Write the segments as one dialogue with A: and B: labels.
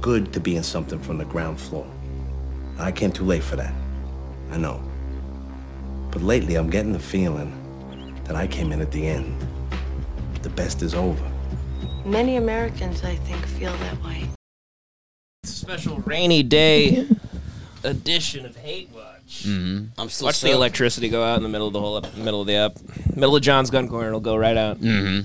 A: good to be in something from the ground floor. I came too late for that. I know. But lately, I'm getting the feeling that I came in at the end. The best is over.
B: Many Americans, I think, feel that way.
C: Special rainy day edition of Hate Watch.
D: I'm still
C: Mm-hmm. Watch the
D: stuck.
C: electricity go out in the middle of the whole up, middle of the up, middle of John's gun corner. It'll go right out because it's
D: Mm-hmm.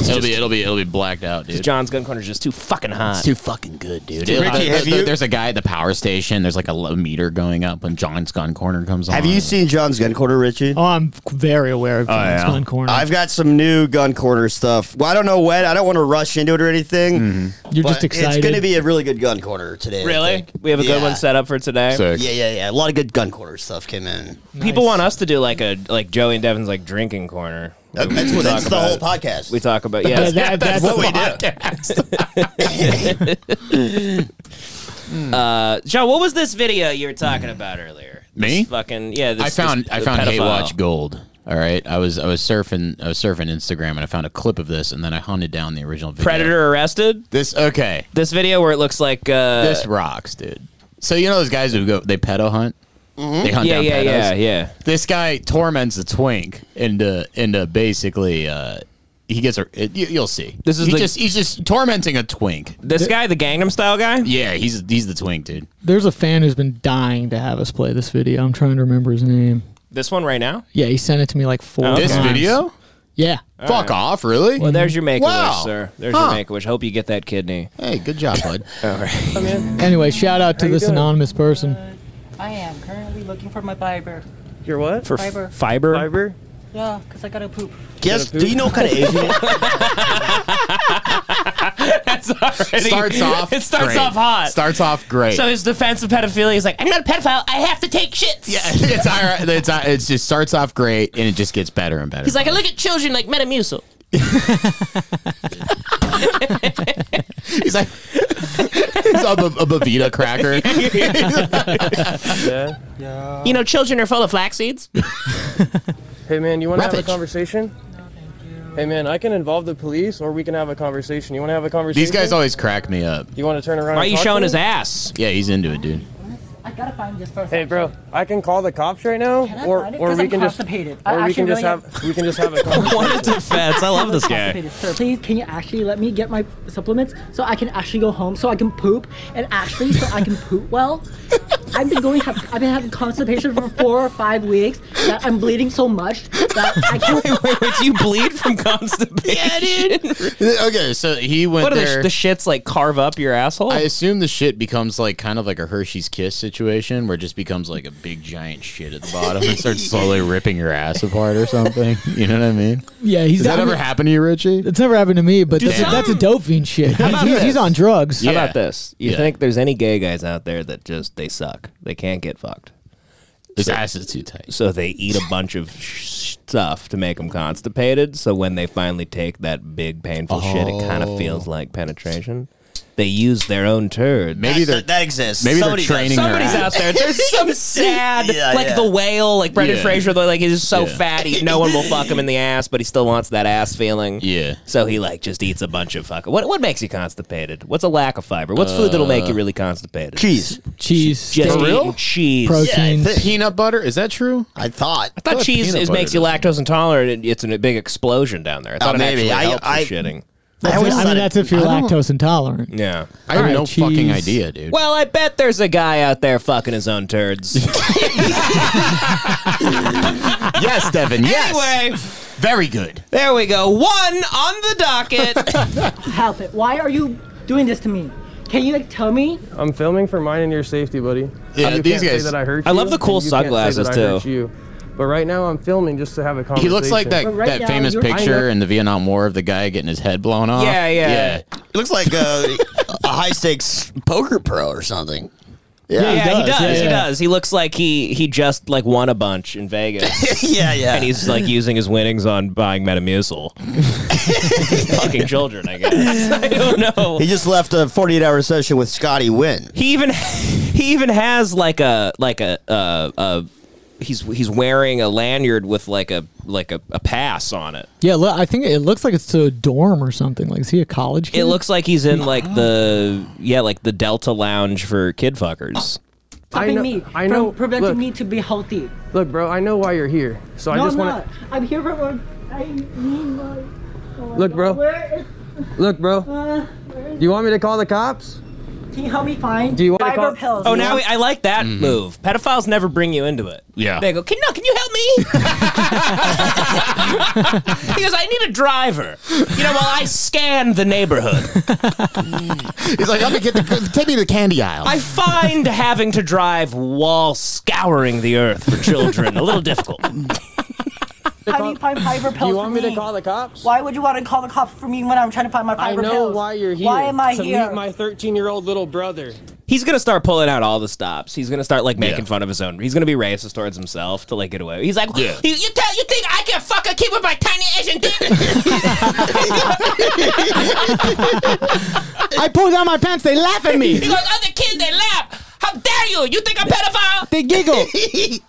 D: It'll
C: just
D: be it'll be it'll be blacked out, dude.
C: John's gun corner is just too fucking hot.
D: It's too fucking good, dude.
E: too
D: It-
E: hot.
D: there-
E: Have
D: there-
E: you-
D: there's a guy at the power station. There's like a low meter going up when John's Gun Corner comes on.
F: Have you seen John's gun corner, Richie?
E: Oh, I'm very aware of John's
D: yeah.
E: Gun Corner.
F: I've got some new gun corner stuff. Well, I don't know when. I don't want to rush into it or anything.
D: Mm-hmm.
E: You're
F: but
E: just excited.
F: It's going to be a really good gun corner today. I
C: really?
F: think.
C: We have a good one
F: Yeah.
C: set up for today.
D: Sick.
F: Yeah, yeah, yeah. A lot of good gun corner stuff came in.
C: People
E: Nice.
C: want us to do like a like Joey and Devin's like drinking corner.
F: Uh, That's what. That's the
C: about
F: whole
C: it.
F: podcast.
C: We talk about
E: Yeah,
C: yeah.
E: that- that's
F: what we do.
C: Uh, John, what was this video you were talking about earlier?
D: Me?
C: This fucking yeah. This,
D: I found
C: this
D: I found
C: pedophile.
D: Hate Watch Gold. All right, I was I was surfing I was surfing Instagram and I found a clip of this and then I hunted down the original video.
C: Predator arrested.
D: This okay.
C: This video where it looks like uh,
D: This rocks, dude. So you know those guys who go they pedo hunt. They hunt
C: yeah
D: down
C: yeah
D: pedos.
C: yeah yeah.
D: This guy torments the twink into into basically. Uh, he gets a. It, you, you'll see.
C: This is
D: he
C: the-
D: just he's just tormenting a twink.
C: This guy, the Gangnam Style guy.
D: Yeah, he's he's the twink dude.
E: There's a fan who's been dying to have us play this video. I'm trying to remember his name.
C: This one right now.
E: Yeah, he sent it to me like four.
C: Oh, okay.
D: This
E: times.
D: video.
E: Yeah.
D: Fuck off, really?
C: Well, Oh, there's your make a wish,
D: Wow.
C: sir. There's
D: Huh.
C: your make a wish. Hope you get that kidney.
D: hey, good job, bud.
C: All right.
E: Anyway, shout out to this anonymous person.
G: I am currently looking for my fiber.
H: Your what?
C: For
G: Fiber.
C: f- fiber.
H: Fiber?
G: Yeah, 'cause I gotta poop.
F: Guess. Do you know what kind of Asian?
C: That's already,
D: starts off.
C: It starts
D: great.
C: off hot.
D: Starts off great.
C: so his defense of pedophilia is like, I'm not a pedophile. I have to take shits.
D: yeah, it's ir- it's it just starts off great and it just gets better and better.
C: He's like, I look at children like Metamucil.
D: he's like he's on the a Bavita cracker.
H: Yeah.
C: You know, children are full of flax seeds.
H: Hey man, you want to have a
D: Ravage.
H: conversation? Hey man, I can involve the police, or we can have a conversation. You want to have a conversation?
D: These guys always crack me up.
H: You want to turn around?
C: Why are
H: and
C: you
H: talk to
C: showing
H: me?
C: his ass?
D: Yeah, he's into it, dude.
G: I gotta find this first.
H: Hey bro, I can call the cops right now,
G: Can I
H: or
G: find it?
H: or
G: 'Cause
H: we
G: I'm
H: can just
G: constipated. I
H: or we can just
G: actually really am.
H: have we can just have a conversation.
C: defense. I love this
G: Constipated, sir. Please, can you actually let me get my supplements so I can actually go home, so I can poop, and actually so I can poop well? I've been going. Have, I've been having constipation for four or five weeks. That I'm bleeding so much that I can't.
C: Wait, do you bleed from constipation? Yeah, dude.
D: Okay, so he went
C: What are
D: there.
C: the, the shits like carve up your asshole?
D: I assume the shit becomes like kind of like a Hershey's Kiss situation, where it just becomes like a big giant shit at the bottom and starts slowly ripping your ass apart or something. You know what I mean?
E: Yeah, he's
D: Does that
E: I
D: ever
E: mean,
D: happen to you, Richie?
E: It's never happened to me, but that's a,
D: some-
E: that's a dope fiend shit.
C: about
E: He's, he's
C: this?
E: on drugs.
C: How
D: Yeah.
C: about this? You
D: Yeah.
C: think there's any gay guys out there that just they suck? They can't get fucked,
D: His ass is too tight.
C: so they eat a bunch of sh- stuff to make them constipated. So when they finally take that big painful shit, it kind
D: Oh.
C: of feels like penetration. They use their own turd.
D: Maybe they're
F: that, that exists.
D: maybe they're
F: Somebody does.
D: training their
C: Somebody's
D: ass.
C: out there. There's some sad,
F: Yeah,
C: like
F: yeah.
C: the whale, like Brendan
D: Yeah.
C: Fraser. they're Like he's so
D: Yeah.
C: fat, he, no one will fuck him in the ass, but he still wants that ass feeling.
D: Yeah.
C: So he like just eats a bunch of fuck. What what makes you constipated? What's a lack of fiber? What's food that'll
D: Uh,
C: make you really constipated?
F: Cheese.
E: Cheese,
C: Just
E: steak,
C: eating cheese.
E: protein.
F: Yeah, I think-
D: Peanut butter? Is that true?
F: I thought.
C: I thought cheese
D: peanut
C: is
D: butter
C: makes you
D: doesn't.
C: lactose intolerant. and it's a big explosion down there. I thought it
F: maybe.
C: actually
F: I-
C: helps with
F: I-
C: shitting.
F: I
E: That's-
F: always
E: I
F: thought
E: mean,
F: it-
E: that's if you're
D: I don't-
E: lactose intolerant.
C: Yeah.
D: I have
E: Alright,
D: no fucking
E: cheese.
D: idea, dude.
C: Well, I bet there's a guy out there fucking his own turds.
D: yes, Devin. Yes.
C: Anyway,
D: Very good.
C: there we go. One on the docket.
G: Help it. Why are you doing this to me? Can you like tell me?
H: I'm filming for mine and your safety, buddy.
D: Yeah,
H: you
D: these
H: can't
D: guys-
H: Say that I hurt.
C: I love
H: you,
C: the cool
H: and you can't say
C: sunglasses,
H: that I hurt
C: too.
H: you. But right now I'm filming just to have a
D: He
H: conversation.
D: looks like that,
G: But right
D: that
G: now,
D: famous
G: you're-
D: picture in the Vietnam War of the guy getting his head blown off.
C: Yeah, yeah.
F: It looks like a, a high stakes poker pro or something.
E: Yeah,
C: Yeah, he does.
E: yeah,
C: He
E: yeah.
C: does. He looks like he he just like won a bunch in Vegas,
F: yeah, yeah.
C: and he's like using his winnings on buying Metamucil. Fucking children, I guess. I don't know.
F: He just left a 48 hour session with Scotty Wynn.
C: He even he even has like a like a uh, a he's he's wearing a lanyard with like a like a, a pass on it.
E: Yeah, lo- I think it looks like it's to a dorm or something. Like, is he a college kid?
C: It looks like he's in like the yeah like the Delta Lounge for kid fuckers.
G: stopping
H: know-
G: me
H: I know-
G: from preventing
H: look.
G: me to be healthy.
H: Look, bro, I know why you're here, so
G: no,
H: I just
G: I'm
H: want
G: not. I'm here for what I mean. Like, oh my
H: Look,
G: God,
H: bro.
G: Where is,
H: to look, bro.
G: uh,
H: Do you want me to call the cops?
G: can you help me find
H: Do you want to
G: fiber
H: call?
G: pills?
C: Oh, now I like that move. Pedophiles never bring you into it.
D: Yeah.
C: They go, can, no, can you help me? because I need a driver. You know, while I scan the neighborhood,
D: He's like, I'm gonna get the take me to the candy aisle.
C: I find having to drive while scouring the earth for children a little difficult.
G: How do you find fiber pills?
H: Do you want
G: for
H: me to call the cops?
G: Why would you want to call the cops for me when I'm trying to find my
H: I
G: fiber
H: know
G: pills?
H: why you're here.
G: Why am I
H: to
G: here?
H: meet my 13 year old little brother.
C: He's gonna start pulling out all the stops. He's gonna start like making fun of his own. He's gonna be racist towards himself to like get away. He's like,
D: Yeah.
C: you, you tell you think I can fuck a kid with my tiny Asian dick?
E: I pulled down my pants. They laugh at me.
C: Because other kids they laugh. How dare you? You think I'm pedophile?
E: They giggle.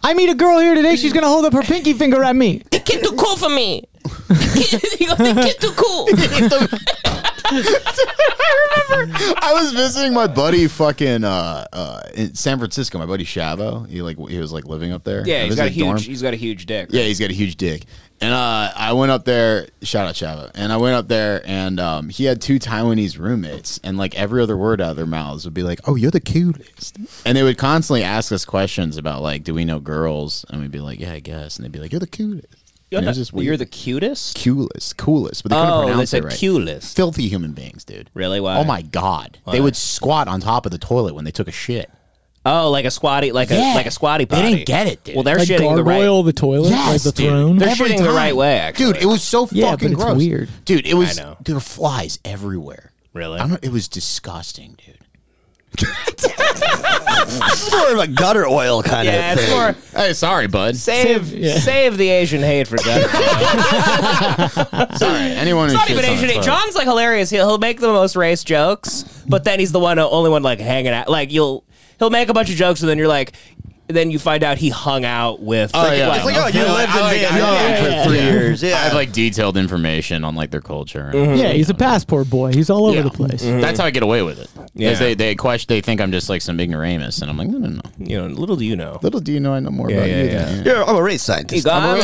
E: I meet a girl here today. She's gonna hold up her pinky finger at me.
C: the kid too cool for me. you got the kid too cool.
D: I was visiting my buddy fucking uh, uh, in San Francisco. My buddy Shavo. He like he was like living up there.
C: Yeah,
D: I
C: he's got a
D: visited
C: huge.
D: dorm.
C: He's got a huge dick.
D: Yeah, he's got a huge dick. And uh, I went up there. Shout out Shavo. And I went up there, and um, he had two Taiwanese roommates, and like every other word out of their mouths would be like, "Oh, you're the cutest," and they would constantly ask us questions about like, "Do we know girls?" And we'd be like, "Yeah, I guess," and they'd be like, "You're the cutest."
C: You're,
D: And it
C: the,
D: was just
C: you're
D: weird.
C: the cutest.
D: coolest, coolest, but they couldn't
C: Oh, they
D: pronounce
C: said
D: it right.
C: coolest.
D: Filthy human beings, dude.
C: Really? Why?
D: Oh my god. They would squat on top of the toilet when they took a shit.
C: Oh, like a squatty, like a
D: Yeah.
C: like a squatty
D: They
C: potty.
D: didn't get it, dude.
C: Well, they're
E: Like
C: shitting the right.
E: gargoyle the, toilet, like the
D: dude.
E: throne.
C: They're shitting the right way, actually.
D: Dude, it was so
E: Yeah,
D: fucking
E: but it's
D: gross.
E: weird.
D: Dude, it was
C: I know.
D: there were flies everywhere.
C: Really?
D: I'm not, it was disgusting, dude.
F: It's more of a gutter oil kind
C: Yeah,
F: of
C: it's
F: thing.
C: more
D: Hey, sorry, bud.
C: save save,
E: yeah.
C: the Asian hate for God.
D: Sorry. Anyone who
C: It's not
D: shits
C: even
D: on
C: Asian
D: the
C: hate.
D: toilet.
C: John's like hilarious. He'll, he'll make the most race jokes, but then he's the one only one like hanging out. Like you'll he'll make a bunch of jokes, and then you're like, then you find out he hung out with.
D: Oh, yeah.
F: It's like, oh, you
D: Yeah,
F: lived
D: I
F: in
D: like-
F: Vietnam
D: I like-
F: for three
D: yeah.
F: years. Yeah.
D: I have like detailed information on like their culture.
C: Mm-hmm.
D: Mm-hmm.
E: yeah, he's a passport boy. He's all over the place.
D: That's how I get away with it.
C: Yeah.
D: Because they, they question, they think I'm just like some ignoramus, and I'm like, no, no, no.
C: you know, little do you know.
D: Little do you know, I know more
C: about you than
F: You're- I'm a race scientist.
C: I'm, a,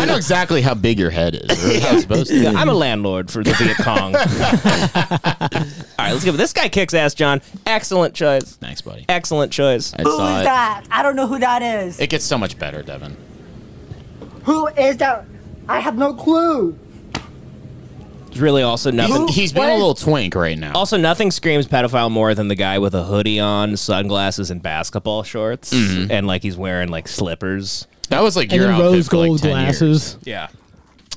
D: I know exactly how big your head is. or how it's supposed to be.
C: I'm a landlord for the Viet Cong. All right, let's give it. This guy kicks ass, John. Excellent choice.
D: Thanks, buddy.
C: Excellent choice.
D: I
G: Who
D: saw
G: is
D: it.
G: that? I don't know who that is.
D: It gets so much better, Devin.
G: Who is that? I have no clue.
C: It's really also nothing.
G: Who-
D: He's being a
G: what?
D: little twink right now.
C: Also, nothing screams pedophile more than the guy with a hoodie on, sunglasses, and basketball shorts, and like he's wearing like slippers.
D: that was like
E: And
D: your
E: then
D: outfit
E: rose
D: for like
E: gold
D: 10 years.
E: glasses.
C: Yeah.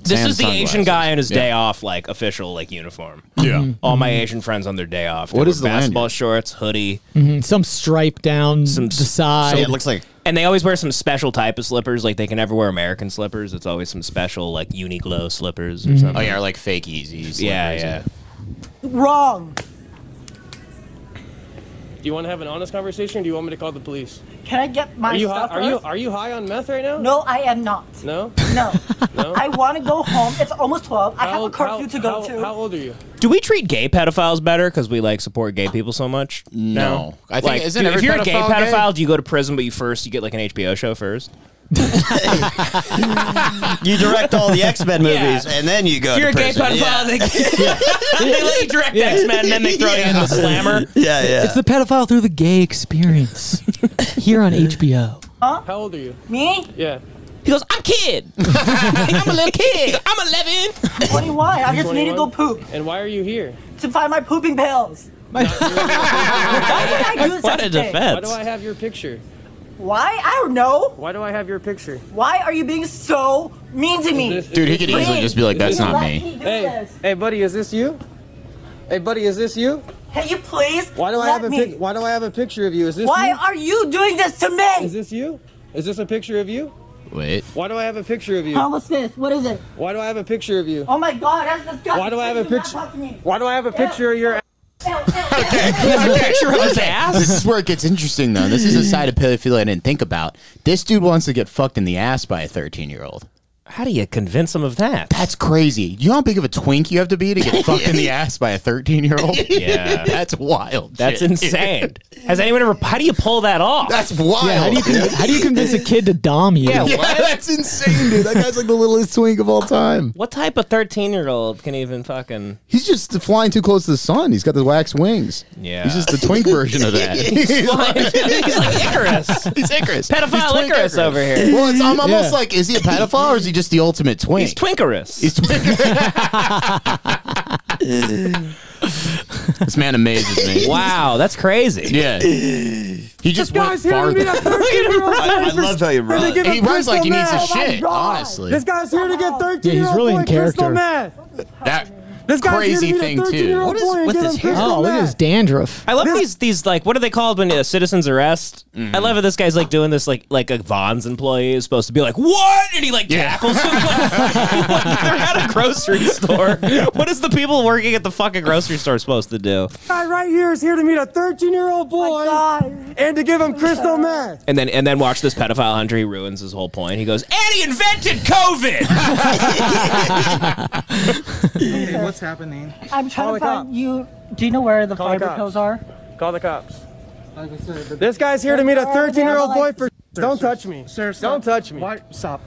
C: This
D: And
C: is the Asian
D: sunglasses.
C: guy on his
D: Yeah.
C: day off, like official, like uniform.
D: Yeah.
C: All my Asian friends on their day off.
D: What
C: They
D: is
C: wear
D: the
C: basketball
D: lanyard?
C: shorts, hoodie,
E: And Mm, Some stripe down
C: Some
E: the
C: s-
E: side.
F: Yeah, it looks like
C: and they always wear some special type of slippers. Like they can never wear American slippers. It's always some special like Uniqlo slippers or
D: Oh
C: something.
D: yeah, or like fake Yeezys.
C: yeah, yeah.
D: slippers,
G: Wrong.
H: Do you want to have an honest conversation, or do you want me to call the police?
G: Can I get my
H: Are you high,
G: stuff
H: are you
G: first?
H: are you high on meth right now?
G: No, I am not.
H: No.
G: No.
H: No?
G: I want to go home. It's almost 12. I have a
H: old-
G: curfew to go
H: how-
G: to.
H: How old are you?
C: Do we treat gay pedophiles better because we like support gay people so much?
D: No. I think-
C: like,
D: isn't
C: do-
D: every
C: if you're a gay
D: pedophile gay?
C: pedophile, do you go to prison? But you first you get like an HBO show first.
F: you direct all the X Men
C: Yeah.
F: movies, and then you go.
C: If you're a
F: to
C: gay
F: prison.
C: pedophile,
F: yeah.
C: they, they let you direct X Men, then they throw you in the slammer.
F: yeah, yeah.
E: It's the pedophile through the gay experience here on HBO.
H: How old are you?
G: Me?
H: Yeah.
C: He goes, "I'm kid. I'm a little kid. I'm 11."
G: 21. I just need to go
H: 21?
G: poop
H: And why are you here?
G: to find my pooping pills. Why did I do
C: What
G: such
C: a
G: a thing?
H: Why do I
C: defense!
H: have your picture?
G: Why? I don't know.
H: Why do I have your picture?
G: Why are you being so mean to me?
H: Is
D: Dude,
H: this
D: he could
H: you?
D: easily just be like, "That's
G: Please
D: not
G: let
D: me."
G: do
H: Hey,
G: this.
H: hey, buddy, is this you? Hey, buddy, is this you?
G: Can you please
H: Why do
G: let
H: I have a
G: me?
H: pic- Why do I have a picture of you? Is this
G: Why
H: you?
G: are you doing this to
H: Is
G: me?
H: this you? Is this a picture of you?
D: Wait.
H: Why do I have a picture of you?
G: How was this? What is it?
H: Why do I have a picture of you?
G: Oh my god, that's disgusting.
H: Why do I have a
G: Please do not
H: picture?
G: talk to me.
H: Why do I have a picture of your? ass?
G: Oh
D: This is where it gets interesting, though. This is a side of pedophilia I didn't think about. This dude wants to get fucked in the ass by a 13 year old.
C: How do you convince him of that?
D: That's crazy. You know how big of a twink you have to be to get fucked in the ass by a 13 year old?
C: Yeah.
D: That's wild.
C: That's
D: shit.
C: insane. Has anyone ever? How do you pull that off?
D: That's wild.
E: Yeah, how do you con- how do you convince a kid to dom you?
C: Yeah.
D: Yeah, that's insane, dude. That guy's like the littlest twink of all time.
C: what type of thirteen-year-old can even fucking?
D: He's just flying too close to the sun. He's got the wax wings.
C: Yeah.
D: He's just the twink version of that. he's
C: He's like Icarus,
D: Icarus. He's
C: pedophile
D: twink
C: Icarus over here.
D: Well, it's I'm almost
E: Yeah.
D: like, is he a pedophile or is he just the ultimate twink?
C: He's Twinkerus.
D: He's twink. this man amazes me.
C: wow, that's crazy.
D: Yeah. He just went farther.
F: I, I love how you run.
D: He runs like he needs a shit, honestly.
I: guy's here to get 13
E: Yeah, he's really in character.
D: That
I: This guy's
D: crazy
I: here to
D: thing,
I: meet a 13-year-old
D: too.
F: What is
I: boy and
F: with
I: get
F: his
I: him
F: hair?
I: pissed
E: Oh,
I: on
E: look
I: that.
E: at his dandruff.
C: I love these these like what are they called when a citizen's arrest? I love how this guy's like doing this like like a Vons employee is supposed to be like what and he like tackles him. Like, they're at a grocery store. What is the people working at the fucking grocery store supposed to do?
I: This guy right here is here to meet a 13-year-old boy and to give him crystal meth.
C: And then and then watch this pedophile hunter. He ruins his whole point. He goes and he invented COVID.
J: What's happening?
G: I'm trying
H: Call the
G: to find
H: cops.
G: you. Do you know where the
H: Call the
G: fiber
H: cops.
G: pills are?
H: Call the cops.
J: Like I said, the-
H: This guy's here to meet a 13-year-old boy for. Don't
J: sir,
H: touch me.
J: Sir, stop.
H: Don't touch me.
J: Why? Stop.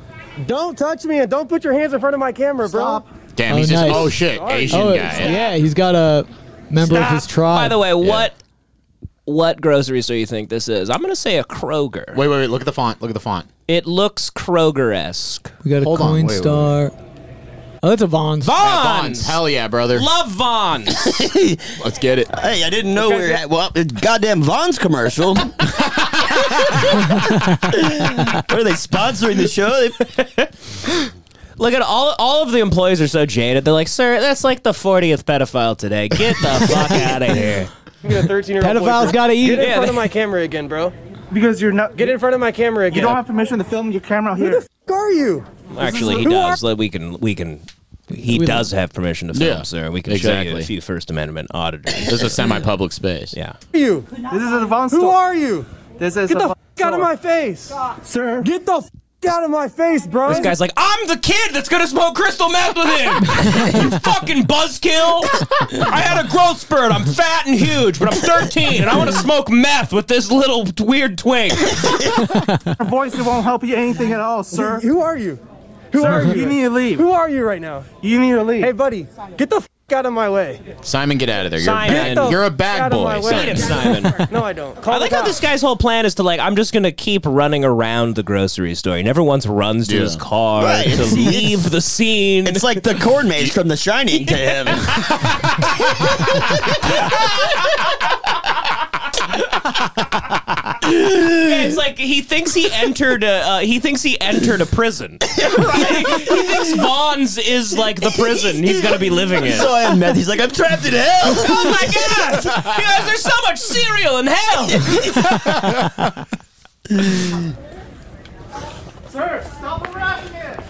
H: Don't touch me and don't put your hands in front of my camera, bro.
J: Stop.
D: Damn,
E: Oh,
D: he's just
E: nice.
D: oh shit, Asian
E: Oh, it's-
D: guy.
E: yeah, he's got a member of his tribe.
C: By the way, what what grocery store you think this is? I'm gonna say a Kroger.
D: Wait, wait, wait. Look at the font. Look at the font.
C: It looks Kroger esque.
E: we got a
D: Hold on,
E: coin
D: wait, wait,
E: star. Oh, that's a Vons.
D: Yeah, Vons.
C: Vons.
D: Hell yeah, brother.
C: Love Vons.
D: Let's get it.
F: Hey, I didn't know we were at well, it's goddamn Vaughn's commercial. What are they sponsoring the show? They-
C: Look at all all of the employees are so jaded. They're like, sir, that's like the fortieth pedophile today. Get the fuck out of here.
H: You Get a 13-year-old boy.
E: Pedophiles
H: for-
E: gotta eat.
H: Get in
C: Yeah,
H: front of
C: they-
H: my camera again, bro.
J: Because you're not.
H: Get in front of my camera again.
J: You don't have permission to film your camera out here.
I: Who are you?
C: Actually, he does. Like, we can we can. He
E: We-
C: does have permission to film,
D: Yeah,
C: sir. We can show you
D: exactly.
C: a few First Amendment auditors.
D: This is a semi-public space.
C: yeah.
I: Who are you?
J: This is a Vaughn
I: Who
J: store.
I: are you?
J: This is
I: Get
J: a
I: the
J: Vaughn
I: f- out of
J: store.
I: my face.
J: Sir,
I: Get the f- out of my face, bro.
C: This guy's like, I'm the kid that's gonna smoke crystal meth with him. you fucking buzzkill. I had a growth spurt. I'm fat and huge, but I'm 13, and I want to smoke meth with this little weird twink.
J: your voice it won't help you anything at all, sir.
I: Who are you? Who are
J: Sir, you
I: you?
J: need to leave.
I: Who are you right now?
J: You need to leave.
H: Hey, buddy, get the f- out of my way.
D: Simon, get out of there. You're,
C: Simon.
D: a
C: Get
D: bad,
C: the
D: you're a
H: f-
D: bad
H: out of
D: boy.
H: my way.
D: Simon.
C: Get him, Simon.
H: No, I don't. Call
C: I like
H: the
C: how this
H: cops.
C: guy's whole plan is to like, I'm just gonna keep running around the grocery store. He never once runs to
D: Yeah.
C: his car
F: Right.
C: to
F: It's-
C: leave the scene.
F: it's like the corn maze from The Shining to him.
C: Yeah, it's like he thinks he entered a uh, he thinks he entered a prison. he thinks Vaughn's is like the prison he's gonna be living in.
F: So I had meth. He's like, I'm trapped in hell.
C: Oh my god! You guys, there's so much cereal in hell.
J: Sir, stop harassing him.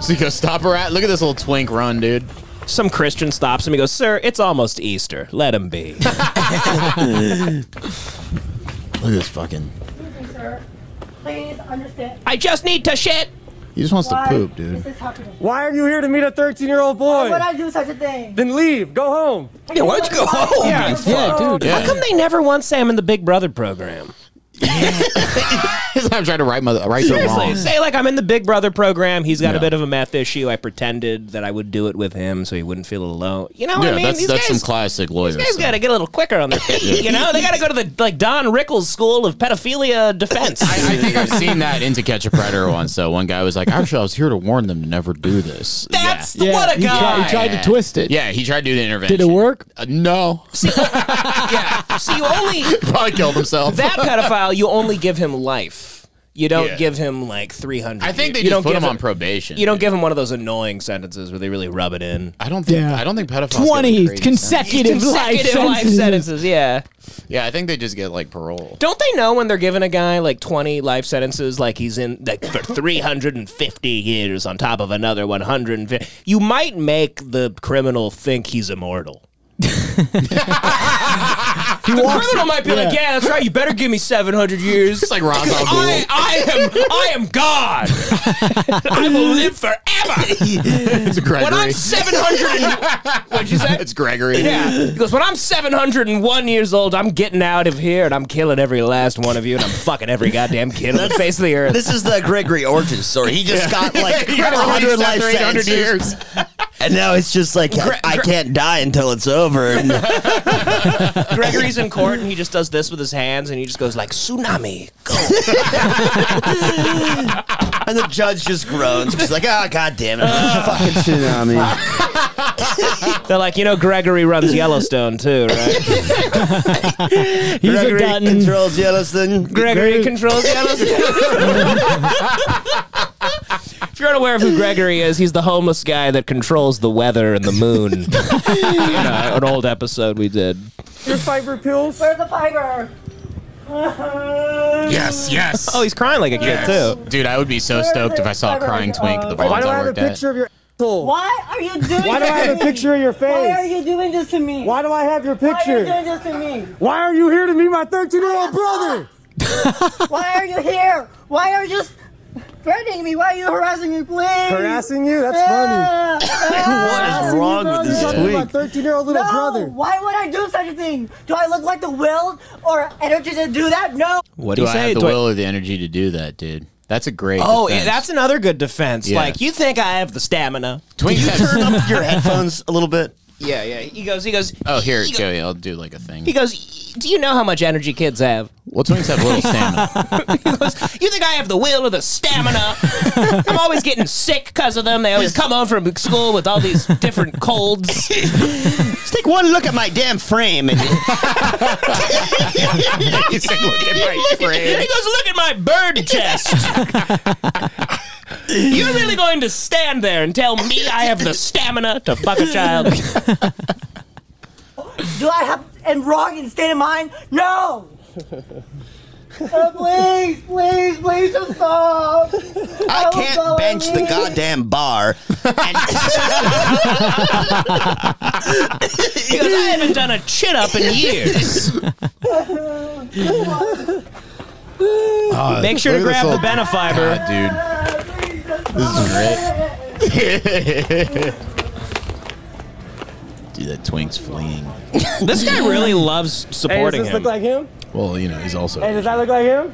D: So you go stop her at. Look at this little twink run, dude.
C: Some Christian stops him. He goes, "Sir, it's almost Easter. Let him be."
D: Look at this fucking.
G: Excuse me, sir. Please understand
C: I just need to shit.
D: He just wants
G: why
D: to poop,
G: this
D: dude.
G: is happening.
H: Why are you here to meet a 13-year-old boy?
G: Why would I do such a thing?
H: Then leave. Go home.
F: Yeah, why don't you go home?
E: yeah, dude.
D: Yeah.
C: How come they never want Sam in the Big Brother program?
D: I'm trying to right my right the
C: Seriously,
D: wrong.
C: say like I'm in the Big Brother program. He's got a
D: Yeah.
C: bit of a meth issue. I pretended that I would do it with him so he wouldn't feel alone. You know what
D: Yeah,
C: I mean?
D: that's
C: These
D: that's
C: guys,
D: some classic lawyers.
C: These guys got to get a little quicker on their feet. You know, they got to go to the like Don Rickles School of Pedophilia Defense.
D: I, I think I've seen that in To Catch a Predator once. So one guy was like, "Actually, I was here to warn them to never do this."
C: that's
D: yeah.
C: the what a
E: he, tried,
C: guy.
E: he tried to twist it.
D: yeah, he tried to do the intervention.
E: Did it work?
D: Uh, no,
C: yeah. So you only
D: probably killed himself.
C: that pedophile, you only give him life. You don't
D: Yeah.
C: give him like 300.
D: I think they
C: you don't
D: just put
C: give
D: him on probation.
C: You don't give him one of those annoying sentences where they really rub it in.
D: I don't think.
E: Yeah.
D: I don't think pedophiles. get, like,
E: Twenty
D: crazy
E: consecutive,
C: Consecutive life sentences, yeah.
D: sentences. Yeah, I think they just get like parole.
C: Don't they know when they're giving a guy like 20 life sentences, like he's in like for 350 years on top of another 150? You might make the criminal think he's immortal. the
F: walks-
C: criminal might be like,
F: yeah.
C: yeah, that's right. You better give me 700 years. It's
D: like Ra's al Ghul.
C: I, I am, I am God. I will live forever.
D: It's Gregory.
C: When I'm 700 and, what'd you say?
D: It's Gregory.
C: Yeah. He goes, when I'm 701 years old, I'm getting out of here and I'm killing every last one of you and I'm fucking every goddamn kid on the face of the earth.
F: This is the Gregory origin story. He just got like
D: He got released
F: 100 life
D: after 800
F: sentences,
D: years.
F: and now it's just like I, I can't die until it's over. And
C: Gregory's in court and he just does this with his hands and he just goes like, tsunami.
F: And the judge just groans. She's like, oh, god damn it. fucking tsunami.
C: They're like, you know, Gregory runs Yellowstone too, right?
E: He's
F: Gregory
E: gotten
F: controls Yellowstone.
C: Gregory controls Yellowstone. If you're unaware of who Gregory is, he's the homeless guy that controls the weather and the moon. You know, an old episode we did.
I: Your fiber pills?
J: Where's the fiber?
D: Yes, yes.
C: Oh, he's crying like a kid too.
D: Dude, I would be so stoked if I saw a crying twink at the
I: Why
D: Vines
I: do I
D: I
I: have a
D: worked at.
I: picture of your asshole?
J: Why are you doing
I: Why do I
J: this
I: have a
J: to me?
I: picture of your face?
J: Why are you doing this to me?
I: Why do I have your
J: Why are you
I: picture?
J: doing this to me?
I: Why are you here to meet my 13 year old brother?
J: Why are you here? Why are you just threatening me? Why are you harassing me, please?
I: Harassing you? That's funny.
F: What is
I: Harassing you,
F: wrong
I: bro?
F: with
I: You're
F: this
I: talking to my
F: tweak?
I: 13 year old little
J: No,
I: brother.
J: why would I do such a thing? Do I look like the will or energy to do that? No.
C: What do,
D: Do
C: you
D: I
C: say?
D: have the
C: Do I-
D: will or the energy to do that, dude? That's a great.
C: Oh,
D: defense.
C: yeah, that's another good defense.
D: Yeah.
C: Like, you think I have the stamina?
D: Twink
F: You
D: has-
F: turn up your headphones a little bit.
C: Yeah, yeah. He goes, he goes.
D: Oh, here,
C: he, go-
D: Joey, I'll do like a
C: he
D: thing.
C: goes. Do you know how much energy kids have?
D: Well, twinks have little stamina.
C: You think I have the will or the stamina? I'm always getting sick because of them. They always come home from school with all these different colds.
F: Just take one look at my damn frame. And
D: He said, "Look at my
C: He
D: friend."
C: goes, look at my bird chest. You're really going to stand there and tell me I have the stamina to fuck a child?
J: Do I have and wrong in state of mind? No. Oh, please, please, please just stop.
F: I
J: will
F: can't
J: go
F: bench
J: with
F: the
J: you.
F: goddamn bar. And
C: He goes, I haven't done a chin up in years.
D: Uh,
C: Make sure to
D: look at
C: grab the
D: this old-
C: Benefiber.
D: God,
J: This is great.
D: dude. Dude, that twink's fleeing.
C: This guy really loves
I: Hey, does
C: supporting
I: this
C: him.
I: look like him?
D: Well, you know, he's
I: Hey,
D: also.
I: does that look like him?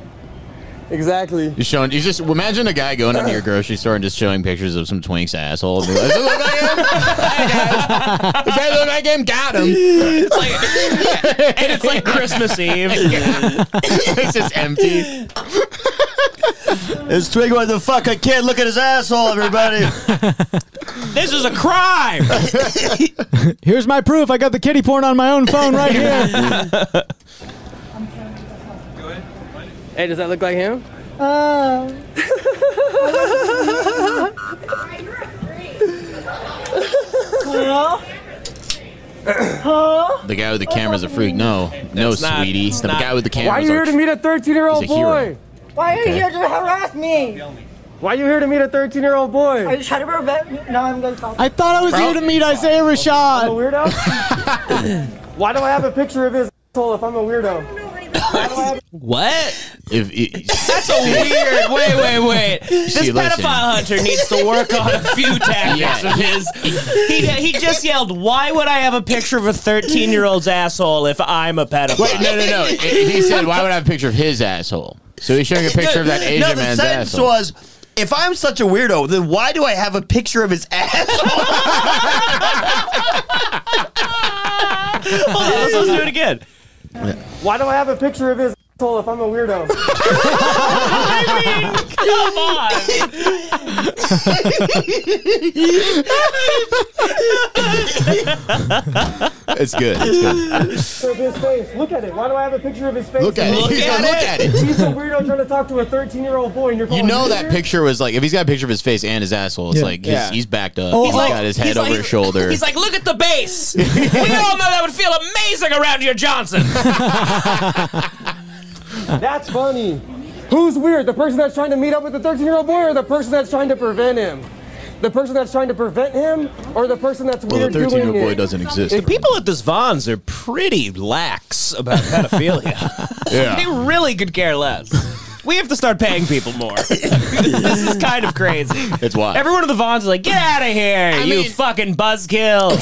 I: Exactly.
D: He's showing. He's just imagine a guy going into your grocery store and just showing pictures of some twink's asshole. and be like, Does it look like him? Hey, guys. Does that look like him? Got him.
C: It's like- yeah, and it's like Christmas Eve.
D: It's just empty.
F: it's Twig what the fuck I can't look at his asshole, everybody.
C: This is a crime.
E: Here's my proof. I got the kitty porn on my own phone right here.
I: Hey, does that look like him?
D: The guy with the camera's a freak. No, no,
C: not-
D: sweetie.
C: it's
D: The
C: not-
D: guy with the
I: Why are
D: camera's
I: you here to meet a 13 year old
D: He's a hero.
I: boy?
J: Why are
D: Okay.
J: you here to harass me?
I: Why are you here to meet a 13 year old
J: Are
I: boy?
J: you trying to prevent me? No, I'm gonna stop.
E: I thought I was here to meet Isaiah
I: I'm a
E: Rashad.
I: weirdo? Why do I have a picture of his asshole if I'm a weirdo?
C: What?
D: If it,
C: That's a weird. Wait, wait, wait. This
D: See,
C: pedophile
D: listen.
C: hunter needs to work on a few tactics
D: Yeah.
C: of his. He, he just yelled, "Why would I have a picture of a 13 year old's asshole if I'm a pedophile?"
D: Wait, no, no, no. He he said, "Why would I have a picture of his asshole?" So he's showing a picture of that Asian
F: no, the
D: man's
F: sentence
D: asshole.
F: was, if I'm such a weirdo, then why do I have a picture of his asshole?
C: Hold on, let's, let's do it again.
I: Why do I have a picture of his asshole if I'm a weirdo?
C: Come on.
D: it's good. It's good.
I: Picture of his face. Look at it. Why do I have a picture of his face?
D: Look at it.
C: Look
D: He's gonna
C: at
D: look at it.
I: He's a weirdo trying to talk to a 13 year old boy, and you're
D: You
I: calling
D: know
I: me
D: that
I: weird?
D: picture was like if he's got a picture of his face and his asshole, it's
E: Yeah.
D: like he's,
C: Yeah.
D: he's backed up.
E: Oh,
D: he's
E: like-
D: got his head over
C: like-
D: his shoulder.
C: He's like, look at the base. we all know that would feel amazing around your Johnson.
I: That's funny. Who's weird? The person that's trying to meet up with the 13 year old boy or the person that's trying to prevent him? The person that's trying to prevent him, or the person that's
D: Well, the
I: weird doing
D: 13-year-old
I: it?
D: boy doesn't exist.
C: The people at this Vons are pretty lax about pedophilia.
D: Yeah.
C: They really could care less. We have to start paying people more. this is kind of crazy.
D: It's wild.
C: Everyone at the Vons is like, get out of here, you fucking buzzkill.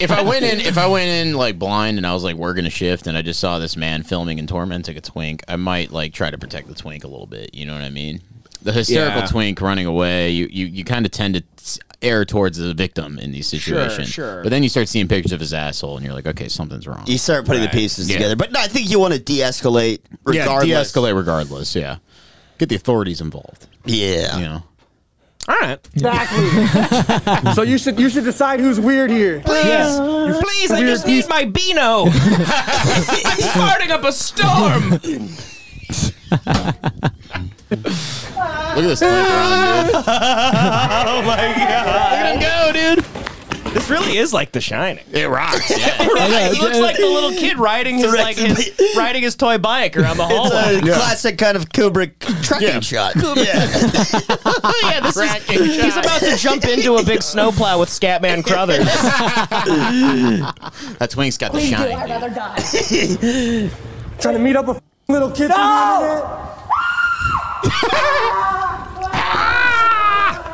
D: if I went in, if I went in like blind and I was like working a shift and I just saw this man filming in Torment took a twink, I might like try to protect the twink a little bit. You know what I mean? The hysterical
C: Yeah.
D: twink running away, you you, you kind of tend to s- err towards the victim in these situations.
C: sure.
D: But then you start seeing pictures of his asshole and you're like, okay, something's wrong.
F: You start putting
C: Right.
F: the pieces
D: Yeah.
F: together. But no, I think you want to de escalate regardless.
D: yeah, de-escalate regardless. Yeah, get the authorities involved.
F: Yeah.
D: You know,
C: All right.
I: Exactly. so you should you should decide who's weird here.
C: Please, please, I just need my Beano. I'm starting up a storm.
D: look at this twink run, dude.
C: Oh my god.
D: Go, dude.
C: This really is like The Shining.
D: It rocks. Yeah.
C: He looks like the little kid riding his like his riding his toy bike around the
F: It's
C: hallway.
F: a classic kind of Kubrick trucking shot. Yeah.
C: Oh yeah, this is, he's about to jump into a big snowplow with Scatman Crothers.
D: that twink's got the
J: Please do.
D: shine.
J: I'd rather die.
I: Trying to meet up with little kids on the internet.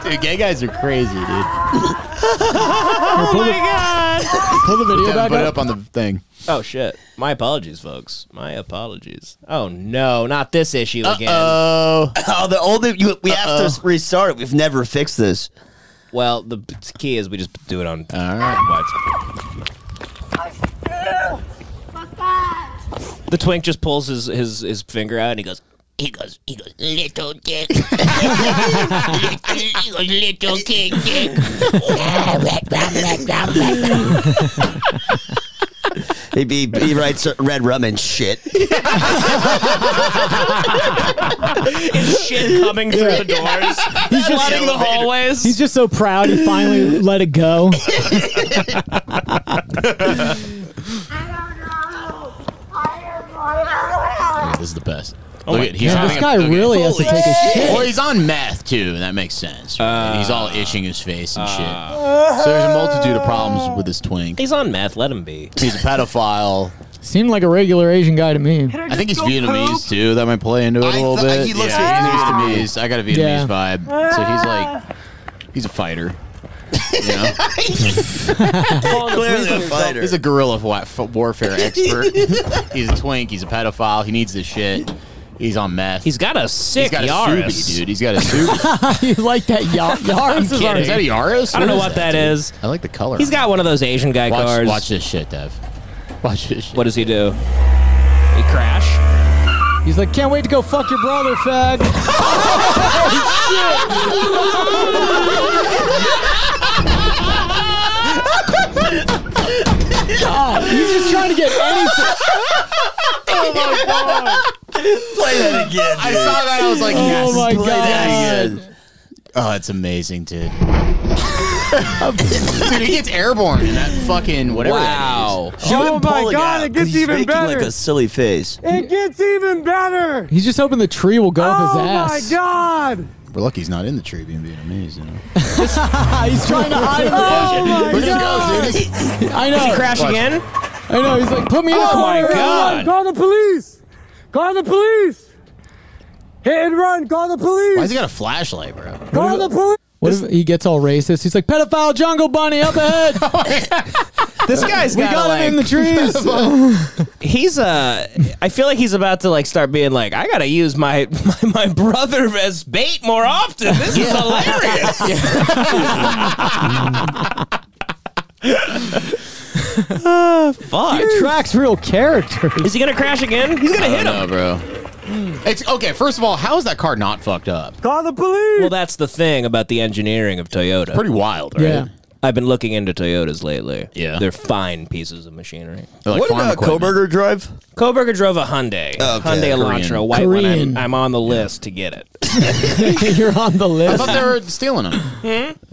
D: Dude, gay guys are crazy, dude.
C: oh my god!
D: Pull the video
E: back
D: put it
E: up.
D: up on the thing.
C: Oh shit! My apologies, folks. My apologies. Oh no, not this issue again.
D: Oh,
F: Oh, the older you, we have to restart it. We've never fixed this.
C: Well, the b- key is we just do it on.
D: all right.
C: The twink just pulls his his his finger out and he goes.
K: He goes, he goes, little dick. he goes, little dick, dick.
F: He, he, he writes red rum and shit.
C: Is shit coming through the doors, he's flooding the hallways.
E: He's just so proud he finally let it go.
D: This is the best. Look at he's
E: Yeah,
D: having
E: Oh this
D: a-
E: guy
D: okay.
E: really has to take a Ah. shit.
D: Well, he's on meth too, and that makes sense. right? he's all itching his face and
E: Ah.
D: shit. So there's a multitude of problems with this twink.
C: He's on meth. Let him be.
D: He's a pedophile.
E: Seemed like a regular Asian guy to me.
D: I think he's Vietnamese too. That might play into it a
F: I
D: little
F: thought-
D: bit.
F: he looks
D: yeah, he's Vietnamese. I got a Vietnamese
E: Yeah.
D: vibe. So he's like, he's a fighter. You know?
F: Clearly a fighter.
D: He's a guerrilla wa- f- warfare expert. he's a twink. He's a pedophile. He needs this shit. He's on meth.
C: He's got a sick
D: He's got a
C: Yaris.
D: Subi, dude. He's got a Subi.
E: you like that yacht? Yards is
D: is that a Yaris?
C: I don't know
D: is
C: what that
D: dude?
C: is.
D: I like the color.
C: He's
D: on it.
C: got one of those Asian guy
D: watch,
C: cars.
D: Watch this shit, Dev. Watch this shit.
C: What does he do? He crash.
E: He's like, can't wait to go fuck your brother, fag. God, he's just trying to get anything.
F: Play that again.
D: I saw Oh, that. I was like, yes.
E: oh my
F: Play that
E: god.
F: again.
D: Oh, it's amazing, dude. dude, he gets airborne in that fucking whatever. Wow.
F: Show
I: Oh
F: him
I: my
F: pulling
I: God,
F: out,
I: it gets
F: 'cause he's
I: even
F: making
I: better.
F: like a silly face.
I: It gets even better.
E: He's just hoping the tree will go up
I: Oh
E: his
I: my
E: ass.
I: god.
D: We're lucky he's not in the tree being Vietnamese, you know.
E: He's trying to hide in the
I: Oh my
D: Look
I: god.
D: at him go, dude.
E: I know.
C: Crash
D: Watch.
C: again.
E: I know. He's like, put me in the
I: Oh
E: corner.
I: my
C: God.
I: God. Call the police. Call the police. Hit and run. Call the police.
D: Why has he got a flashlight, bro?
I: Call the police.
E: What if he gets all racist? He's like, pedophile jungle bunny up ahead.
C: This guy's
E: we got him in the trees.
C: he's uh I feel like he's about to like start being like I gotta use my my, my brother as bait more often. This is hilarious. Ah, fuck.
E: Tracks real character.
C: Is he gonna crash again? He's gonna hit him.
D: No, bro. Mm. It's okay. First of all, how is that car not fucked up?
I: Call the police.
C: Well, that's the thing about the engineering of Toyota.
D: Pretty wild, right?
E: Yeah.
C: I've been looking into Toyotas lately.
D: Yeah.
C: they're fine pieces of machinery.
D: They're like
F: what
D: farm
F: about
D: equipment.
F: Koberger Drive?
C: Koberger drove a Hyundai,
F: Okay.
C: Hyundai Elantra, white one.
E: Korean.
C: I'm, I'm on the list to get it.
E: You're on the
D: I
E: list.
D: thought they were stealing them.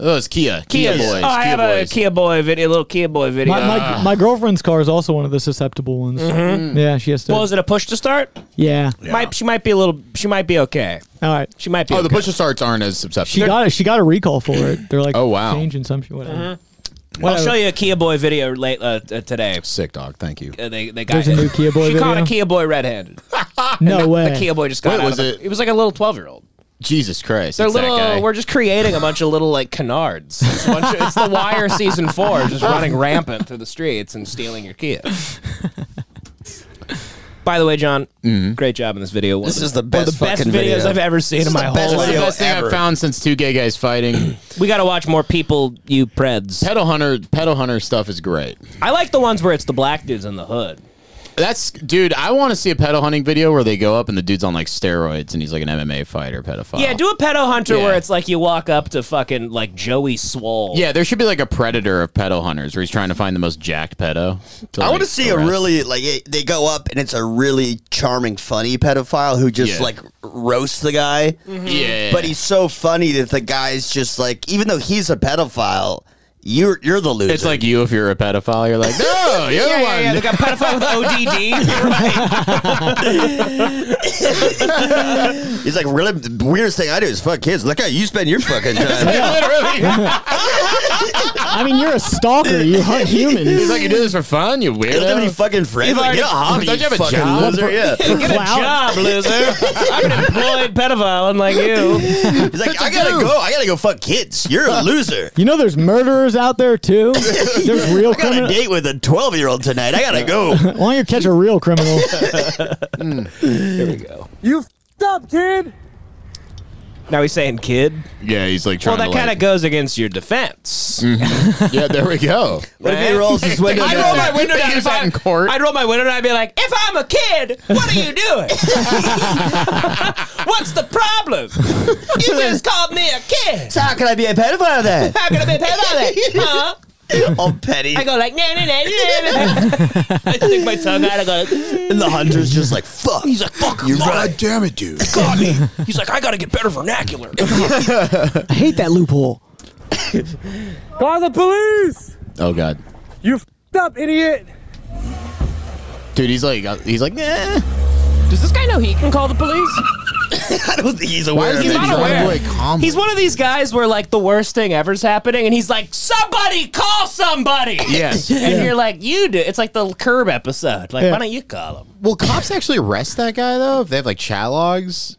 D: Oh, it's Kia. Kia
C: Kia's.
D: boys.
C: Hmm? Oh, I
D: Kia
C: have
D: boys.
C: a Kia boy video, little Kia boy video. Uh,
E: My, my, my girlfriend's car is also one of the susceptible ones.
C: Mhm.
F: Mm-hmm.
E: Yeah, she has to.
C: well, is it a push to start?
E: yeah.
C: Might she might be a little. She might be okay.
E: All right.
C: She might be.
D: Oh,
C: okay.
D: the push starts aren't as susceptible.
E: She got it. She got a recall for it. They're like,
D: Oh, wow.
E: changing some shit. Whatever.
C: I'll
E: Whatever.
C: show you a Kia boy video late uh, t- today. Uh,
D: Sick dog. Thank you.
C: they they got
E: There's a new
C: it.
E: Kia boy
C: She caught a
E: video?
C: Kia boy red-handed.
E: No way.
C: The Kia boy just got
D: Wait,
C: out
D: was
C: of
D: it-
C: it was like a little twelve-year-old.
D: Jesus Christ.
C: They're
D: it's that
C: little.
D: guy.
C: We're just creating a bunch of little like canards. It's, a bunch of- it's the Wire season four, just running rampant through the streets and stealing your Kia. By the way, John,
D: Mm-hmm.
C: great job in this video. One
F: This
C: of the,
F: is the
C: one of
F: best
C: the best
F: fucking
C: videos
F: video.
C: I've ever seen
F: This
C: in
F: is
C: my
F: the
C: whole
F: best
C: life.
D: It's the
F: video
D: best thing
F: ever.
D: I've found since two gay guys fighting.
C: We got to watch more people you preds.
D: pedal hunter, pedal hunter stuff is great.
C: I like the ones where it's the black dudes in the hood.
D: That's dude. I want to see a pedal hunting video where they go up and the dude's on like steroids and he's like an MMA fighter pedophile.
C: Yeah, do a pedo hunter
D: Yeah.
C: where it's like you walk up to fucking like Joey Swole.
D: Yeah, there should be like a predator of pedo hunters where he's trying to find the most jacked pedo.
F: I want
D: like,
F: to see a
D: arrest.
F: really like it, they go up and it's a really charming, funny pedophile who just
D: Yeah.
F: like roasts the guy.
D: Yeah,
F: But he's so funny that the guy's just like, even though he's a pedophile, you're you're the loser.
D: It's like you if you're a pedophile. You're like, no, you're
C: yeah,
D: the
C: yeah,
D: one.
C: yeah. They got pedophile with ODD.
F: he's like really the weirdest thing I do is fuck kids. Look how you spend your fucking time.
D: Literally.
E: I mean, you're a stalker. You hunt humans.
D: He's like, you do this for fun, you
F: You don't have any
D: weirdo.
F: fucking friends.
C: You've already-
F: Like, get a hobby.
D: Don't you have a
F: fucking
D: job?
F: loser. Yeah.
C: Get a job, loser. I'm an employed pedophile, unlike you.
F: He's like, I gotta go. I gotta go fuck kids. You're a loser.
E: You know, there's murderers out there too. There's real
F: I got a
E: criminals.
F: date with a 12 year old tonight. I gotta go.
E: Why don't you catch a real criminal?
I: You f***ed up, kid.
C: Now he's saying kid.
D: Yeah, he's like
C: Well,
D: trying
C: that
D: to.
C: kind of
D: like-
C: goes against your defense.
D: yeah, there we go.
F: What if
C: Right?
F: he rolls his window
D: I
C: I'd
D: know
C: roll
F: down?
C: my
D: that.
C: window down
D: Use
C: if
D: that
C: I,
D: in court.
C: I'd roll my window down and be like, if I'm a kid, what are you doing? What's the problem? You just called me a kid.
F: So How can I be a pedophile then?
C: How can I be paid out of Huh?
F: All petty.
C: I go like, nah, nah, nah, nah, nah. I stick my tongue out. I go, like,
F: And the hunter's just like, fuck. He's like, fuck. You're right.
D: damn it, dude.
C: got me. He's like, I got to get better vernacular.
E: I hate that loophole.
I: Call the police.
D: Oh god,
I: You f***ed up, idiot.
D: dude, he's like, uh, he's like, eh. nah.
C: Does this guy know he can call the police?
F: I don't think he's aware.
D: is
F: of
D: he
F: it.
D: not aware? Driveway combo.
C: He's one of these guys where like the worst thing ever's happening, and he's like, "Somebody call somebody."
D: Yes.
C: and you're like, "You do." It's like the Curb episode. Like,
E: Yeah.
C: why don't you call him?
D: Will cops actually arrest that guy though? If they have like chat logs?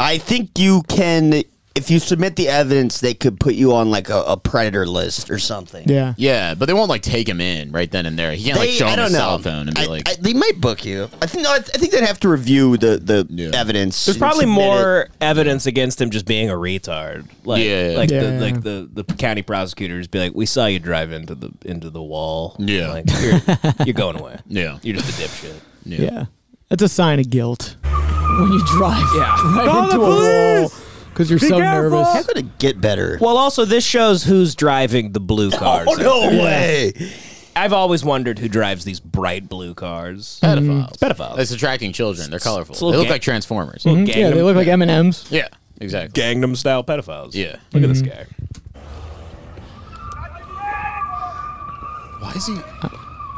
F: I think you can, if you submit the evidence, they could put you on like a, a predator list or something.
E: Yeah.
D: Yeah, but they won't like take him in right then and there. He can't like
F: They-
D: show
F: I
D: him
F: don't
D: his
F: know.
D: cell phone and be
F: I-
D: like,
F: I- they might book you. I think no, I, th- I think they'd have to review the the
D: Yeah.
F: evidence.
C: There's
F: and
C: probably
F: submit
C: more
F: it.
C: evidence against him just being a retard. Like,
D: Yeah.
C: like
E: Yeah.
C: the like the, the county prosecutors be like, "We saw you drive into the into the wall.
D: Yeah.
C: like you're, you're going away.
D: yeah,
C: You're just a dipshit."
E: Yeah. That's a sign of guilt when you drive
C: Yeah.
E: right
I: Call
E: into a
I: the
E: wall
I: police.
E: because you're
I: Be
E: so
I: careful.
F: How
E: nervous.
F: could it get better?
C: Well, also this shows who's driving the blue cars.
F: oh no way!
C: I've always wondered who drives these bright blue cars.
D: Mm-hmm.
C: Mm-hmm.
D: pedophiles. Mm-hmm. It's
C: pedophiles.
D: It's attracting children. They're colorful.
C: it's a
D: They
C: little
D: look
C: gang-
D: like Transformers.
E: Mhm. Yeah, they
C: Gangnam-
E: look like M and M's.
D: Yeah, exactly.
C: Gangnam style pedophiles.
D: Yeah.
C: Look at this guy.
D: Why is he?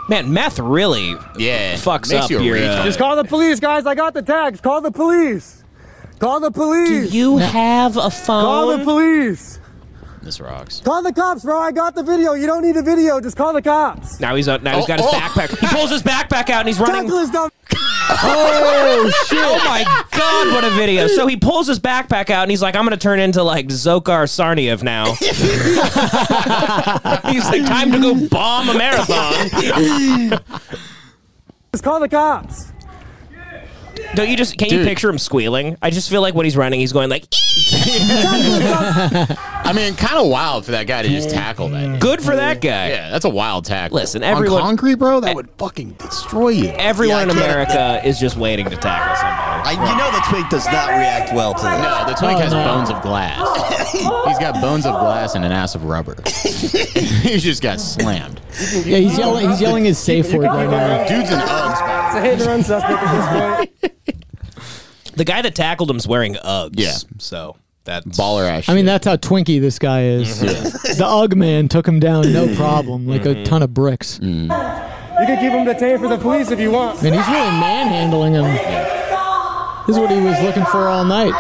C: Man, meth really
D: Yeah,
C: Uh, fucks
D: makes
C: up
D: you a
C: your.
D: retard.
C: Uh,
I: Just call the police, guys. I got the tags. Call the police. Call the police.
C: you have a
I: Call the
C: phone.
I: police.
D: This rocks.
I: Call the cops, bro. I got the video. You don't need a video. Just call the cops.
C: now he's out. Now he's got his
D: Oh, oh.
C: backpack. He pulls his backpack out and he's running.
I: Douglas, don't.
C: Oh my god, what a video! So he pulls his backpack out and he's like, "I'm gonna turn into like Zokar Sarniev now." he's like, "Time to go bomb a marathon."
I: Just call the cops.
C: Don't you just? Can you
D: Dude.
C: picture him squealing? I just feel like when he's running, he's going like,
D: I mean, kind of wild for that guy to just tackle that.
C: "Good for that guy."
D: Yeah, that's a wild tackle.
C: Listen, everyone- Eh.
D: on concrete, bro, that would fucking destroy you.
C: Everyone
F: Yeah, I
C: in
F: can't-
C: America is just waiting to tackle somebody.
F: I, you know the twig does not react well to that.
D: No, the twig
C: Oh,
D: has bones of glass. He's got bones of glass and an ass of rubber. he just got slammed.
E: Yeah, he's yelling. He's yelling his safe word right now.
D: Dude's an Uggs.
I: It's a hit and run suspect at this point.
C: The guy that tackled him's wearing Uggs. Yeah. So that's
D: baller ass.
E: I mean, that's how twinky this guy is.
C: Mm-hmm.
E: the Ugg man took him down no problem, like a
H: Mhm.
E: ton of bricks.
C: Mm-hmm.
H: You can keep him detained for the police if you want.
E: Man, he's really manhandling him. This is what he was looking for all night.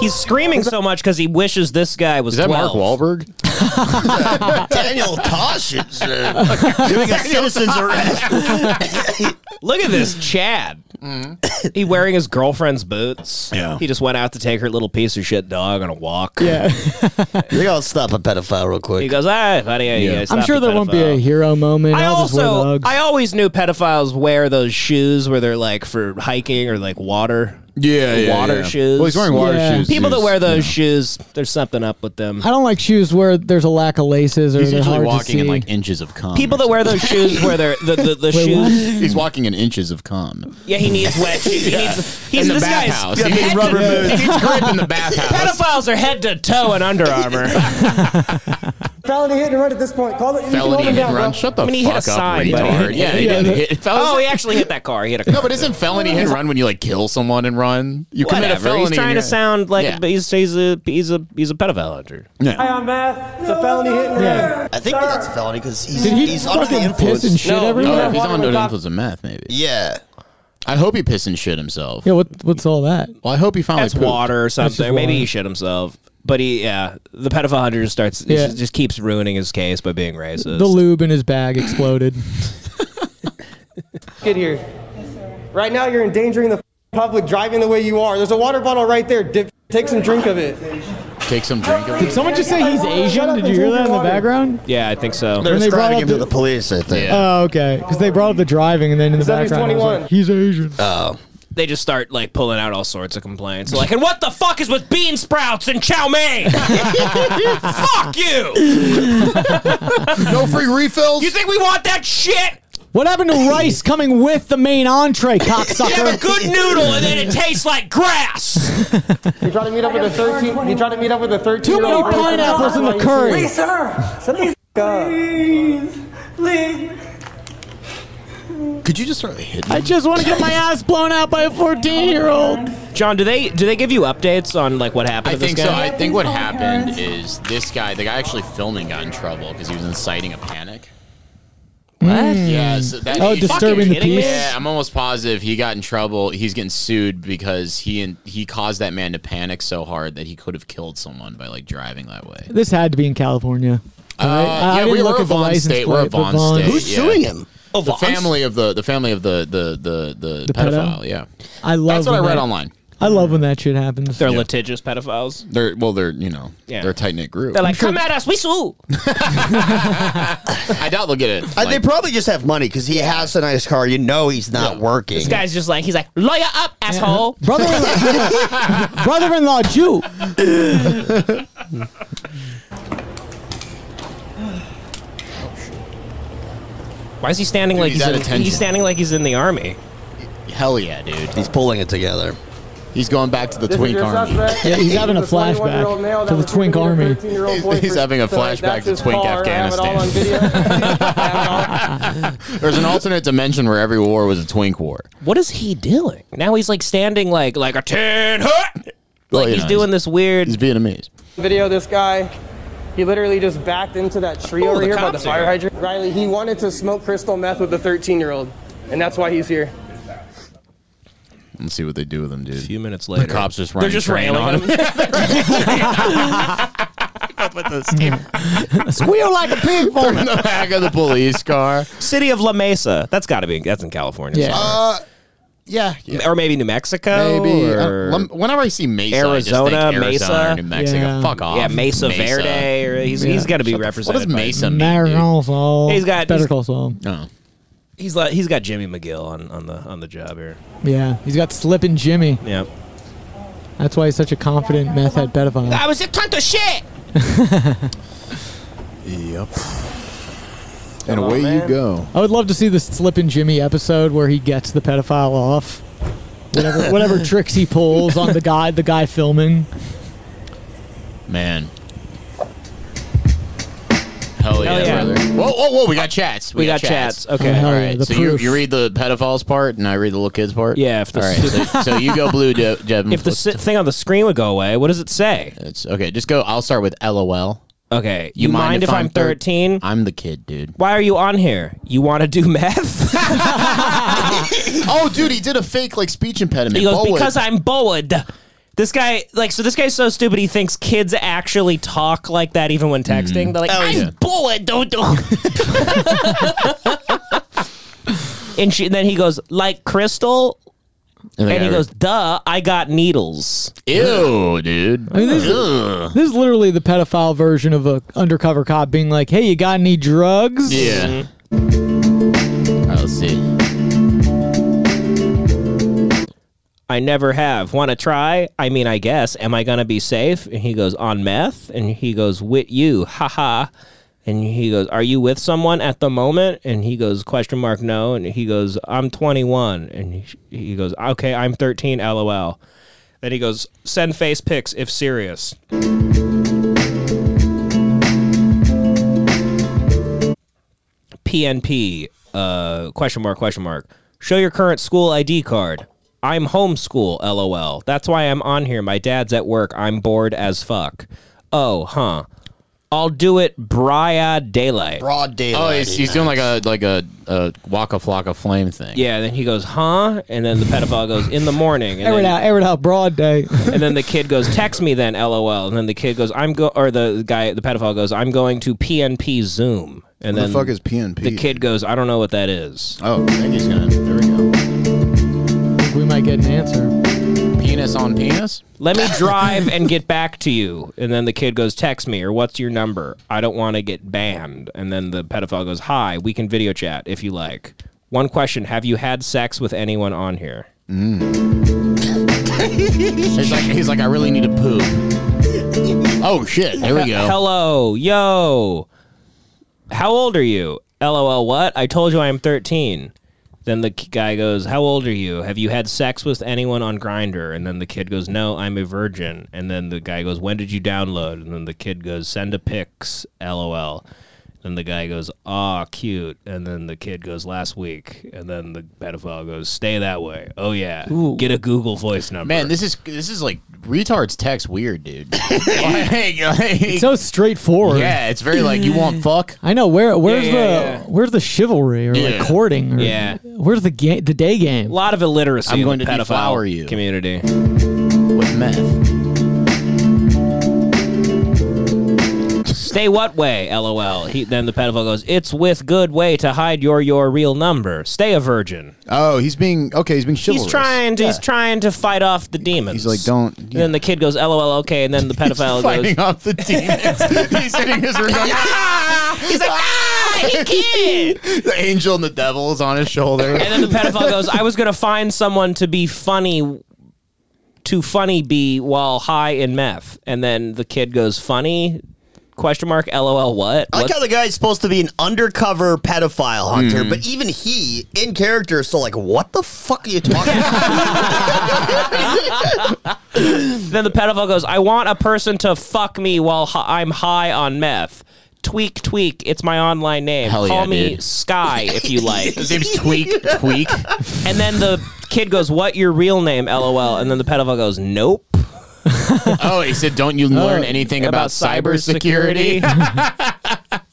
C: He's screaming so much because he wishes this guy was.
D: Is that Mark
C: 12.
D: Wahlberg?
F: Daniel Tosh is uh, doing a citizen's arrest.
C: Look at this, Chad.
D: Mm-hmm.
C: he wearing his girlfriend's boots. Yeah. He just went out to take her little piece of shit dog on a walk.
E: Yeah.
F: they all stop a pedophile real quick.
C: He goes, "Ah, buddy, yeah, yeah,
E: I'm
C: stop
E: sure
C: the
E: there won't be
C: pedophile."
E: a hero moment.
C: I
E: I'll just wear the
C: also,
E: Uggs.
C: I always knew pedophiles wear those shoes where they're like for hiking or like water.
D: Yeah, yeah,
C: water
D: yeah.
C: shoes.
D: Well, he's wearing water Yeah. shoes,
C: People that
D: he's-
C: wear those shoes, there's something up with them.
E: I don't like shoes where there's a lack of laces or
D: He's
E: they're
D: usually
E: hard to
D: walking
E: see.
D: in like inches of cum.
C: People
D: or
C: that wear those
D: something.
C: shoes where they're the the, the
D: Wait,
C: shoes.
D: what? He's walking in inches of cum.
C: Yeah, he needs wet shoes. He needs. He's
D: In the
C: this guy's
D: bathhouse. He needs rubber boots. He needs grip in the bathhouse.
C: Pedophiles are head to toe in Under Armour.
I: Felony hit and run at this point. Call it. you can
D: Felony
I: hold him
D: hit
I: down,
D: and run.
I: bro.
D: Shut the
C: I mean, he
D: fuck
C: hit a
D: up,
C: sign, buddy.
D: retard. Yeah, he didn't hit. fellas-
C: Oh, he actually hit that car. He hit a car.
D: No, but isn't felony hit and run when you like kill someone and run? You commit a
C: Whatever.
D: felony.
C: He's trying
D: and
C: to
D: you're-
C: sound like
D: Yeah.
C: but he's he's a he's a he's a pedophile hunter.
D: Yeah.
I: High on math. It's a felony hit and run.
F: I think that's a felony because he's,
I: Did he
F: he's under the
I: fucking
F: influence.
I: piss and shit No, everywhere?
D: No, Oh, if he's
I: Water
D: under
I: with
D: the
I: cop-
D: influence of meth, maybe.
F: Yeah.
D: I hope he pissed and shit himself.
E: yeah, what, what's all that?
D: Well, I hope he finally
C: That's
D: pooped.
C: water or
E: just
C: something. Maybe
E: water.
C: he shit himself. But he, yeah, the pedophile hunter just starts, he
E: Yeah.
C: just- just keeps ruining his case by being racist.
E: The lube in his bag exploded.
I: Get here. Right now, you're endangering the public driving the way you are. There's a water bottle right there. Dip. Take some drink of it.
D: Take some drink of
E: Did someone just say he's Asian? Did you hear that in the background?
C: yeah, I think so.
E: When they brought up the-
F: the police, I think.
E: Oh, okay. Because they brought up the driving, and then in the
C: Said he's
E: background, it was
C: 21.
E: like, he's Asian.
C: Uh.
F: Oh.
C: They just start like pulling out all sorts of complaints, like, and what the fuck is with bean sprouts and chow mein? fuck you!
D: no free refills.
C: You think we want that shit?
E: What happened to rice coming with the main entree,
C: You have a
E: cocksucker?
C: good noodle, and then it tastes like grass.
I: You try to meet up with a 13. You try to meet up with a 13.
E: Too many pineapples in the curry.
J: Please, sir. Somebody f- up.
I: Please, please.
D: Could you just start hitting?
E: I just want to get my ass blown out by a 14 year old.
C: John, do they do they give you updates on like what happened?
D: I
C: to this
D: think
C: guy?
D: so. I think what happened is this guy, the guy actually filming, got in trouble because he was inciting a panic.
E: What?
D: Yeah. So that,
E: oh,
D: he's-
E: disturbing the peace.
D: Yeah, I'm almost positive he got in trouble. He's getting sued because he and he caused that man to panic so hard that he could have killed someone by like driving that way.
E: This had to be in California.
D: Uh,
E: right? I- I
D: yeah,
E: didn't
D: we
E: look
D: were
E: at the
D: Vaughn
E: license
D: State. We're
E: plate, but
D: Vaughn
E: Vaughn-
D: State.
E: Who's
D: yeah.
E: suing
F: him?
D: The
C: Vons?
D: family of the the family of the the the the, the
E: pedo?
D: pedophile. Yeah,
E: I love
D: That's what
E: when
D: I read
E: that-
D: online.
E: I love when that shit happens.
C: They're litigious pedophiles.
D: They're well, they're you know
C: Yeah.
D: they're a tight knit group.
C: They're like, come at us, we sue.
D: I doubt they'll get it.
F: Uh, they probably just have money because he has a nice car. You know he's not working.
C: This guy's just like, he's like, lawyer up, asshole.
E: Brother-in-law, brother-in-law Jew.
C: Why is he standing
D: Dude,
C: like
D: he's
C: he's,
D: out of
C: in,
D: tension.
C: he's standing like he's in the army?
D: Hell yeah, dude.
F: He's pulling it together.
D: He's going back to the
I: This is
D: twink
I: your
D: army.
I: suspect.
E: Yeah, he's having a
I: This is the 21-year-old
E: flashback
I: male that
E: to the
I: was
E: twink
I: shooting at
E: army.
I: 13-year-old boy
D: He's, he's
I: for-
D: having a
I: so that's
D: flashback to
I: his
D: twink
I: car. I have it all on
D: Afghanistan. There's an alternate dimension where every war was a twink war.
C: What is he doing? Now he's like standing like like a ten hut.
D: Well,
C: Like
D: you
C: he's
D: know,
C: doing this weird.
D: He's Vietnamese.
I: video this guy he literally just backed into that tree
C: Oh,
I: over
C: the
I: here by the
C: cops
I: fire
C: are
I: hydrant riley he wanted to smoke crystal meth with the 13 year old and that's why he's here
D: Let's see what they do with him, dude. A
C: few minutes later,
D: the cops just
C: They're
D: running
C: just
D: train
C: railing
D: on
C: on him.
E: Squeal like a pig for
D: They're in the back of the police car.
C: City of La Mesa. That's got to be. That's in California.
E: Yeah.
C: somewhere.
D: Uh, yeah,
C: or maybe New Mexico.
D: maybe. Uh,
C: or-
D: lem- whenever I see Mesa,
C: Arizona,
D: I just think Arizona,
C: Mesa.
D: or New Mexico.
E: Yeah.
D: Fuck off.
C: yeah, Mesa, Verde. Or he's he's
E: Yeah.
C: got to be
D: Shut the-
C: represented.
D: What does
C: by-
D: Mesa mean? Oh.
E: Better Call Saul.
C: He's got-
E: Better
C: he's-
E: Call Saul.
D: No.
C: He's like he's got Jimmy McGill on, on the on the job here.
E: Yeah, he's got slipping Jimmy.
C: Yeah.
E: That's why he's such a confident meth head pedophile.
C: I was a cunt of shit.
D: Yep. And away you go.
E: I would love to see the slipping Jimmy episode where he gets the pedophile off. Whatever, whatever tricks he pulls on the guy, the guy filming.
D: Man. Hell yeah,
C: Hell yeah.
D: brother. Whoa, whoa, oh, whoa, we got chats.
C: We got chats. Okay. Oh, hell
D: all
C: yeah,
D: right.
C: the
D: so you,
C: proof.
D: you read the pedophiles part, and I read the little kids part.
C: Yeah. If
D: all right. So, so you go blue, Je- Jeb.
C: If the si- thing on the screen would go away, what does it say?
D: It's okay. Just go. I'll start with LOL.
C: Okay. You, mind, if, I'm
D: thir-
C: 13?
D: I'm the kid, dude.
C: Why are you on here? You want to do meth?
D: oh, dude, he did a fake like speech impediment.
C: He goes
D: Boa.
C: because I'm bored. This guy, like, so this guy's so stupid. He thinks kids actually talk like that even when texting. They're like,
K: Oh,
C: I'm
K: yeah.
C: bored. Don't do. and she, then he goes like Crystal, and
D: And they
C: he
D: got
C: goes, "Duh, I got needles."
D: Ew, dude. Ugh.
E: This is literally the pedophile version of a undercover cop being like, "Hey, you got any drugs?"
D: Yeah.
C: Mm-hmm.
D: All right, let's see.
C: I never have. Want to try? I mean, I guess. Am I gonna be safe? And he goes on meth, and he goes with you, haha. And he goes, "Are you with someone at the moment?" And he goes, "Question mark no." And he goes, "I'm 21." And he, he goes, "Okay, I'm 13." LOL. Then he goes, "Send face pics if serious." PNP uh, question mark question mark. Show your current school ID card. I'm homeschool. LOL. That's why I'm on here. My dad's at work. I'm bored as fuck. Oh, huh. I'll do it. Briad daylight.
F: Broad
D: Oh,
F: daylight.
D: he's, he's doing like a like a, a waka flocka flame thing.
C: Yeah. And then he goes, huh? And then the pedophile goes, in the morning. And
E: Air it
C: then,
E: out, air it out, broad eh? day.
C: and then the kid goes, text me then. LOL. And then the kid goes, I'm go. Or the guy, the pedophile goes, I'm going to PNP Zoom. And
D: What the
C: then
D: fuck is PNP?
C: The kid goes, I don't know what that is.
D: Oh, I think he's gonna. There we go.
E: we might get an answer.
D: Penis on penis.
C: Let me drive and get back to you. And then the kid goes, Text me or what's your number? I don't want to get banned. And then the pedophile goes, Hi, we can video chat if you like. One question Have you had sex with anyone on here?
D: He's like he's like I really need to poop. Oh shit! There we go.
C: Hello, yo. How old are you? LOL, what? I told you I am 13. Then the k- guy goes, How old are you? Have you had sex with anyone on Grinder? And then the kid goes, No, I'm a virgin. And then the guy goes, When did you download? And then the kid goes, Send a pics, LOL. Then the guy goes, Aw, cute. And then the kid goes, Last week. And then the pedophile goes, Stay that way. Oh, yeah. Get a Google voice number.
D: Man, this is this is like retards text weird, dude. Like, like-
E: It's so straightforward.
D: yeah, it's very like you want fuck.
E: I know where. Where's
C: yeah,
E: the
C: yeah.
E: where's the chivalry or
D: Yeah.
E: like courting? Or
C: Yeah.
E: Where's the game? The day
C: A
E: game.
C: lot of illiteracy
D: I'm
C: in
D: going
C: the
D: to
C: pedophile
D: deflower you.
C: community.
D: with meth.
C: Stay what way? LOL. He, then the pedophile goes, "It's with good way to hide your your real number. Stay a virgin."
D: Oh, he's being okay. He's being chivalrous.
C: He's trying to he's trying to fight off the demons.
D: He's like, don't.
C: And then the kid goes, "LOL, okay." And then the pedophile goes,
D: fighting off the demons. he's hitting his room. Going, ah! He's like, ah,
C: he can't.
D: the angel and the devil is on his shoulder.
C: and then the pedophile goes, "I was gonna find someone to be funny." To funny be while high in meth, and then the kid goes funny, question mark, lol, what?
F: I like
C: What?
F: how the guy's supposed to be an undercover pedophile hunter, but even he, in character, is still like, what the fuck are you talking about?
C: Then the pedophile goes, I want a person to fuck me while hi- I'm high on meth. Tweak, tweak. It's my online name.
D: Hell
C: Call
D: yeah,
C: me
D: dude.
C: Sky if you like.
D: His name's Tweak. Tweak.
C: and then the kid goes, What your real name? LOL. And then the pedophile goes, Nope.
D: Oh, he said, "Don't you learn anything about, cybersecurity?"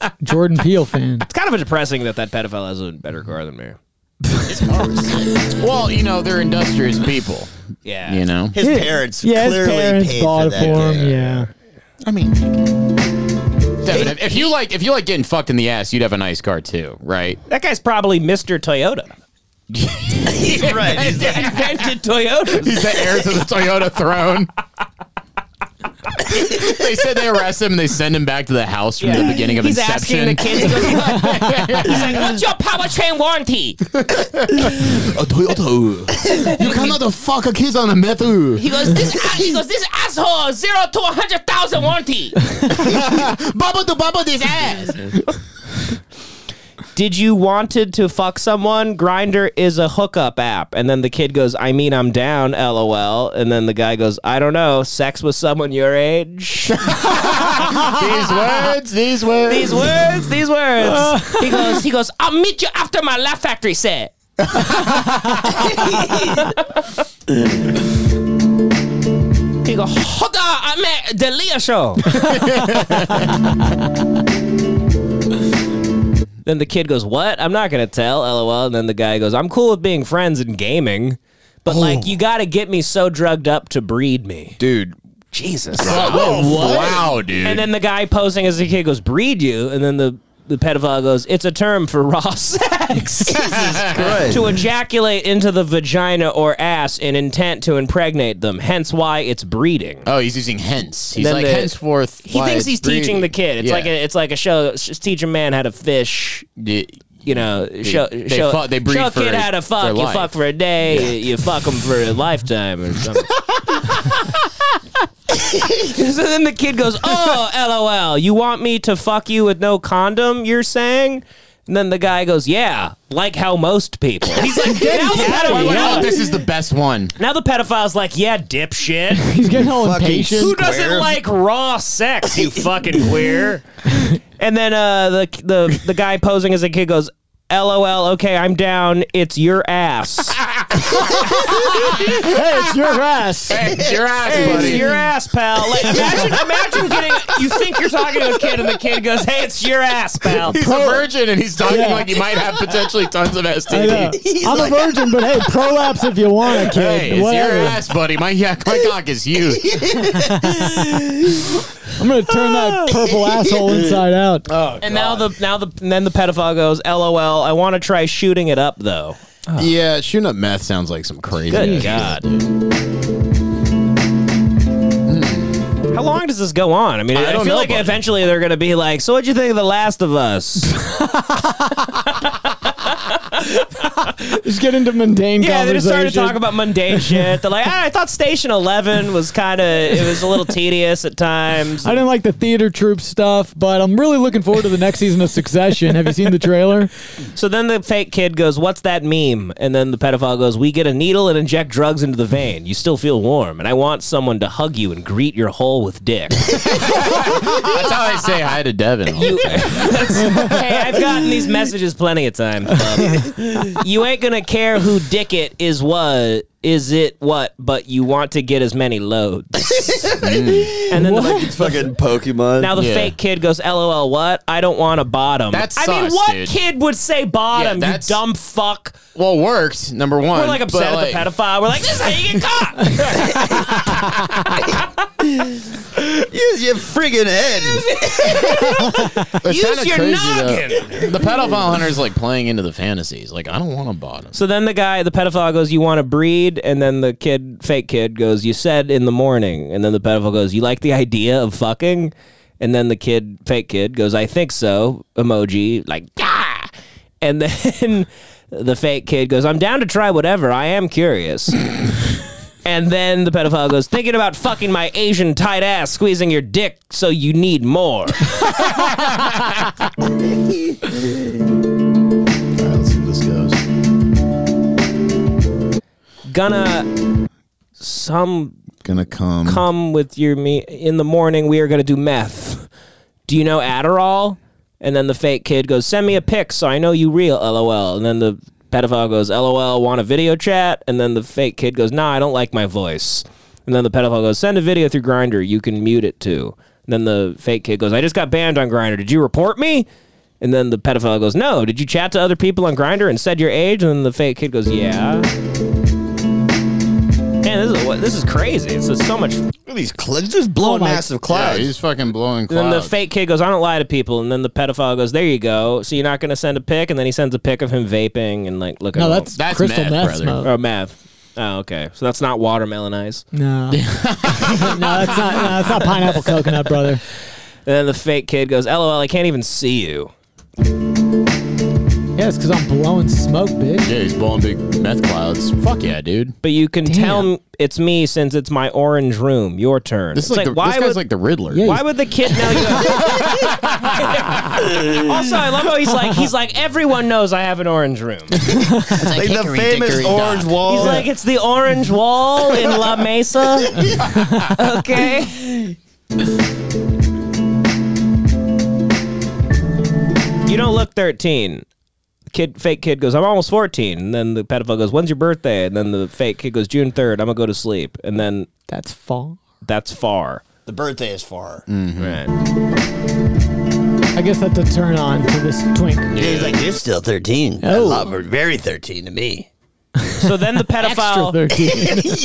C: it's
E: Jordan Peele fan.
C: kind of depressing that that pedophile has a better car than me.
D: well, you know they're industrious people.
C: Yeah.
D: You know.
F: His parents
E: yeah, his
F: clearly
E: parents
F: paid
E: bought
F: for
E: it
F: that.
E: for
F: dude.
E: him. Yeah.
D: I mean, Devin, if- if you like, if you like getting fucked in the ass, you'd have a nice car too, right?
C: That guy's probably Mr. Toyota.
F: He's right. He's like,
C: Invented Toyota.
D: He's the heir to the Toyota throne. they said they arrest him and they send him back to the house from the beginning of
C: He's
D: Inception.
C: asking the kids. He goes, "What- He's like, "What's your powertrain warranty?"
D: a Toyota. you cannot fuck a kid on a method.
K: He goes, this, a- he goes, this asshole, zero to 100,000 warranty.
D: Bubble to bubble this ass.
C: Did you wanted to fuck someone? Grinder is a hookup app. And then the kid goes, I mean, I'm down, lol. And then the guy goes, I don't know, sex with someone your age?
D: these words, these words,
K: these
C: words, these words.
K: he goes, he goes. I'll meet you after my Laugh Factory set.
C: he goes, hold on, I'm at the Leah show. then the kid goes, What? I'm not going to tell, lol. And then the guy goes, I'm cool with being friends and gaming, but
K: Oh.
C: like, you got to get me so drugged up to breed me.
D: Dude.
C: Jesus.
D: Wow, whoa, what? Wow, dude.
C: And then the guy posing as a kid goes, Breed you. And then the, the pedophile goes, It's a term for raw sex. to ejaculate into the vagina or ass in intent to impregnate them, hence why it's breeding.
D: Oh, he's using hence. He's
C: Then
D: like
C: the-
D: henceforth.
C: He thinks he's teaching the kid. It's like a, it's like a show. Just teach a man how to fish. you know, show
D: they
C: show,
D: fuck- they breed
C: show a
D: for
C: kid how to
D: their
C: fuck. You
D: life.
C: fuck for a day. You, you fuck them for a lifetime or something. so then the kid goes, "Oh, lol, you want me to fuck you with no condom? You're saying?" And then the guy goes, "Yeah, like how most people." He's like, "Now the pedophile-
D: this is the best one.
C: now the pedophile's like, yeah, dipshit.
E: He's getting all
D: Fucking impatient.
C: Who doesn't
D: square.
C: like raw sex, you fucking queer? And then uh, the the the guy posing as a kid goes, "LOL, okay, I'm down. It's your ass.
E: hey, it's your ass.
D: Hey, it's your ass, buddy.
C: It's your ass, pal." Like, imagine, imagine getting you think you're talking to a kid, and the kid goes, "Hey, it's your ass, pal."
D: He's a virgin and he's talking
E: Yeah.
D: like he might have potentially tons of
E: I know.
D: STDs.
E: I'm a virgin, but hey, prolapse if you want to, kid.
D: Hey, it's your
E: Whatever.
D: ass, buddy. My yak, my cock is huge.
E: I'm gonna turn that purple asshole inside out.
D: Oh,
C: And now the now the and then the pedophile goes, "LOL, I want to try shooting it up though."
D: Yeah, shooting up meth sounds like some crazy.
C: Good God. Hmm. How long does this go on? I mean,
D: I
C: I,
D: don't
C: feel
D: know,
C: like
D: buddy.
C: eventually they're going to be like, "So, what'd you think of The Last of Us?"
E: Just get into mundane
C: yeah, they just started
E: conversation.
C: to talk about mundane shit. They're like, ah, "I thought Station Eleven was kind of it was a little tedious at times."
E: I didn't like the theater troupe stuff, but I'm really looking forward to the next season of Succession. Have you seen the trailer?
C: So then the fake kid goes, "What's that meme?" And then the pedophile goes, "We get a needle and inject drugs into the vein. You still feel warm, and I want someone to hug you and greet your hole with dick."
D: That's how I say hi to Devin. all the time.
C: hey, I've gotten these messages plenty of times. bub. you ain't gonna care who dick it is what is it what, but you want to get as many loads.
D: Mm.
C: And then the,
F: It's fucking Pokemon.
C: now the
D: Yeah.
C: fake kid goes, "LOL, what? I don't want a bottom."
D: That's
C: I mean,
D: sus,
C: what
D: dude.
C: kid would say
D: Yeah,
C: bottom? you
D: that's-
C: dumb fuck.
D: Well, it worked number one.
C: We're like upset
D: but,
C: at the pedophile. We're like, "This is how you get caught."
F: Use your friggin' head.
D: It's
C: Use
D: kinda
C: your
D: crazy, though. The pedophile hunter's like playing into the fantasies. Like, I don't want a bottom.
C: So then the guy, the pedophile goes, "You want to breed?" And then the kid, fake kid, goes, "You said in the morning." And then the pedophile goes, "You like the idea of fucking?" And then the kid, fake kid, goes, "I think so." Emoji like, ah! And then the fake kid goes, "I'm down to try whatever. I am curious." and then the pedophile goes, "Thinking about fucking my Asian tight ass, squeezing your dick, so you need more."
D: All right, let's see where this goes.
C: Gonna some
D: Gonna come.
C: come with your me in the morning. We are going to do meth. Do you know Adderall? And then the fake kid goes, send me a pic so I know you real. LOL. And then the pedophile goes, LOL, want a video chat? And then the fake kid goes, Nah, I don't like my voice. And then the pedophile goes, send a video through Grinder. You can mute it too. And then the fake kid goes, I just got banned on Grinder. Did you report me? And then the pedophile goes, No. Did you chat to other people on Grinder and said your age? And then the fake kid goes, Yeah. Man, this is a, this is crazy. It's, it's so much
F: Look at these clouds. Just blowing
E: Oh my-
F: massive
D: Yeah,
F: clouds.
D: he's fucking blowing
C: And
D: clouds.
C: then the fake kid goes, I don't lie to people. And then the pedophile goes, There you go. So you're not going to send a pic? And then he sends a pic of him vaping and like looking.
E: No,
C: all-
E: that's,
D: That's
E: crystal
D: meth,
E: meth,
D: brother.
E: smoke.
C: or meth. Oh, okay. So that's not watermelon ice.
E: No, no, that's not. No, that's not pineapple coconut, brother.
C: And then the fake kid goes, LOL, I can't even see you.
E: Yeah, it's because I'm blowing smoke, bitch.
D: Yeah, he's blowing big meth clouds. Fuck yeah, dude.
C: But you can tell m- it's me since it's my orange room. Your turn.
D: This is
C: It's
D: like, the, this guy's like the Riddler.
C: why would the kid now? You also, I love how he's like he's like everyone knows I have an orange room.
F: Like the famous orange wall.
C: He's like it's the orange wall in La Mesa. okay. You don't look thirteen. Kid, fake kid goes. I'm almost fourteen. And then the pedophile goes, "When's your birthday?" And then the fake kid goes, "June 3rd. I'm gonna go to sleep." And then
E: that's far.
C: That's far.
F: The birthday is far.
C: Mm.
E: I guess that's a turn on to this twink.
F: Dude, he's like, you're still 13. Oh. very 13 to me.
C: So then the pedophile.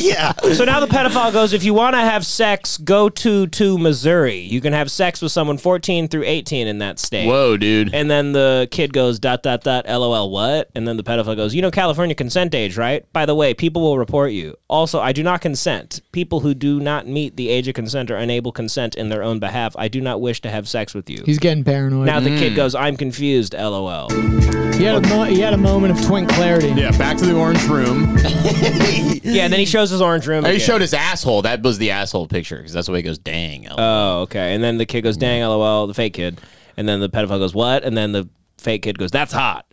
F: yeah.
C: So now the pedophile goes, if you want to have sex, go to to Missouri. You can have sex with someone 14 through 18 in that state.
D: Whoa, dude.
C: And then the kid goes, dot, dot, dot, lol, what? And then the pedophile goes, you know California consent age, right? By the way, people will report you. Also, I do not consent. People who do not meet the age of consent are unable consent in their own behalf. I do not wish to have sex with you.
E: He's getting paranoid.
C: now the
D: Mm.
C: kid goes, I'm confused, lol.
E: He had, a mo- he had a moment of twink clarity.
D: Yeah, back to the orange room.
C: yeah, and then he shows his orange room.
D: Oh, he
C: again.
D: showed his asshole. That was the asshole picture because that's why he goes, dang.
C: Oh, okay. And then the kid goes, "Dang, lol." The fake kid, and then the pedophile goes, "What?" And then the fake kid goes, "That's hot."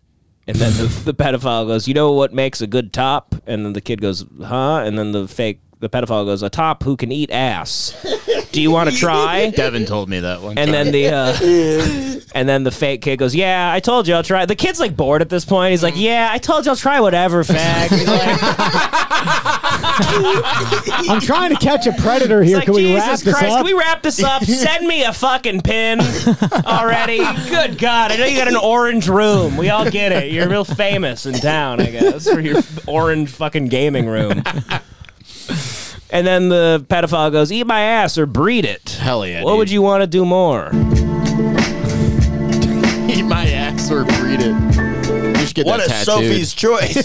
C: And then the, the pedophile goes, "You know what makes a good top?" And then the kid goes, "Huh?" And then the fake the pedophile goes, "A top who can eat ass." Do you want to try?
D: Devin told me that one.
C: And then
D: time.
C: the uh, and then the fake kid goes, "Yeah, I told you I'll try." The kid's like bored at this point. He's like, "Yeah, I told you I'll try whatever, fag." He's like,
E: I'm trying to catch a predator here.
C: It's
E: can
C: like,
E: we
C: Jesus
E: wrap this
C: Christ,
E: up?
C: can we wrap this up? Send me a fucking pin already. Good God. I know you got an orange room. We all get it. You're real famous in town, I guess, for your orange fucking gaming room. And then the pedophile goes, Eat my ass or breed it.
D: Hell yeah.
C: What would you want to do more?
D: Eat my ass or breed it. You should get
F: What
D: that
F: a
D: tattooed.
F: Sophie's choice.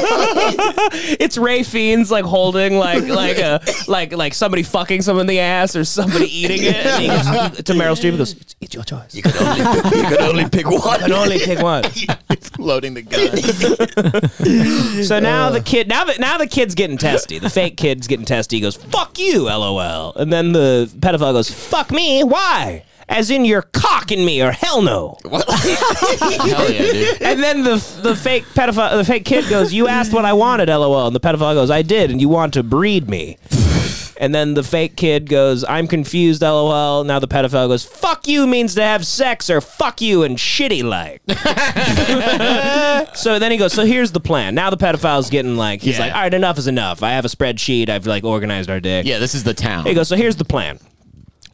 C: it's Ray Fiennes like holding like like a like like somebody fucking someone in the ass or somebody eating it. And he goes, to Meryl Streep, he goes, "It's- "It's your choice." You
F: can only, you can only pick one.
C: I can only pick one.
D: Loading the gun.
C: So now the kid, now that now the kid's getting testy. The fake kid's getting testy. He goes, "Fuck you, lol." And then the pedophile goes, "Fuck me, why?" As in, you're cocking me, or hell no.
D: Hell yeah, dude.
C: And then the the fake pedophile, the fake kid goes, "You asked what I wanted, lol." And the pedophile goes, "I did, and you want to breed me." And then the fake kid goes, "I'm confused, lol." Now the pedophile goes, "Fuck you" means to have sex, or "fuck you" and shitty like. So then he goes, so here's the plan. Now the pedophile's getting like, he's
D: Yeah.
C: like, all right, enough is enough. I have a spreadsheet. I've like organized our day.
D: Yeah, this is the town.
C: He goes, so here's the plan.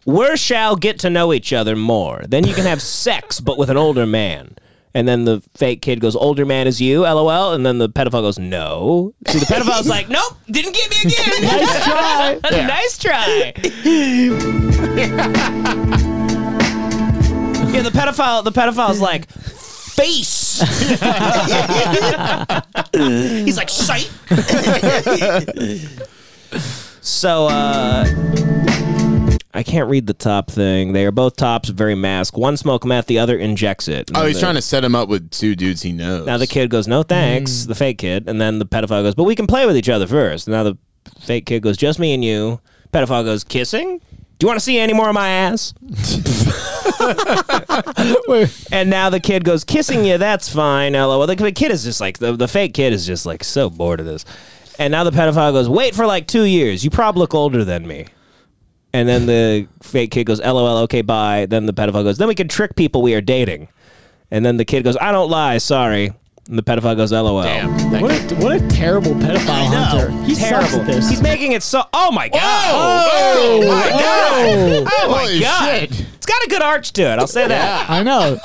C: We shall get to know each other more. Then you can have sex, but with an older man. And then the fake kid goes, older man is you, lol. And then the pedophile goes, no. See, the pedophile's like, nope, didn't get me again. nice try.
D: Yeah.
C: nice try. yeah, the pedophile, the pedophile's like, face.
K: He's like, shite.
C: So uh I can't read the top thing. They are both tops, very mask. One smoke meth, the other injects it.
D: Oh, he's
C: The-
D: trying to set him up with two dudes he knows.
C: Now the kid goes, "No thanks," the fake kid, and then the pedophile goes, "But we can play with each other first. Now the fake kid goes, "Just me and you." Pedophile goes, "Kissing? Do you want to see any more of my ass?" and now the kid goes, "Kissing you? That's fine." LOL. The, the kid is just like the, the fake kid is just like so bored of this. And now the pedophile goes, "Wait for like two years. You probably look older than me." And then the fake kid goes, "LOL, okay, bye." Then the pedophile goes, "Then we can trick people we are dating." And then the kid goes, "I don't lie, sorry." And the pedophile goes, "LOL."
D: Damn.
E: What a, what a terrible pedophile hunter. He sucks at this.
C: He's making it so. Oh my god!
D: Oh,
C: Oh, my god! Oh my
D: Holy
C: god!
D: shit.
C: It's got a good arch to it. I'll say that.
E: I know.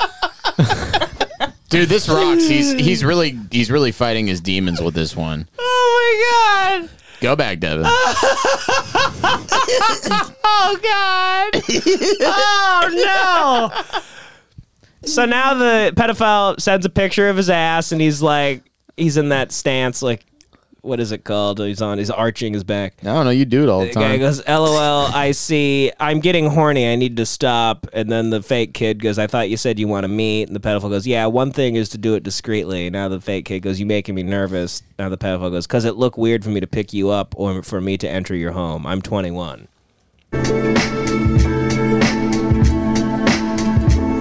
D: Dude, this rocks. He's he's really he's really fighting his demons with this one.
C: Oh my god!
D: Go back, Devin.
C: Ah! Oh god! Oh no! So now the pedophile sends a picture of his ass, and he's like, he's in that stance, like, what is it called? He's on. He's arching his back.
D: I don't know. You do it all the
C: The
D: time.
C: guy goes, "LOL, I see. I'm getting horny. I need to stop." And then the fake kid goes, "I thought you said you want to meet." And the pedophile goes, "Yeah, one thing is to do it discreetly." Now the fake kid goes, "You making me nervous." Now the pedophile goes, "Cause it looked weird for me to pick you up or for me to enter your home. I'm 21."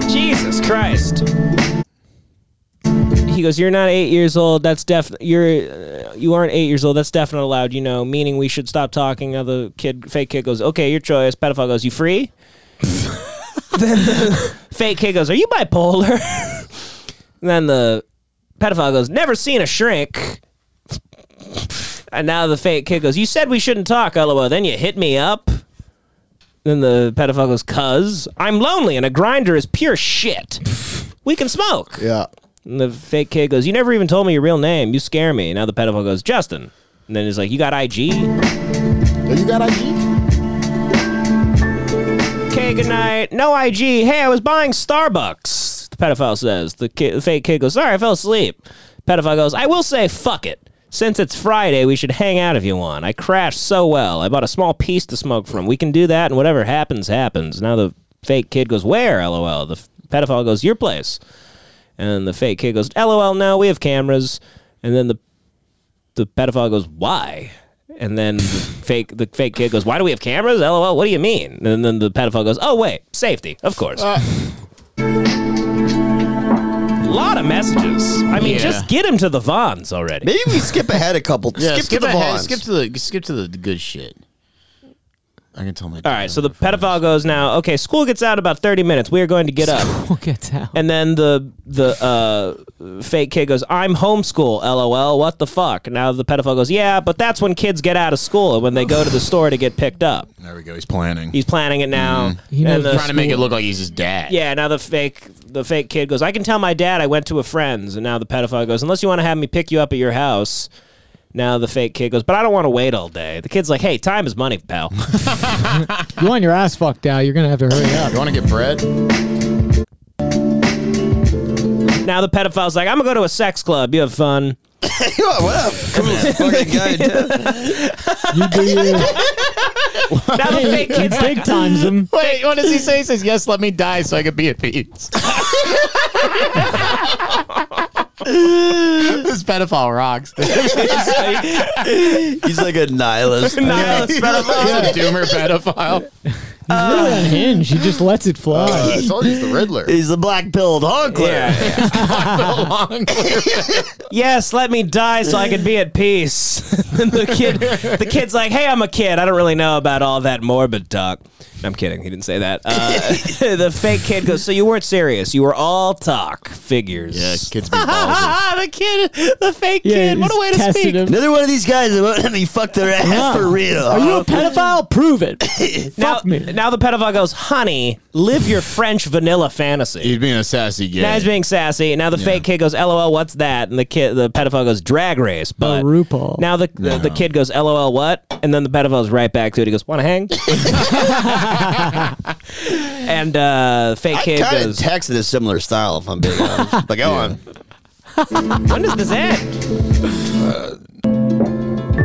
C: Jesus Christ. He goes, "You're not eight years old. That's def. You're, uh, you aren't eight years old. That's definitely allowed. You know, meaning we should stop talking." Now the kid, fake kid, goes, "Okay, your choice." Pedophile goes, "You free?" then the fake kid goes, "Are you bipolar?" then the pedophile goes, "Never seen a shrink." And now the fake kid goes, "You said we shouldn't talk, lol." Then you hit me up. Then the pedophile goes, "Cuz I'm lonely and a grinder is pure shit. We can smoke."
D: Yeah.
C: And the fake kid goes, "You never even told me your real name. You scare me." Now the pedophile goes, "Justin." And then he's like, "You got IG?"
D: You got IG?
C: Okay, good night. No IG. Hey, I was buying Starbucks. The pedophile says. The, kid, the fake kid goes, "Sorry, I fell asleep." Pedophile goes, "I will say, fuck it." Since it's Friday, we should hang out if you want. I crashed so well. I bought a small piece to smoke from. We can do that, and whatever happens, happens. Now the fake kid goes, Where? LOL. The f- pedophile goes, Your place. And the fake kid goes, LOL, no, we have cameras. And then the the pedophile goes, "Why?" And then the fake the fake kid goes, "Why do we have cameras? LOL. What do you mean?" And then the pedophile goes, "Oh wait, safety, of course."
D: Uh.
C: Lot of messages. I mean,
D: Yeah.
C: just get him to the Vons already.
F: Maybe we skip ahead a couple.
D: Yeah,
F: skip, to the
D: ahead-
F: Vons.
D: Skip to the skip to the good shit. I can tell my.
C: All right, so the pedophile goes now. Okay, school gets out about thirty minutes. We are going to get up.
E: Get out.
C: And then the the uh, fake kid goes, "I'm homeschool, lol. What the fuck?" And now the pedophile goes, "Yeah, but that's when kids get out of school and when they go to the store to get picked up."
D: There we go. He's planning.
C: He's planning it now.
D: He knows
C: And the-
D: trying to make it look like he's his dad.
C: Yeah, now the fake the fake kid goes, I can tell my dad I went to a friend's and now the pedophile goes, Unless you want to have me pick you up at your house. Now the fake kid goes, But I don't want to wait all day. The kid's like, Hey, time is money, pal.
E: You want your ass fucked out. You're gonna have to hurry up.
D: You want to get bread?
C: now the pedophile's like, I'm gonna go to a sex club, you have fun.
F: what up?
E: You do you.
C: Now the fake kid's like,
E: Big times him.
D: Wait, what does he say? He says, "Yes, let me die so I can be at peace." this pedophile rocks. dude.
F: He's like a nihilist.
C: Nihilist
D: He's
C: pedophile.
D: a doomer pedophile.
E: He's really unhinged. He just lets it fly.
D: Uh, I told you he's the Riddler.
F: He's the black pilled honkler.
C: Yeah. Yes, let me die so I can be at peace. and the kid, the kid's like, "Hey, I'm a kid. I don't really know about all that morbid talk." I'm kidding. He didn't say that. Uh, the fake kid goes, "So you weren't serious. You were all talk figures."
D: Yeah, kids be ballsy.
C: the kid, the fake
E: Yeah,
C: kid. What a
E: he's
C: way to
E: testing
C: speak.
E: him.
F: Another one of these guys that won't let me fuck their ass for real.
E: Are you a pedophile? Prove it. Fuck
C: Now,
E: me.
C: now the pedophile goes, "Honey, live your French vanilla fantasy."
D: He's being a sassy gay.
C: Now he's being sassy. Now the fake kid goes, "LOL, what's that?" And the kid, the pedophile goes, "Drag race." But
E: RuPaul.
C: Now the the, the kid goes, "LOL, what?" And then the pedophile's right back to it. He goes, "Want to hang?" and uh, fake
F: I
C: kid
F: kind of
C: goes,
F: texted a similar style, if I'm being honest. But go on.
C: "When does this end?"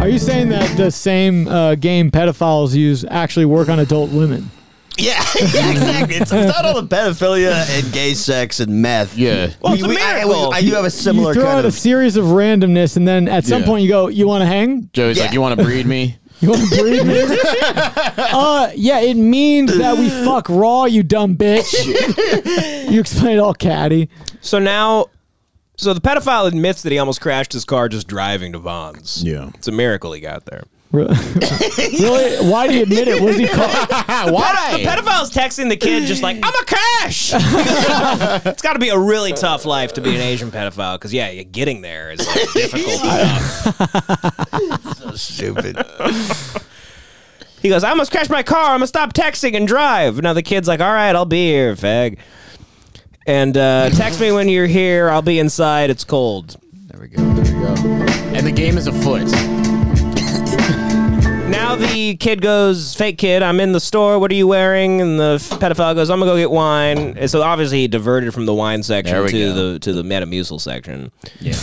E: Are you saying that the same uh, game pedophiles use actually work on adult women?
F: Yeah, yeah, exactly. It's not all the pedophilia and gay sex and meth.
D: Yeah.
C: Well, it's a miracle.
F: I, I do have a similar
E: you throw
F: kind
E: out a
F: of.
E: series of randomness, and then at some
D: Yeah.
E: point you go, "You want to hang?
D: Joey's
F: Yeah.
D: like, "You want to breed me?"
E: You want to breed me?" uh, yeah, it means that we fuck raw, you dumb bitch. you explain it all catty.
C: So now, so the pedophile admits that he almost crashed his car just driving to Vaughn's.
D: Yeah.
C: it's a miracle he got there.
E: Re- really? Why do you admit it? Was he caught?
D: Ah,
C: The pedophile's texting the kid just like, I'm a crash. it's got to be a really tough life to be an Asian pedophile because, yeah, you're getting there is like, difficult.
F: Stupid.
C: he goes, I almost crashed my car. I'm going to stop texting and drive. Now the kid's like, all right, I'll be here, fag. And uh, text me when you're here. I'll be inside. It's cold.
D: There we go. There we go. And the game is afoot.
C: now the kid goes, fake kid, I'm in the store. What are you wearing? And the f- pedophile goes, I'm gonna go get wine. And so obviously he diverted from the wine section
L: There we
C: to
L: go.
C: the to the Metamucil section. Yeah.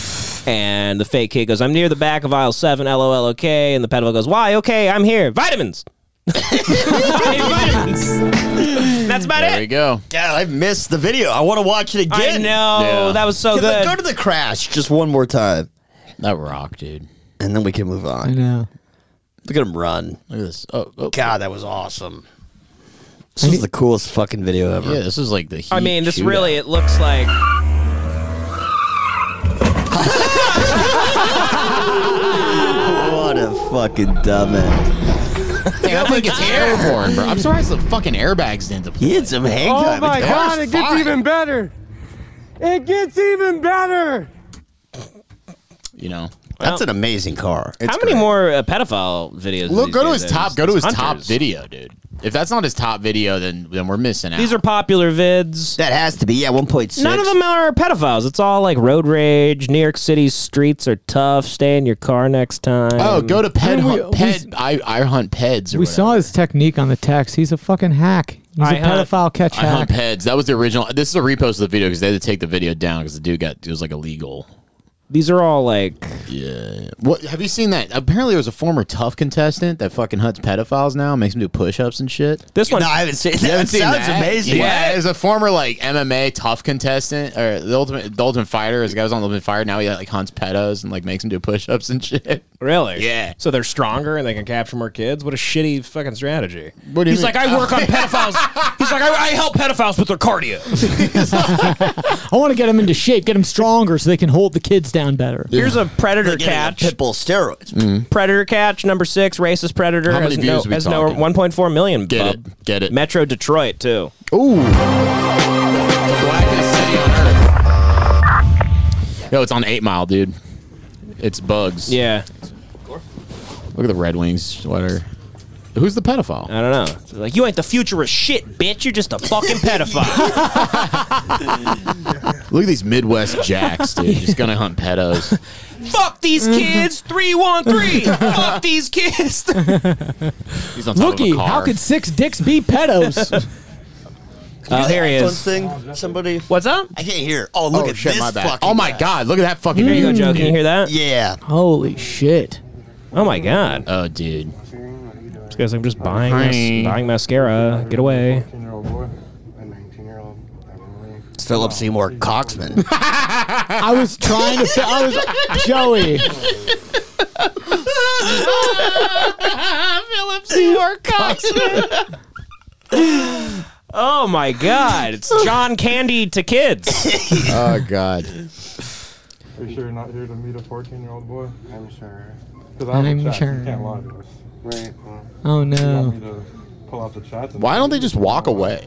C: And the fake kid goes, I'm near the back of aisle seven. LOL. Okay. And the pedophile goes, Why? Okay, I'm here. Vitamins. That's about it.
D: There we go.
F: God, I missed the video. I want to watch it
C: I
F: again.
C: know. That was so
F: Can I
C: good.
F: Go to the crash just one more time.
D: That rock, dude.
F: And then we can move on. I
E: know.
F: Look at him run.
D: Look at this. Oh,
F: God, that was awesome. This is the coolest fucking video ever.
D: Yeah, this is like the.
C: I mean, this really it looks like
F: What a fucking dumbass.
D: I think it's airborne, bro. I'm surprised the fucking airbags didn't deploy.
F: He had some hang
I: Oh my god, it gets even better. It gets even better.
D: You know,
F: that's an amazing car.
C: how many more uh, pedophile videos? do
D: Look,
C: these
D: go to
C: guys
D: his
C: have?
D: top. Go to his
C: Hunters.
D: top video, dude. If that's not his top video, then then we're missing out.
C: These are popular vids.
F: That has to be yeah, one point
C: None of them are pedophiles. It's all like road rage. New York City streets are tough. Stay in your car next time.
D: Oh, go to ped.
E: I mean, we-
D: hunt, ped. I, I hunt peds. Or
E: We
D: whatever.
E: saw his technique on the text. He's a fucking hack. He's a
D: I
I: uh,
D: hunt-
E: pedophile catch
D: I hunt
E: hack.
D: peds. That was the original. This is a repost of the video because they had to take the video down because the dude got it was like illegal.
C: These are all like
D: yeah. What have you seen that? Apparently, there was a former tough contestant that fucking hunts pedophiles now, makes them do push-ups and shit.
C: This
F: one- No, I haven't seen-
D: You haven't
F: that
D: seen
F: sounds
D: that?
F: amazing.
D: Yeah,
F: What?
D: as a former like MMA tough contestant or the ultimate the ultimate fighter, as guy was on the ultimate fighter. Now he like hunts pedos and like makes them do push-ups and shit.
C: Really? Yeah. So they're stronger and they can capture more kids. What a shitty fucking strategy.
D: What do you
C: He's
D: mean?
C: like, I work on pedophiles. He's like, I, I help pedophiles with their cardio.
E: I want to get him into shape, get him stronger so they can hold the kids down better.
C: Here's a predator catch.
F: Pitbull steroids.
C: Predator catch number six. Racist predator.
F: How many
C: has
F: views
C: no,
F: we
C: has no
F: talking?
C: 1.4 million.
D: Get
C: bub.
D: it. Get it.
C: Metro Detroit too.
D: Ooh. Yo, it's on Eight Mile, dude. It's bugs.
C: Yeah.
D: Look at the Red Wings sweater. Who's the pedophile?
C: I don't know. They're like, you ain't the future of shit, bitch. You're just a fucking pedophile.
D: Look at these Midwest jacks, dude. Just gonna hunt pedos.
C: Fuck these kids. Three one three. Fuck these kids.
D: He's on top of a
E: Lookie,
D: car.
E: how could six dicks be pedos?
C: Oh, here he
F: Headphones
C: is.
F: Thing, somebody.
C: What's up?
F: I can't hear. Oh, look
D: Oh,
F: at
D: shit,
F: this
D: my bad. Hmm.
F: fucking.
D: Oh my
F: guy.
D: God, look at that fucking
C: Here you go,
D: video,
C: Joe. Can
D: dude.
C: you hear that?
F: Yeah.
E: Holy shit.
C: Oh my god.
D: Oh, dude.
C: This guy's like, I'm just buying,
D: Hi.
C: mas- buying mascara. Get away.
F: It's Philip Seymour Coxman.
E: I was trying to. Fi- I was Joey.
K: Philip Seymour Coxman.
C: Oh my god. It's John Candy to kids.
D: Oh God.
M: Are you sure you're not here to meet a 14 year old boy? I'm sure.
E: I'm sure.
M: can't lie to us. Right.
E: Oh no.
M: pull out the chats.
D: Why don't they just walk away?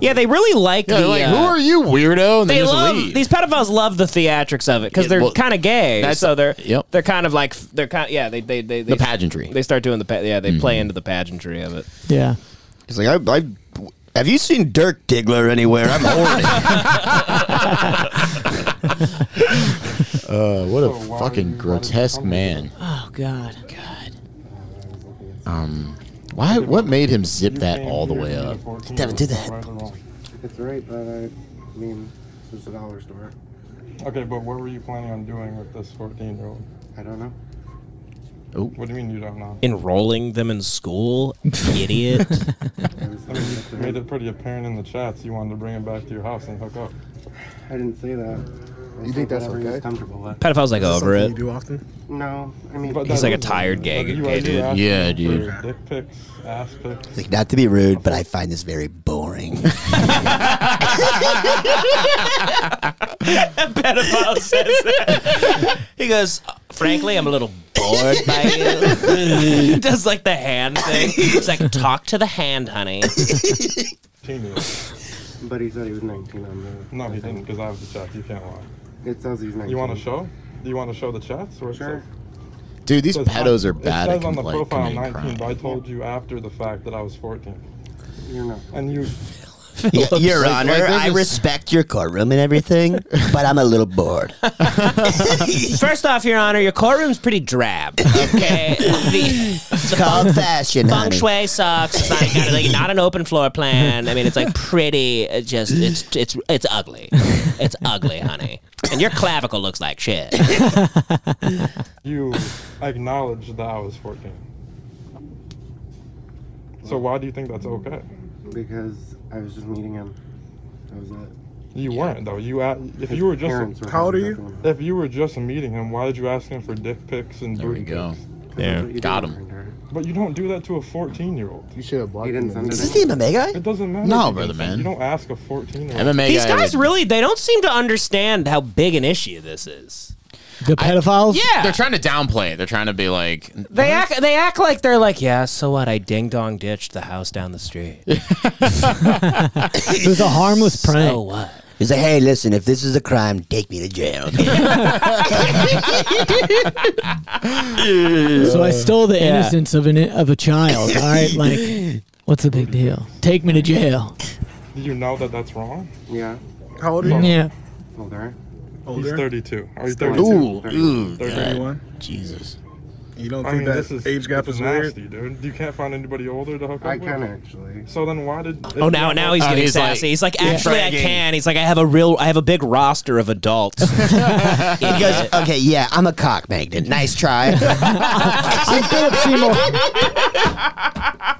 C: yeah, they really like
D: Yeah,
C: the.
D: they're like,
C: uh,
D: who are you, weirdo? And they,
C: They
D: just
C: love
D: leave.
C: these pedophiles love the theatrics of it because
D: Yeah,
C: they're
D: well,
C: kind of gay.
D: that's-
C: so they're
D: yep.
C: they're kind of like they're kind yeah they they they, they
D: The pageantry. Mm-hmm.
C: They start doing the pa- yeah they play into the pageantry of it.
E: Yeah.
F: He's like, I, I, have you seen Dirk Diggler anywhere? I'm horny.
D: Uh, what
M: Oh,
D: a fucking grotesque man.
E: Oh god.
D: Um, why? What made him zip that all the way up?
F: Devin, do the
M: It's right, but I mean, it's a dollar store. Okay, but what were you planning on doing with this 14 year old? I don't know.
D: Oh.
M: What do you mean you don't know?
C: Enrolling them in school, idiot.
M: I mean, you made it pretty apparent in the chats you wanted to bring him back to your house and hook up. I didn't say that.
N: You think that's okay?
C: Pedophile's like over it.
N: do often?
M: No, I mean,
C: He's like a tired gay, gay dude.
D: Yeah, dude.
M: Dick pics, ass pics.
F: Like, not to be rude, but I find this very boring.
C: pedophile says that. He goes, frankly, I'm a little bored by you. he does like the hand thing. He's like, talk to the hand, honey.
M: But he said he was 19 on the. No, he didn't, because I have the chats. You can't lie. It says he's 19. You want to show? Do you want to show the chats? Or sure.
D: Dude, these pedos are bad
M: It
D: at
M: says on the
D: like
M: profile
D: committing
M: 19,
D: crime.
M: but I told you after the fact that I was 14. You're not. And you
F: Y-
D: Phillips.
F: Your
D: Like-
F: Honor,
D: like they're
F: I
D: just-
F: respect your courtroom and everything, but I'm a little bored.
C: First off, Your Honor, your courtroom's pretty drab. Okay, the, the
F: called fashion,
C: Feng
F: honey.
C: shui sucks. It's not, got, like, not an open floor plan. I mean, it's like pretty. It just it's it's it's ugly. It's ugly, honey. And your clavicle looks like shit.
I: You acknowledged that I was 14. So why do you think that's okay?
G: Because I was just meeting him. That was it.
I: You weren't though. You a if
G: His
I: you were just
G: parents were How old are you?
I: If you were just meeting him, why did you ask him for dick pics and there booty
D: go.
I: pics?
D: There. Got him.
I: But you don't do that to a 14 year old. You should have blocked
G: him.
F: Is this the MMA guy?
I: It doesn't matter.
D: No,
I: if you
D: brother,
I: consent.
D: man.
I: You don't ask a 14 year old.
D: MMA
C: These
D: guy
C: guys
D: would-
C: really they don't seem to understand how big an issue this is.
E: The pedophiles?
C: Yeah.
D: They're trying to downplay it. They're trying to be like,
C: They act they act like they're like, yeah, so what? I ding dong ditched the house down the street.
E: It was a harmless prank.
C: So Oh, what?
F: He's like, hey, listen, if this is a crime, take me to jail.
E: So I stole the
C: Yeah.
E: innocence of an of a child. All right, like, what's the big deal? Take me to jail.
I: Do you know that that's wrong? Yeah.
E: How old are you? Yeah.
I: Older. He's
A: Older?
I: 32. Are you
A: Ooh,
I: 32?
A: ooh,
I: 31?
A: Jesus. You don't
I: I
A: think
I: mean,
A: that
I: this is
A: age gap is weird?
I: nasty, dude. You can't find anybody older to hook up
A: I
I: with?
A: can,
I: actually. So then why did...
C: Oh, now now he's
I: Oh,
C: getting sassy. he's like, actually, I can. He's like, I have a real, I have a big roster of adults.
F: he goes, okay, yeah, I'm a cock magnet. Nice try.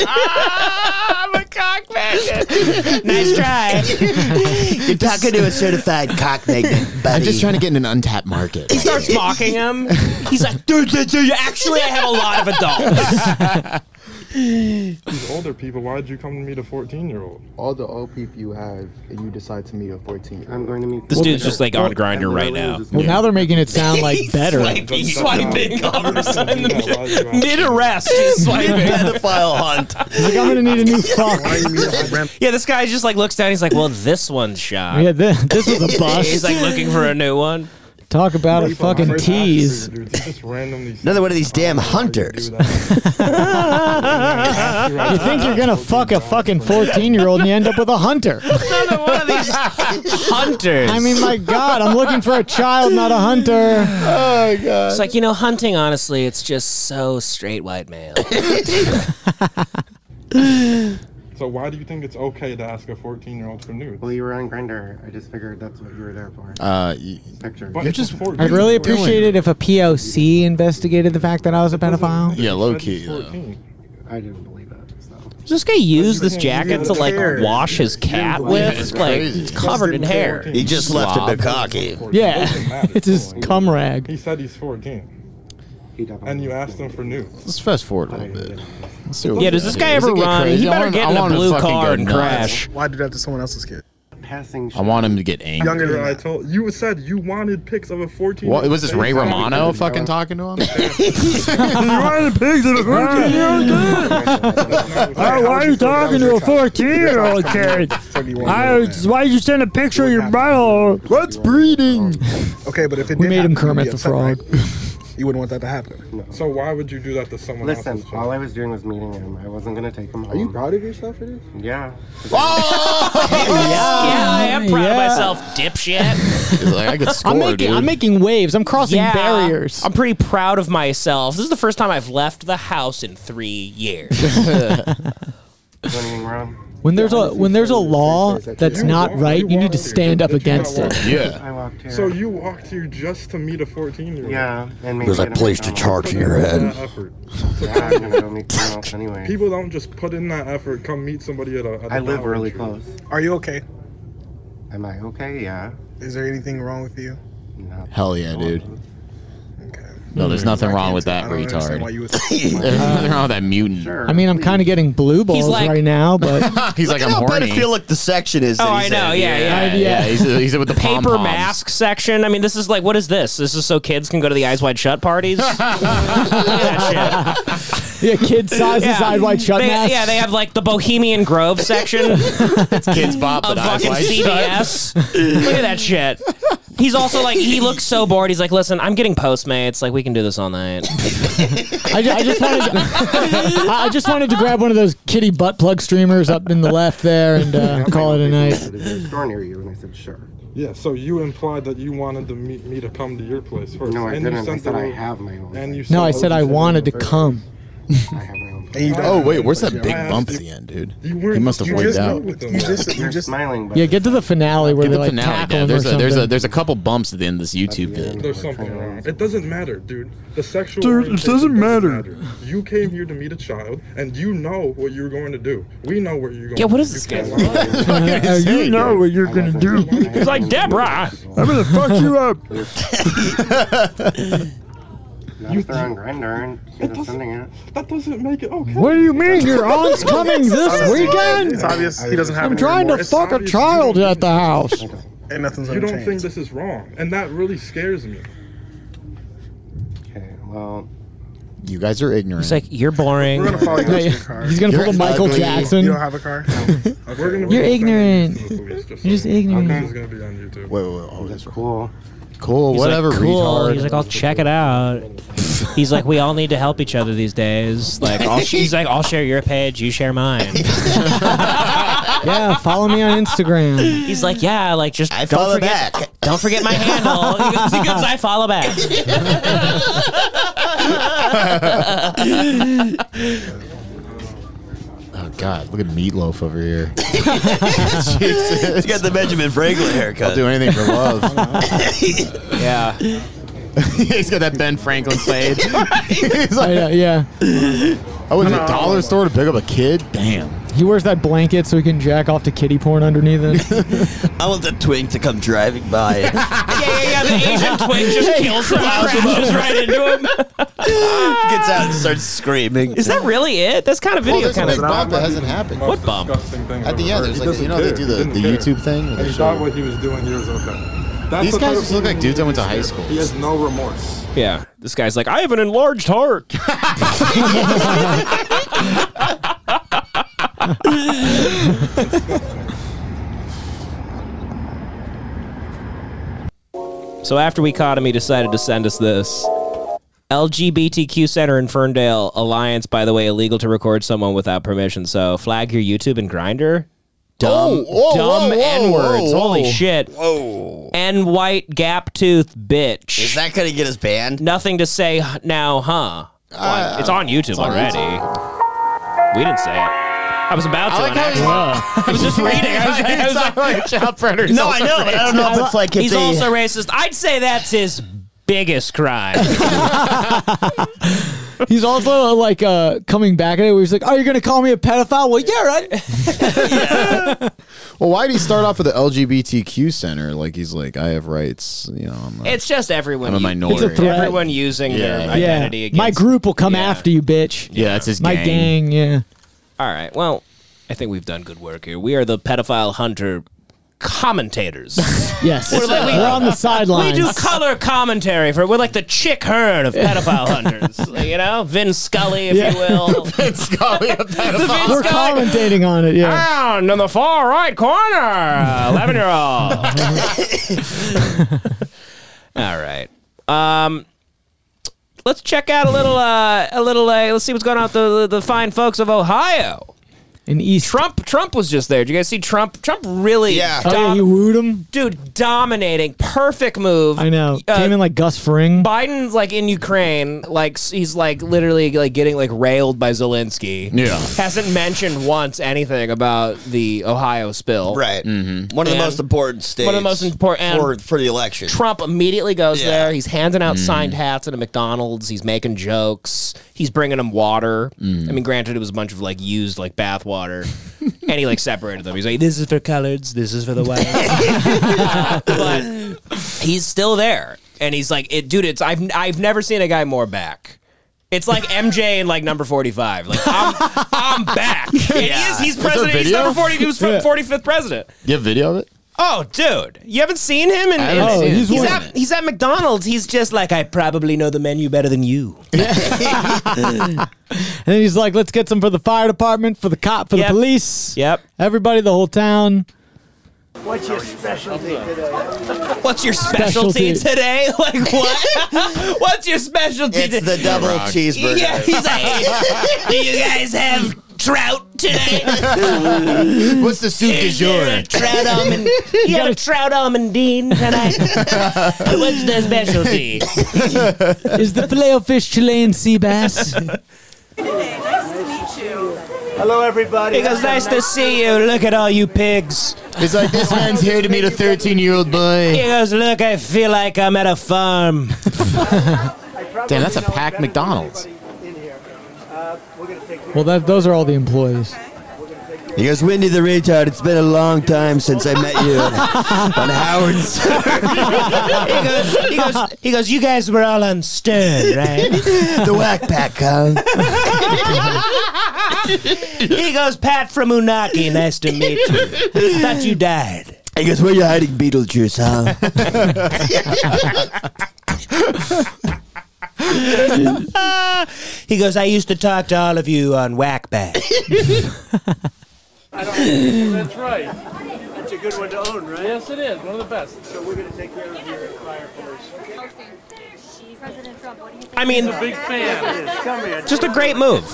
O: I'm a cock magnet.
C: nice try.
F: You're talking to a certified cock magnet, buddy.
D: I'm just trying to get in an untapped market.
C: he starts mocking him. He's like, dude, dude, dude, actually, I have a lot of adults.
I: These older people, why did you come to meet a 14 year old? All the old people you have, and you decide to meet a 14
G: I'm going to meet
C: This dude's just like on grinder right now.
E: Well, now they're making it sound like better.
C: Swiping, swiping converse in the mid, mid arrest. He's swiping. pedophile hunt.
E: Like, I'm gonna need a new fuck.
C: Yeah, this guy just like looks down. He's like, well, this one's shot.
E: Yeah, this, this was a bust.
C: He's like looking for a new one.
E: Talk about a
I: People on
E: fucking
I: first
E: tease.
I: officer, dude, they just randomly
F: Another one of these damn hunters.
E: You think you're gonna fuck a fucking 14 year old and you end up with a hunter?
C: Another one of these hunters.
E: I mean, my God, I'm looking for a child, not a hunter.
C: Oh god. It's like, you know, hunting honestly, it's just so straight white male.
I: So why do you think it's okay to ask a 14 year old for nudes? Well, you were on Grinder. I just figured that's what you were there for.
D: Uh,
I: Pictures.
D: You're just-
E: I'd really appreciate it if a POC investigated the fact that I was a pedophile.
D: yeah, low key.
G: I didn't believe it. So.
C: Does this guy use this jacket
G: you
C: to like
G: care.
C: wash his cat with?
G: It's
C: It's like
G: crazy.
C: it's covered in hair.
F: He just left it to cocky.
E: Yeah, it's his cum rag.
I: He said he's 14. And you asked him for nudes.
D: Let's fast forward a little bit. Let's see what
C: Yeah,
D: we
C: does
D: got
C: this guy
D: here. Does
C: ever
D: it get
C: run?
D: crazy?
C: He
D: I
C: better
D: wanna-
C: get
D: I
C: in a
D: wanna
C: blue
D: fucking
C: car
D: go
C: and
D: nuts.
C: crash.
A: Why do that to someone else's kid?
G: Passing
D: I want him to get angry.
I: Younger than I told you said you wanted pics of a 14.
D: What was this Ray Romano fucking talking to him?
I: wanted pics of a 14 year old
P: Why, why are you talking to a 14 year old kid? I, why did you send a picture of your butthole? What's breeding?
A: Okay, but if it
E: We
A: did
E: made
A: happen,
E: him
A: you'd
E: Kermit
A: be
E: the
A: upset,
E: Frog.
A: right? You wouldn't want that to happen.
I: So why would you do that to someone
G: Listen,
I: else's?
G: all I was doing was meeting him. I wasn't gonna take him home. Are you
A: proud of yourself for this?
G: Yeah.
C: Yeah, I am proud of
E: Yeah.
C: myself, dipshit.
D: like, I could
E: I'm
C: score,
E: making,
C: dude.
E: I'm making waves. I'm crossing
C: Yeah,
E: barriers.
C: I'm pretty proud of myself. This is the first time I've left the house in three years.
E: When there's a when there's a law that's not right, you need to stand up against it.
I: I walked here. So you walked here just to meet a 14 year old. Yeah,
G: and
F: There's a place to charge in your head.
I: Yeah, I'm gonna go meet
G: someone else anyway.
I: People don't just put in that effort. Come meet somebody at a. At a
G: I live
I: Dollar
G: really
I: Tree.
G: close.
A: Are you okay?
G: Am I okay? Yeah.
A: Is there anything wrong with you?
D: Hell yeah, dude. No, there's nothing wrong with that
A: I don't
D: retard.
A: understand why you would-
D: there's nothing wrong with that mutant.
E: I mean, I'm kind of getting blue balls
D: like-
E: right now, but
D: He's like, I'm horny.
F: the section is.
C: Oh, I know. Yeah, yeah, yeah.
D: He's, he's with the
C: paper
D: pom-poms.
C: mask section. I mean, this is like, what is this? This is so kids can go to the eyes wide shut parties. Look at that shit.
E: yeah, kid sizes
C: Yeah.
E: eyed wide shut
C: They-
E: masks.
C: Yeah, they have like the Bohemian Grove section.
D: Kids bop
C: of
D: at Eyes
C: fucking
D: Wide Shut.
C: CBS. Look at that shit. He's also like he looks so bored. He's like, listen, I'm getting Postmates. Like we can do this all night.
E: I, ju- I just wanted to, I I just wanted to grab one of those kitty butt plug streamers up in the left there and uh, call it a night.
M: Is there a store near you? And I said, sure.
L: Yeah, so you implied that you wanted to meet me to come to your place first.
M: No, I
L: and You
M: didn't. I
L: sent
M: said
L: the-
M: I have my own.
L: And you
E: No, I said I wanted to
L: come.
E: come.
D: oh wait, where's that big bump at the end, dude? He must have wiped out.
M: You just, you just smiling, but
E: Yeah, get to the finale where
D: Get
E: they
D: the
E: like
D: finale.
E: tackle
D: Yeah,
E: him
D: there's
E: or
D: a there's a
E: something.
D: there's a couple bumps at the end of this YouTube vid.
L: There's something wrong. It doesn't matter, dude. The sexual.
D: Dude, it
L: orientation
D: doesn't matter.
L: You came here to meet a child, and you know what you're going to do. We know what you're going.
N: Yeah, what is
L: to
N: this
L: do.
N: guy's
L: You can't
N: life?
L: lie.
N: Uh, you know what you're gonna do. He's like Deborah. I'm gonna fuck you up.
M: not if they're on Grindr and you're defending it.
L: That doesn't make it okay.
E: What do you mean your aunt's coming this weekend?
L: It's obvious he doesn't have
E: I'm
L: any
E: trying to
L: remorse.
E: fuck a
L: It's obvious
E: child at the house.
L: And nothing's You
M: ever
L: don't
M: changed.
L: think this is wrong, and that really scares me.
M: Okay, well,
D: You guys are ignorant. He's
C: like, you're boring.
L: We're gonna follow you to your car.
E: He's gonna pull
D: You're
E: a Michael
D: ugly.
E: Jackson.
L: You don't have a car? We're gonna be
E: You're
L: defending
E: ignorant.
L: this to the police, just
E: You're just
L: so you know.
E: ignorant.
L: This is gonna be on YouTube.
D: Wait, wait, wait. Oh,
M: that's cool.
D: Cool,
C: He's
D: whatever,
C: Like, cool.
D: retard.
C: He's like, I'll check it out. He's like, we all need to help each other these days. Like,
F: oh,
C: I'll, he's like, I'll share your page, you share mine.
E: yeah, follow me on Instagram.
C: He's like, yeah, like just I don't
E: follow
C: forget, back. Don't forget my handle. He goes, he goes, I follow back.
D: Oh god, look at Meatloaf over here.
F: He's got the Benjamin Franklin haircut.
D: I'll do anything for love.
C: yeah.
D: He's got that Ben Franklin fade. He's
E: I know, Oh, yeah.
D: I went to a dollar store to pick up a kid. Damn.
E: He wears that blanket so he can jack off to kitty porn underneath it.
F: I want the twink to come driving by.
C: yeah, yeah. The Asian twin just kills him. Goes right into him.
F: Gets out and starts screaming.
C: Is that really it? That's kind of
D: Well,
C: video
D: there's a
C: kind
D: big
C: of
D: bump that hasn't happened.
C: What bump?
D: At the end, there's like you know they do the, the YouTube thing. where they
L: He
D: show
L: thought
D: you-
L: what he was doing here was okay. That's
D: These
L: the
D: guys
L: type
D: just
L: of
D: look like
L: people
D: dudes I
L: who
D: went to
L: is
D: high
L: here.
D: school.
L: He has no remorse.
C: Yeah. This guy's like, I have an enlarged heart. so after we caught him, he decided to send us this. LGBTQ Center in Ferndale Alliance, by the way, illegal to record someone without permission. So flag your YouTube and Grinder. Dumb,
D: Oh, whoa,
C: dumb
D: whoa, whoa,
C: N words.
D: whoa,
C: Holy
D: whoa.
C: shit.
F: Whoa.
C: And white gap tooth bitch.
F: Is that gonna get us banned?
C: Nothing to say h- now, huh? Like, Uh, it's on YouTube already. We didn't say it. I was about to.
D: I like
C: and
D: how
C: I,
D: he's-
C: accidentally- I was just reading. I was, I was like,
D: child predators.
F: No, I know, but I don't know if it's like if
C: he's
F: they-
C: also racist. I'd say that's his biggest crime.
E: He's also like uh, coming back at it. Where he's like, "Are you gonna call me a pedophile?" Well, yeah, right.
D: Well, why did he start off with the LGBTQ center? Like he's like, I have rights. You know, I'm a,
C: it's just everyone.
D: I'm a
C: u-
D: minority. It's a threat.
C: Everyone using their
D: Yeah.
E: yeah,
C: identity against.
E: my group will come after you, bitch.
D: yeah, that's his
E: my
D: gang.
E: gang. Yeah,
C: All right. Well, I think we've done good work here. We are the pedophile hunter commentators.
E: yes,
C: We're
E: we're,
C: like- we-
E: on the
C: we
E: sidelines.
C: do color commentary for. We're like the chick herd of pedophile hunters. You know, Vin Scully, if
E: Yeah.
C: you will.
E: we're commentating on it. Yeah,
C: Down in the far right corner, eleven year old. All right. Um, let's check out a little. Uh, a little. Uh, let's see what's going on with the, the fine folks of Ohio.
E: in East.
C: Trump. Trump was just there. Did you guys see Trump? Trump really.
F: Yeah.
E: Oh, yeah,
C: dom-
E: he wooed him.
C: dude, dominating. Perfect move.
E: I know.
C: Uh,
E: Came in like Gus Fring.
C: Biden's like in Ukraine, like s- he's like literally like getting like railed by Zelensky.
D: Yeah.
C: hasn't mentioned once anything about the Ohio spill.
F: Right. One of the
C: And
F: most important states.
C: one of the most important-
F: for, for the election.
C: Trump immediately goes
F: Yeah.
C: there. He's handing out signed hats at a McDonald's. He's making jokes. He's bringing them water. I mean, granted, it was a bunch of like used like bath water, and he like separated them. He's like, "This is for coloreds. This is for the white." but he's still there, and he's like, "It, dude, it's I've I've never seen a guy more back." It's like MJ in like number forty five. Like I'm, I'm back. It
F: Yeah.
C: is. He's
D: Was there
C: president. He's
D: video?
C: number forty. He was
E: Yeah.
C: forty fifth president.
D: You have video of it?
C: Oh, dude, you haven't seen him in.
D: I
C: in-
D: haven't
E: seen him.
C: he's,
E: He's
C: at, he's at McDonald's. He's just like, I probably know the menu better than you.
E: And then he's like, "Let's get some for the fire department, for the cop, for
C: Yep.
E: the police,
C: Yep.
E: everybody, the whole town."
J: What's your specialty today?
C: What's your specialty,
J: Specialty.
C: today? Like what? What's your specialty?
F: It's the double Rock. cheeseburger.
C: Yeah, he's like, do you guys have trout today?
D: What's the soup du jour?
C: trout almond. You, got a trout almondine tonight? What's the specialty?
E: Is the filet of fish Chilean sea bass?
J: nice to meet you. Hello, everybody.
C: It was nice to see you. Look at all you pigs.
D: It's like this man's here to meet a 13 year old boy.
C: He goes, look, I feel like I'm at a farm.
D: Damn, that's a packed McDonald's.
J: Uh,
E: well, that, those are all the employees.
F: He goes, Wendy the retard. It's been a long time since I met you on Howard's.
C: he goes, he goes, he goes, you guys were all on Stern, right?
F: the Whack Pack, huh?
C: he goes, Pat from Unaki, nice to meet you. Thought you died.
F: He goes, where you hiding Beetlejuice, huh?
C: Ah, he goes, I used to talk to all of you on Whack Back.
J: That's right. That's a good one to own, right? Yes, it is. One of the best. So we're going to take care of your fire first.
C: I mean,
J: He's a big fan. Come here.
C: just a great move.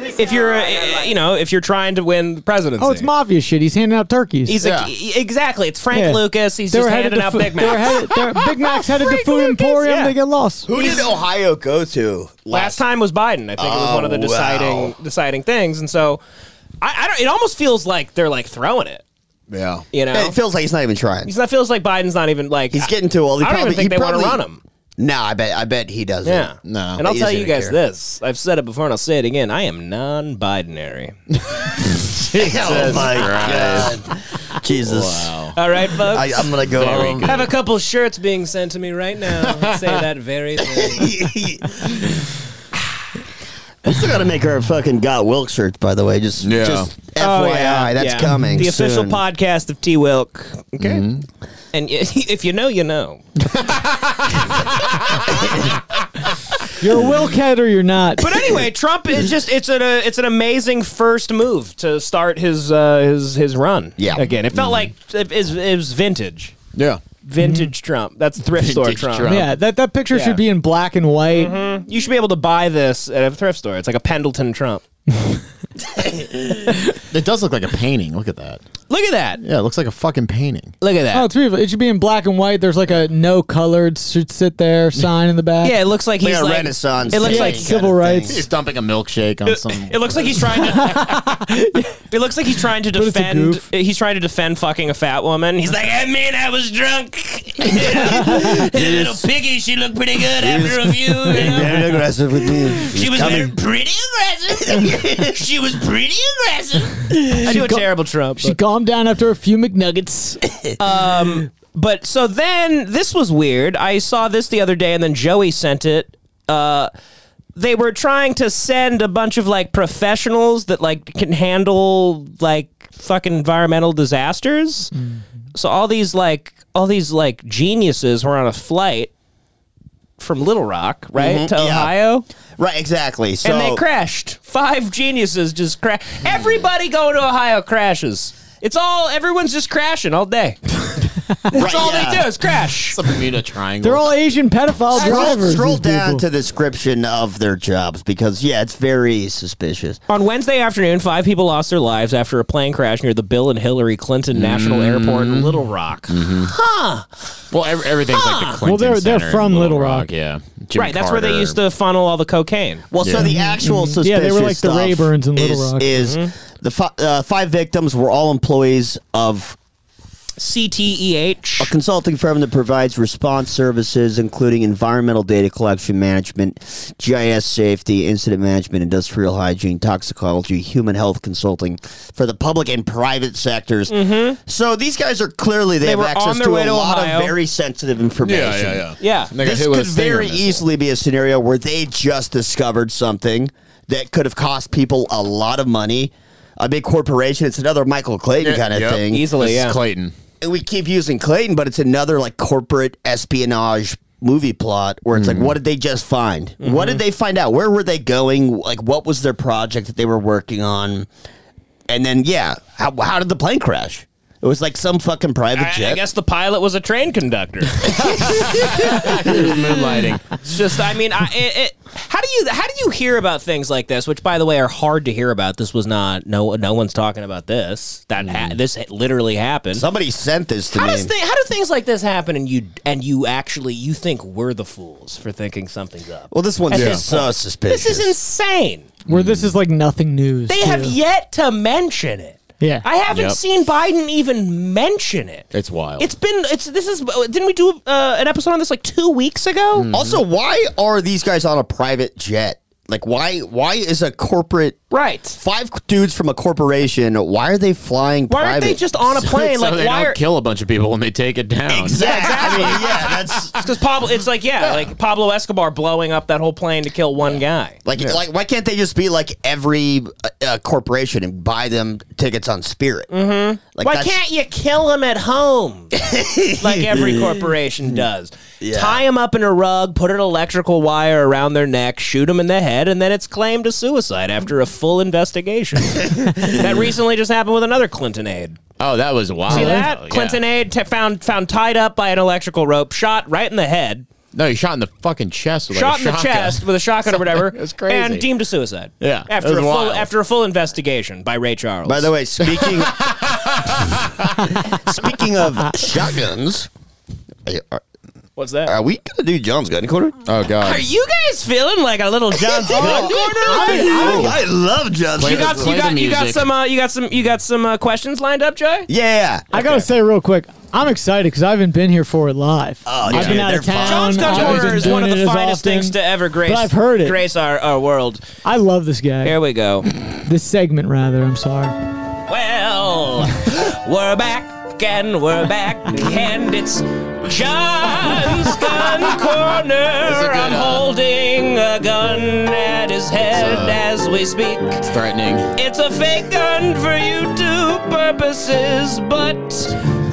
C: If you're, uh, you know, if you're trying to win the presidency.
E: Oh, it's mafia shit. He's handing out turkeys.
C: He's like, exactly. It's Frank
E: Yeah.
C: Lucas. He's
E: They
C: just
E: were headed
C: handing
E: to
C: out
E: food-
C: Big
E: they were headed-
C: Macs.
E: they were- Big Mac's headed to Food Emporium. They get lost.
F: Who did Ohio go to?
C: Last time was Biden. I think it was
F: Oh,
C: one of the deciding
F: wow.
C: deciding things. And so, I, I don't. It almost feels like they're like throwing it.
F: Yeah.
C: You know?
F: It feels like he's not even trying.
C: He's, that feels like Biden's not even like
F: He's getting too old. He
C: I don't
F: probably,
C: even think they
F: he
C: want to
F: probably-
C: run him.
F: No, I bet I bet he doesn't.
C: Yeah.
F: No.
C: And I'll
F: He
C: tell
F: doesn't
C: you guys
F: care.
C: this. I've said it before and I'll say it again. I am non binary.
F: oh my god. Jesus.
C: All right, folks.
F: I, I'm gonna go home.
C: have a couple shirts being sent to me right now. that say that very thing.
F: We still gotta make our fucking Got Wilk shirts, by the way. Just, just FYI, that's coming.
C: Oh, The official
F: soon.
C: podcast of T Wilk. Okay. And y- if you know, you know.
E: You're a Wilkhead or you're not.
C: But anyway, Trump is just—it's an—it's an amazing first move to start his uh, his his run. Yeah. Again, it felt like
F: Mm-hmm.
C: it, is- it was vintage.
D: Yeah.
C: Vintage Trump. That's thrift store
E: Vintage
C: Trump.
E: Trump. Yeah, that- that picture should be in black and white.
C: You should be able to buy this at a thrift store. It's like a Pendleton Trump.
D: It does look like a painting. Look at that.
C: Look at that.
D: Yeah, it looks like a fucking painting.
C: Look at that.
E: Oh, it's beautiful. It should be in black and white. There's like a no colored should sit there sign in the back.
C: Yeah, it looks like he's like It looks like
E: civil rights.
D: He's dumping a milkshake on some.
C: It looks like he's trying to. it looks like he's trying to
D: it's a
C: defend.
D: goof.
C: He's trying to defend fucking a fat woman. He's like, I mean, I was drunk. and a little piggy, she looked pretty good after a few. you know?
F: Very aggressive with me.
C: She was very pretty aggressive. she was pretty aggressive. I do a terrible Trump.
E: She calmed down after a few McNuggets.
C: Um, but so then this was weird. I saw this the other day, and then Joey sent it. Uh, they were trying to send a bunch of like professionals that like can handle like fucking environmental disasters.
F: Mm-hmm.
C: So all these like all these like geniuses were on a flight from Little Rock, right,
F: Mhm,
C: to
F: yeah.
C: Ohio.
F: Right, exactly. So Mm-hmm.
C: and they crashed. Five geniuses just crashed. Everybody going to Ohio crashes. It's all everyone's just crashing all day. That's all they do is crash.
D: It's a Bermuda Triangle.
E: They're all Asian pedophile
F: Scroll,
E: drivers.
F: scroll
E: these people.
F: down to the description of their jobs because yeah, it's very suspicious.
C: On Wednesday afternoon, five people lost their lives after a plane crash near the Bill and Hillary Clinton National Airport in Little Rock. Huh.
D: Well, ev- everything's
C: "Ah!"
D: like the Clinton
E: Well, they're- they're
D: Center
E: from
D: in
E: Little Rock.
D: Yeah. Jimmy
C: right, that's where they
D: Carter.
C: used to funnel all the cocaine.
F: Well, so the actual
E: Mhm.
F: suspicious
E: Yeah, they were like the
F: stuff
E: Rayburns in Little
F: is,
E: Rock. Mm-hmm.
F: Is the fi- uh, five victims were all employees of
C: CTEH.
F: a consulting firm that provides response services, including environmental data collection management, GIS safety, incident management, industrial hygiene, toxicology, human health consulting for the public and private sectors.
E: Mm-hmm.
F: So these guys are clearly they,
C: They
F: have
C: were on
F: access
C: their
F: to
C: way
F: a
C: to
F: lot
C: Ohio.
F: of very sensitive information.
D: Yeah, yeah, yeah.
C: Yeah.
D: And they got
F: this
D: hit with a
F: could
D: stinger
F: very
D: missile.
F: easily be a scenario where they just discovered something that could have cost people a lot of money. A big corporation. It's another Michael Clayton
D: Yeah,
F: kind of
D: yep.
F: thing.
C: Easily,
D: This is
C: yeah.
D: Clayton.
F: And we keep using Clayton, but it's another like corporate espionage movie plot where it's
D: Hmm.
F: like, what did they just find? What
C: Mm-hmm.
F: did they find out? Where were they going? Like, what was their project that they were working on? And then, yeah, how, how did the plane crash? It was like some fucking private
C: I, I
F: jet.
C: guess the pilot was a train conductor. There's moonlighting. It's just, I mean, I, it, it, how do you how do you hear about things like this? Which, by the way, are hard to hear about. This was not no no one's talking about this. That ha- this literally happened.
F: Somebody sent this to
C: how
F: me.
C: Does thi- how do things like this happen? And you and you actually you think we're the fools for thinking something's up?
F: Well, this one's
C: At
F: just so
C: point.
F: suspicious.
C: This is insane.
E: Where this is like nothing news.
C: They have
E: too.
C: yet to mention it.
E: Yeah.
C: I haven't
E: Yep.
C: seen Biden even mention it.
D: It's wild.
C: It's been it's this is didn't we do uh, an episode on this like two weeks ago?
F: Also, why are these guys on a private jet? Like, why? Why is a corporate
C: right
F: five dudes from a corporation? Why are they flying?
C: Why aren't they
F: private?
C: just on a plane?
Q: so
C: like
Q: they
C: why
Q: don't
C: are,
Q: kill a bunch of people when they take it down.
C: exactly? yeah, that's because Pablo. It's like yeah, like Pablo Escobar blowing up that whole plane to kill one guy.
F: Like, like, why can't they just be like every uh, uh, corporation and buy them tickets on Spirit?
C: Mm-hmm.
F: Like,
C: Why
F: that's-
C: can't you kill him at home? like every corporation does.
F: Yeah.
C: Tie him up in a rug, put an electrical wire around their neck, shoot him in the head, and then it's claimed a suicide after a full investigation. that recently just happened with another Clinton aide.
Q: Oh, that was wild.
C: See
Q: Oh,
C: that?
Q: yeah.
C: Clinton aide t- found found tied up by an electrical rope, shot right in the head.
Q: No, he shot in the fucking chest. With like
C: shot
Q: a
C: in the
Q: shotgun.
C: chest with a shotgun or whatever.
Q: That's crazy.
C: And deemed a suicide.
Q: Yeah, that
C: After
Q: was
C: a full
Q: wild.
C: after a full investigation by Ray Charles.
F: By the way, speaking speaking of shotguns, are,
C: What's that?
Q: uh,
F: Are we gonna do John's gun corner? Oh God!
C: Are you guys feeling like a little John's gun corner?
F: I, I love John's.
C: you got you got you got some uh, you got some you got some uh, questions lined up, Jay?
F: Yeah.
E: I gotta say real quick, I'm excited because I haven't been here for it live.
C: Oh,
E: I've been out of town.
C: John's
E: I
C: Gun
E: haven't
C: Corner
E: been
C: is one of
E: doing it
C: the
E: as
C: finest
E: often.
C: things to ever grace.
E: I've heard it.
C: Grace our, our world.
E: I love this guy.
C: Here we go.
E: This segment, rather. I'm sorry.
C: Well, we're back and we're back and it's John's Gun Corner. I'm
E: uh,
C: holding a gun at his head
E: uh,
C: as we speak.
Q: It's threatening.
C: It's a fake gun for YouTube purposes, but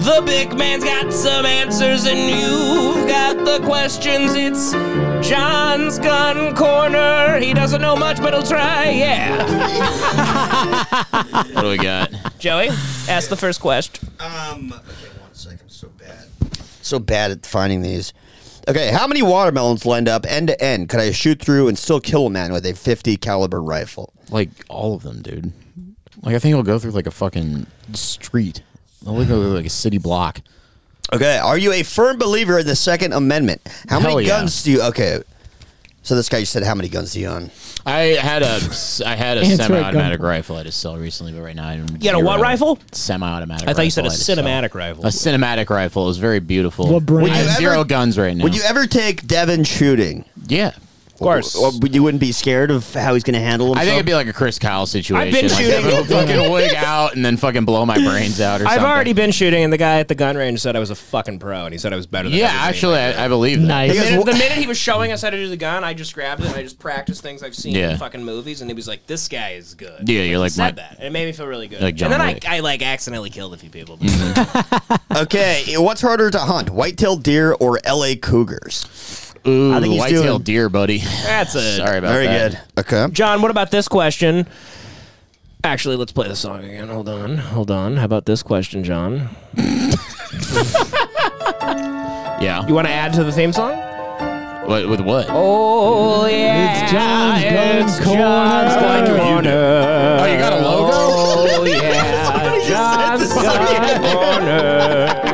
C: the big man's got some answers and you've got the questions. It's John's Gun Corner. He doesn't know much, but he'll try. Yeah.
Q: What do we got?
C: Joey, ask the first question.
F: Um, okay, one second. So bad. So bad at finding these. Okay, how many watermelons lined up end to end could I shoot through and still kill a man with a 50 caliber rifle?
D: Like all of them, dude. Like I think it'll go through like a fucking street. It'll go through like a city block.
F: Okay, are you a firm believer in the Second Amendment? How
D: Hell
F: many
D: yeah.
F: guns do you? Okay, so this guy said, "How many guns do you own?"
Q: I had a I had a
F: Answer it,
Q: semi-automatic
F: Gunner.
Q: rifle at a sell recently, but right now I don't.
C: You had a what
Q: zero.
C: rifle?
Q: Semi-automatic.
C: I thought you said a
Q: rifle at
C: cinematic
Q: sell.
C: rifle.
Q: A cinematic rifle is very beautiful.
F: What
Q: I
F: brand? Would you
Q: have zero
F: ever-
Q: guns right now.
F: Would you ever take Devin shooting?
C: e-
Q: Yeah, of course.
F: Or, you wouldn't be scared of how he's going to handle himself.
Q: I think it'd be like a Chris Kyle situation.
C: I've been
Q: like,
C: shooting-
Q: it'll fucking wig out and then fucking blow my brains out or
C: I've
Q: something.
C: already been shooting, and the guy at the gun range said I was a fucking pro, and he said I was better than
Q: Yeah,
C: everybody.
Q: actually, I, I believe that.
C: The minute, the minute he was showing us how to do the gun, I just grabbed it and I just practiced things I've seen
Q: Yeah.
C: in fucking movies, and he was like, "This guy is good."
Q: Yeah, you're
C: He
Q: like
C: said
Q: my-
C: that. and It made me feel really good.
Q: Like John
C: and then
Q: Wick.
C: I, I like accidentally killed a few people.
F: okay, what's harder to hunt, white-tailed deer or L.A. cougars?
Q: Ooh,
F: I think he's
Q: white-tailed
F: doing-
Q: deer, buddy.
C: That's a
Q: Sorry about
F: Very
Q: that.
F: good. Okay.
C: John, what about this question? Actually, let's play the song again. Hold on, hold on. How about this question, John?
Q: Yeah.
C: You want to add to the theme song?
Q: What, with what?
C: Oh yeah, it's John's Gun Corner.
Q: Oh, you got a logo?
C: Oh yeah, John's Gun Corner.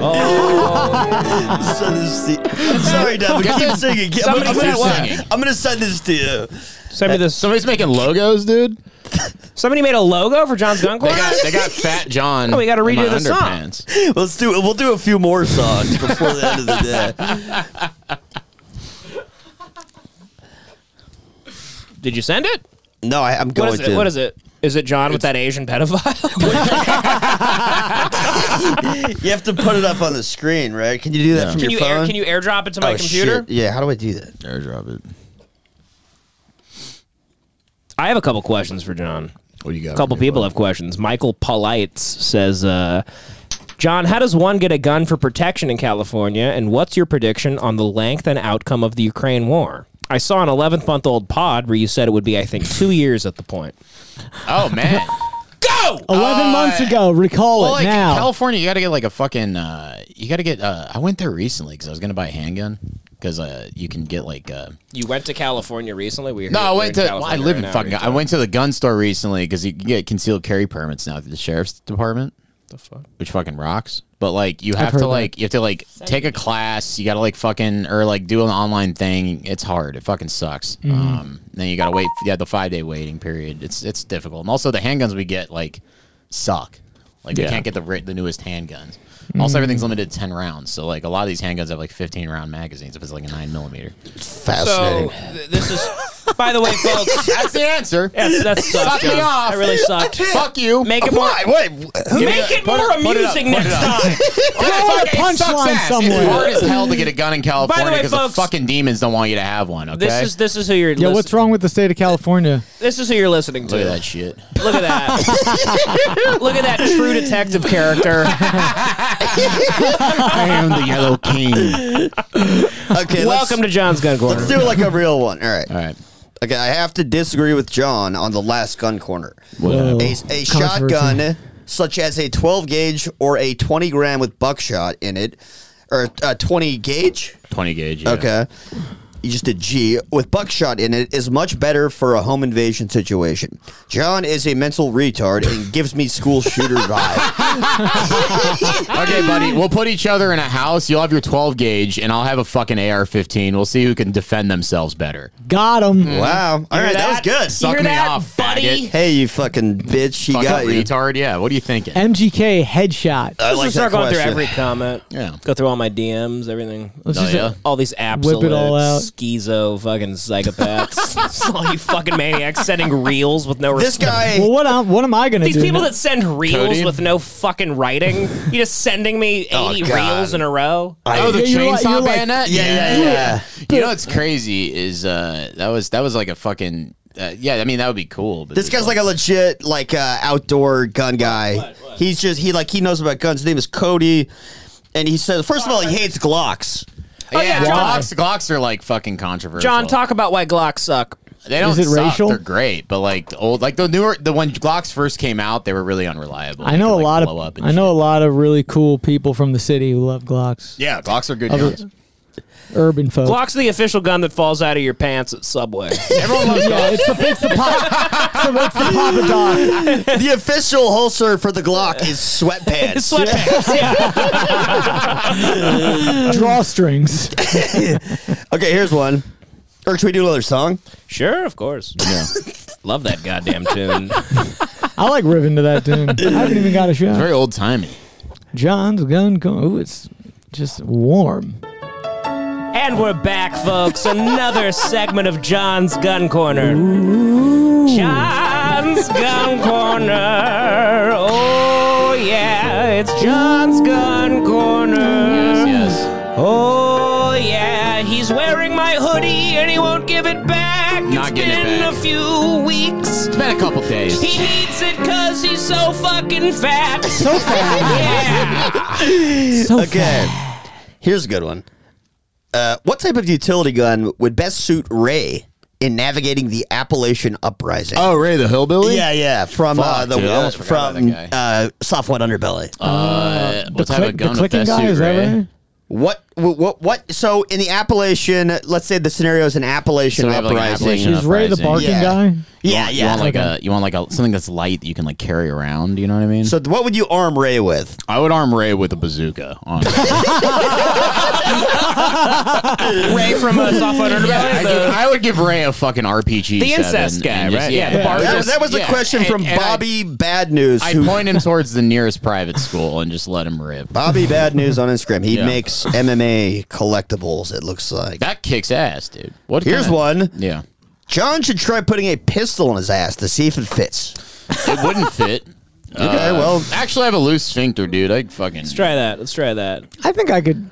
F: Oh. Send this to- Sorry, Devin.
Q: Get
F: Keep
Q: this-
F: singing. Get- I'm,
Q: somebody
F: I'm
Q: keep
F: gonna,
Q: singing.
F: I'm gonna send this to you.
C: Send me this.
Q: Somebody's making logos, dude.
C: Somebody made a logo for John's Gun
Q: They
C: Corner.
Q: got, they got Fat John.
C: Oh, we gotta
Q: in my
C: redo the song.
Q: underpants.
F: Let's do. We'll do a few more songs before the end of the day.
C: Did you send it?
F: No, I, I'm
C: What
F: going
C: is it?
F: to.
C: What is it? Is it John with that Asian pedophile?
F: You have to put it up on the screen, right? Can you do that from
C: can
F: your
C: you
F: phone?
C: air, can you airdrop it to my
F: Oh,
C: computer?
F: shit. Yeah. How do I do that?
D: Airdrop it.
C: I have a couple questions for John.
D: What do you got?
C: A couple people have questions. Michael Polites says, uh, John, how does one get a gun for protection in California? And what's your prediction on the length and outcome of the Ukraine war? I saw an 11 month old pod where you said it would be, I think, two years at the point.
Q: Oh man. Go
D: No!
C: Uh,
E: Eleven months ago, recall
D: Well,
E: it
D: like
E: now.
D: California, you got to get like a fucking. Uh, you got to get. Uh, I went there recently because I was gonna buy a handgun because uh, you can get like. Uh,
C: You went to California recently. We were
D: no, I
C: we're
D: went to. well, I
C: California right
D: live in
C: now.
D: fucking. I went to the gun store recently because you can get concealed carry permits now through the sheriff's department. The fuck? Which fucking rocks. But like, you
C: I've
D: have
C: heard
D: to
C: that.
D: like, you have to like take a class. You got to like fucking or like do an online thing. It's hard. It fucking sucks.
C: Mhm.
D: Um, then you got to wait. Yeah, the five day waiting period. It's it's difficult. And also the handguns we get like suck. Like we
C: Yeah.
D: can't get the ra- the newest handguns. Also,
C: Mhm.
D: everything's limited to ten rounds. So like a lot of these handguns have like fifteen round magazines if it's like a nine millimeter.
C: So th- this is. By the way, folks,
D: that's the answer.
C: Yes, that sucked.
D: Fuck me
C: John.
D: off.
C: That really sucked.
D: Fuck you.
C: Make it more.
D: Why? Wait, who-
C: Make it
D: Put it
C: more
D: up, put it up,
C: amusing
D: put it
C: next
D: up.
C: time.
D: Fuck, it sucks ass. It's hard as hell to get a gun in California
C: way,
D: because the,
C: folks,
D: fucking demons don't want you to have one. Okay.
C: This is this is who you're.
E: Yeah,
C: lis-
E: what's wrong with the state of California?
C: this is who you're listening to.
D: Look at that shit.
C: Look at that. Look at that true detective character.
D: I am the Yellow King.
F: Okay,
C: Welcome to John's Gun Corner.
F: Let's do like a real one. All right. All
D: right.
F: Okay, I have to disagree with John on the last gun corner.
D: What
F: a
D: happened?
F: a
D: Oh, Controversy.
F: shotgun, such as a 12 gauge or a 20 gram with buckshot in it, or a 20 gauge?
D: 20 gauge.
F: Okay. You just did G with buckshot in it is much better for a home invasion situation. John is a mental retard and gives me school shooter vibe.
D: okay, buddy. We'll put each other in a house. You'll have your 12 gauge, and I'll have a fucking AR-15. We'll see who can defend themselves better.
E: Got him.
D: Mm.
F: Wow. All right, that, was good.
D: Suck me off, buddy.
F: Hey, you fucking bitch. He
D: Fucking
F: got you.
D: retard. Yeah. What are you thinking?
E: MGK headshot.
D: Uh,
F: I
C: Let's
F: like
C: just start
F: that
C: going
F: question.
C: through every comment.
D: Yeah.
C: Go through all my DMs, everything.
E: Let's Oh, just, yeah? uh,
C: all these absolute
E: whip it all out.
C: schizo fucking psychopaths. all you fucking maniacs sending reels with no
F: This guy-
E: Well, what am, what am I going to
C: These
E: do?
C: people
E: now?
C: that send reels
E: Cody?
C: with no fucking writing, you just sending me
D: Oh,
C: 80
D: God.
C: reels in a row.
D: oh, the
C: you're
D: chainsaw
C: like- you're like-
D: bayonet.
C: Yeah, yeah, yeah.
D: You know what's crazy is uh, that was that was like a fucking uh, yeah. I mean that would be cool. But
F: This guy's like a legit like uh, outdoor gun guy. He's just he like he knows about guns. His name is Cody, and he says first of all he hates Glocks.
D: oh, yeah,
F: Why?
D: Glocks, Glocks are like fucking controversial.
C: John, talk about why Glocks suck.
D: They don't suck. They're great, but like the old, like the newer, the when Glocks first came out, they were really unreliable.
E: I know a lot
D: blow up
E: of
D: and
E: I know a lot of really cool people from the city who love Glocks.
D: Yeah, Glocks are good
E: Other-
D: guns.
E: Urban folk.
C: Glock's the official gun that falls out of your pants at Subway.
D: Everyone loves
E: yeah, it's the it's the pop. it's the- it's the Papa Doc.
F: the official holster for the Glock is sweatpants.
C: sweatpants.
E: Drawstrings.
F: okay, here's one. Or should we do another song?
C: Sure, of course. Yeah. Love that goddamn tune.
E: I like ribbon to that tune. I haven't even got a
D: It's
E: shot.
D: very old timey.
E: John's gun. Co- Ooh, it's just warm.
C: And we're back, folks. Another segment of John's Gun Corner. John's Gun Corner. Oh, yeah. It's John's Gun Corner. Yes,
D: yes.
C: Oh, yeah. He's wearing my hoodie and he won't give it back.
D: Not
C: it's
D: getting it
C: been
D: back.
C: a few weeks.
D: It's been a couple days.
C: He needs it because he's so fucking fat. So fat. yeah.
F: okay, here's a good one. Uh, what type of utility gun would best suit Ray in navigating the Appalachian uprising?
D: Oh, Ray the hillbilly.
F: Yeah, yeah, from uh,
D: Fuck,
F: the
D: dude, I
F: uh,
D: almost forgot
F: from uh, soft white underbelly.
D: Uh,
F: the
D: what type
F: click-
D: of
F: the
D: gun would
F: clicking
D: best
F: guy,
D: suit
F: is that
D: Ray?
F: right? What, what what what? So in the Appalachian, let's say the scenario is an Appalachian
D: So we have, like, an
F: uprising.
D: Appalachian Is Ray the uprising. barking
F: yeah.
E: guy?
F: Yeah,
D: you
F: yeah.
D: want like a you want like a something that's light that you can like carry around. You know what I mean?
F: So what would you arm Ray with?
D: I would arm Ray with a bazooka. Honestly.
C: Ray from uh, Soft White Underbelly.
D: I,
C: the-
E: Uh,
D: give- I would give Ray a fucking RPG.
C: The incest guy, right? Yeah, the bar-
F: That, was- that was a question from Bobby Bad News.
D: I
F: who-
D: point him towards the nearest private school and just let him rip.
F: Bobby Bad News on Instagram. He
D: Yeah.
F: makes MMA collectibles. It looks like
D: that kicks ass, dude. What?
F: Here's
D: kinda-
F: one.
D: Yeah,
F: John should try putting a pistol in his ass to see if it fits.
D: it wouldn't fit. Uh,
F: Okay, well-
D: actually, I have a loose sphincter, dude. I fucking
C: Let's try that. Let's try that.
E: I think I could.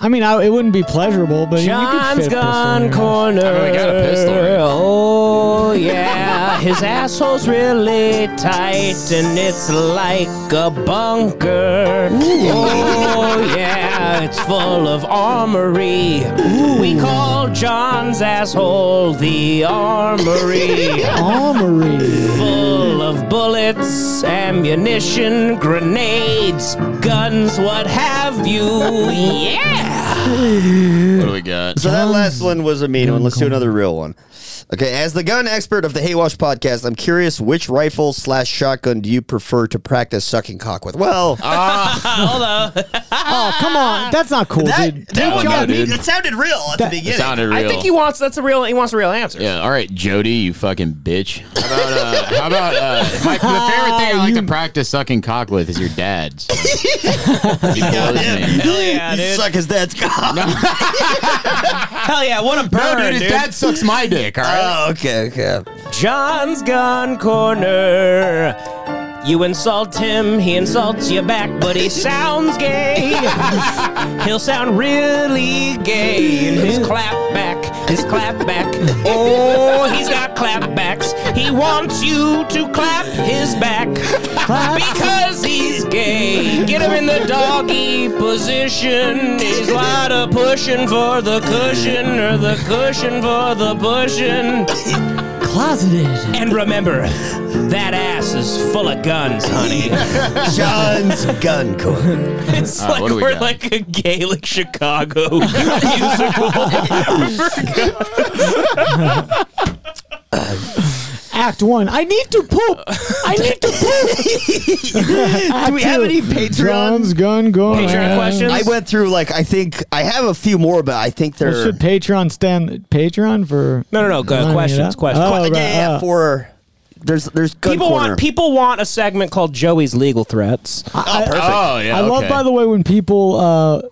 E: I mean, I, it wouldn't be pleasurable, but you could fit
C: John's
E: a pistol in
C: Gun
E: your-
C: Corner.
E: I mean, we got a pistol, right?
C: Oh, yeah. His asshole's really tight and it's like a bunker. Oh, yeah. It's full of armory. We call John's asshole the armory.
E: armory.
C: Full of bullets, ammunition, grenades, guns, what have you. Yeah!
D: What do we got?
F: So that last one was a mean one. Let's do another real one. Okay, as the gun expert of the Haywash podcast, I'm curious which rifle slash shotgun do you prefer to practice sucking cock with? Well,
D: Ah,
E: oh, come on. That's not cool, dude.
F: that,
D: one
F: got
D: though,
F: me.
D: dude.
F: that sounded real at
D: That-
F: the
D: It
F: beginning.
D: sounded real.
C: I think he wants that's a real he wants a real answer.
D: Yeah. All right, Jody, you fucking bitch. How about uh, how about uh, my, the favorite thing I like to practice sucking cock with is your dad's. he blows me.
C: Hell yeah,
F: You
C: dude.
F: suck his dad's cock.
C: Hell yeah, what a burn,
D: dude, his dad sucks my dick, all right?
F: Oh, okay, okay.
C: John's Gun Corner. You insult him, he insults you back, but he sounds gay. He'll sound really gay in his clapback, his clapback. Oh, he's got clapbacks. He wants you to clap his back because he's gay. Get him in the doggy position. He's lot of pushing for the cushion or the cushion for the pushing.
E: Closeted.
C: And remember, that ass is full of guns, honey.
F: John's gun corner.
C: It's
F: Uh,
C: like
F: what do we
C: we're
F: got?
C: like a Gaelic Chicago musical.
E: Act one. I need to poop. I need to poop.
F: Do we have any Patreon?
E: John's gun going.
F: I went through like I think I have a few more, but I think they're
E: Well, should Patreon stand Patreon for?
C: No, no, no.
E: lining it
C: Go, questions,
E: up?
C: questions.
E: Oh, right,
F: yeah, yeah,
E: oh.
F: for there's there's gun
C: people
F: corner.
C: want people want a segment called Joey's legal threats.
E: I-
F: perfect. Oh,
E: I love, by the way, when people uh,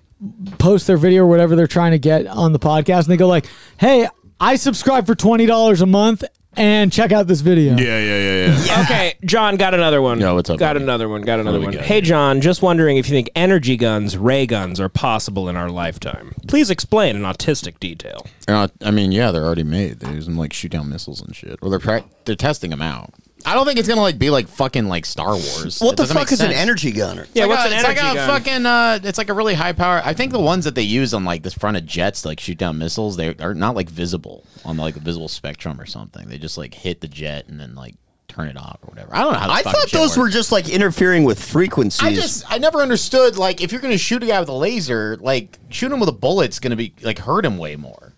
E: post their video or whatever they're trying to get on the podcast, and they go like, "Hey, I subscribe for twenty dollars a month, and check out this video."
D: Yeah, yeah, yeah, yeah.
C: Okay, John, got another one. No, what's up? Got another one. Got another
D: we
C: one.
D: got
C: Hey, John, just wondering if you think energy guns, ray guns, are possible in our lifetime. Please explain in autistic detail.
D: Uh, I mean, yeah, they're already made. They use them like shoot down missiles and shit. Well, they're prac they're testing them out. I don't think it's gonna like be like fucking like Star Wars.
F: What
D: It
F: the
D: doesn't
F: fuck
D: make
F: is an
D: sense.
F: energy gunner?
D: It's like a, it's like a fucking uh, it's like a really high power. I think the ones that they use on like the front of jets to, like shoot down missiles, they are not like visible on like a visible spectrum or something. They just like hit the jet and then like turn it off or whatever. I don't know how.
F: I thought those were just like interfering with frequencies.
D: I just I never understood like if you're gonna shoot a guy with a laser, like shoot him with a bullet's gonna be like hurt him way more.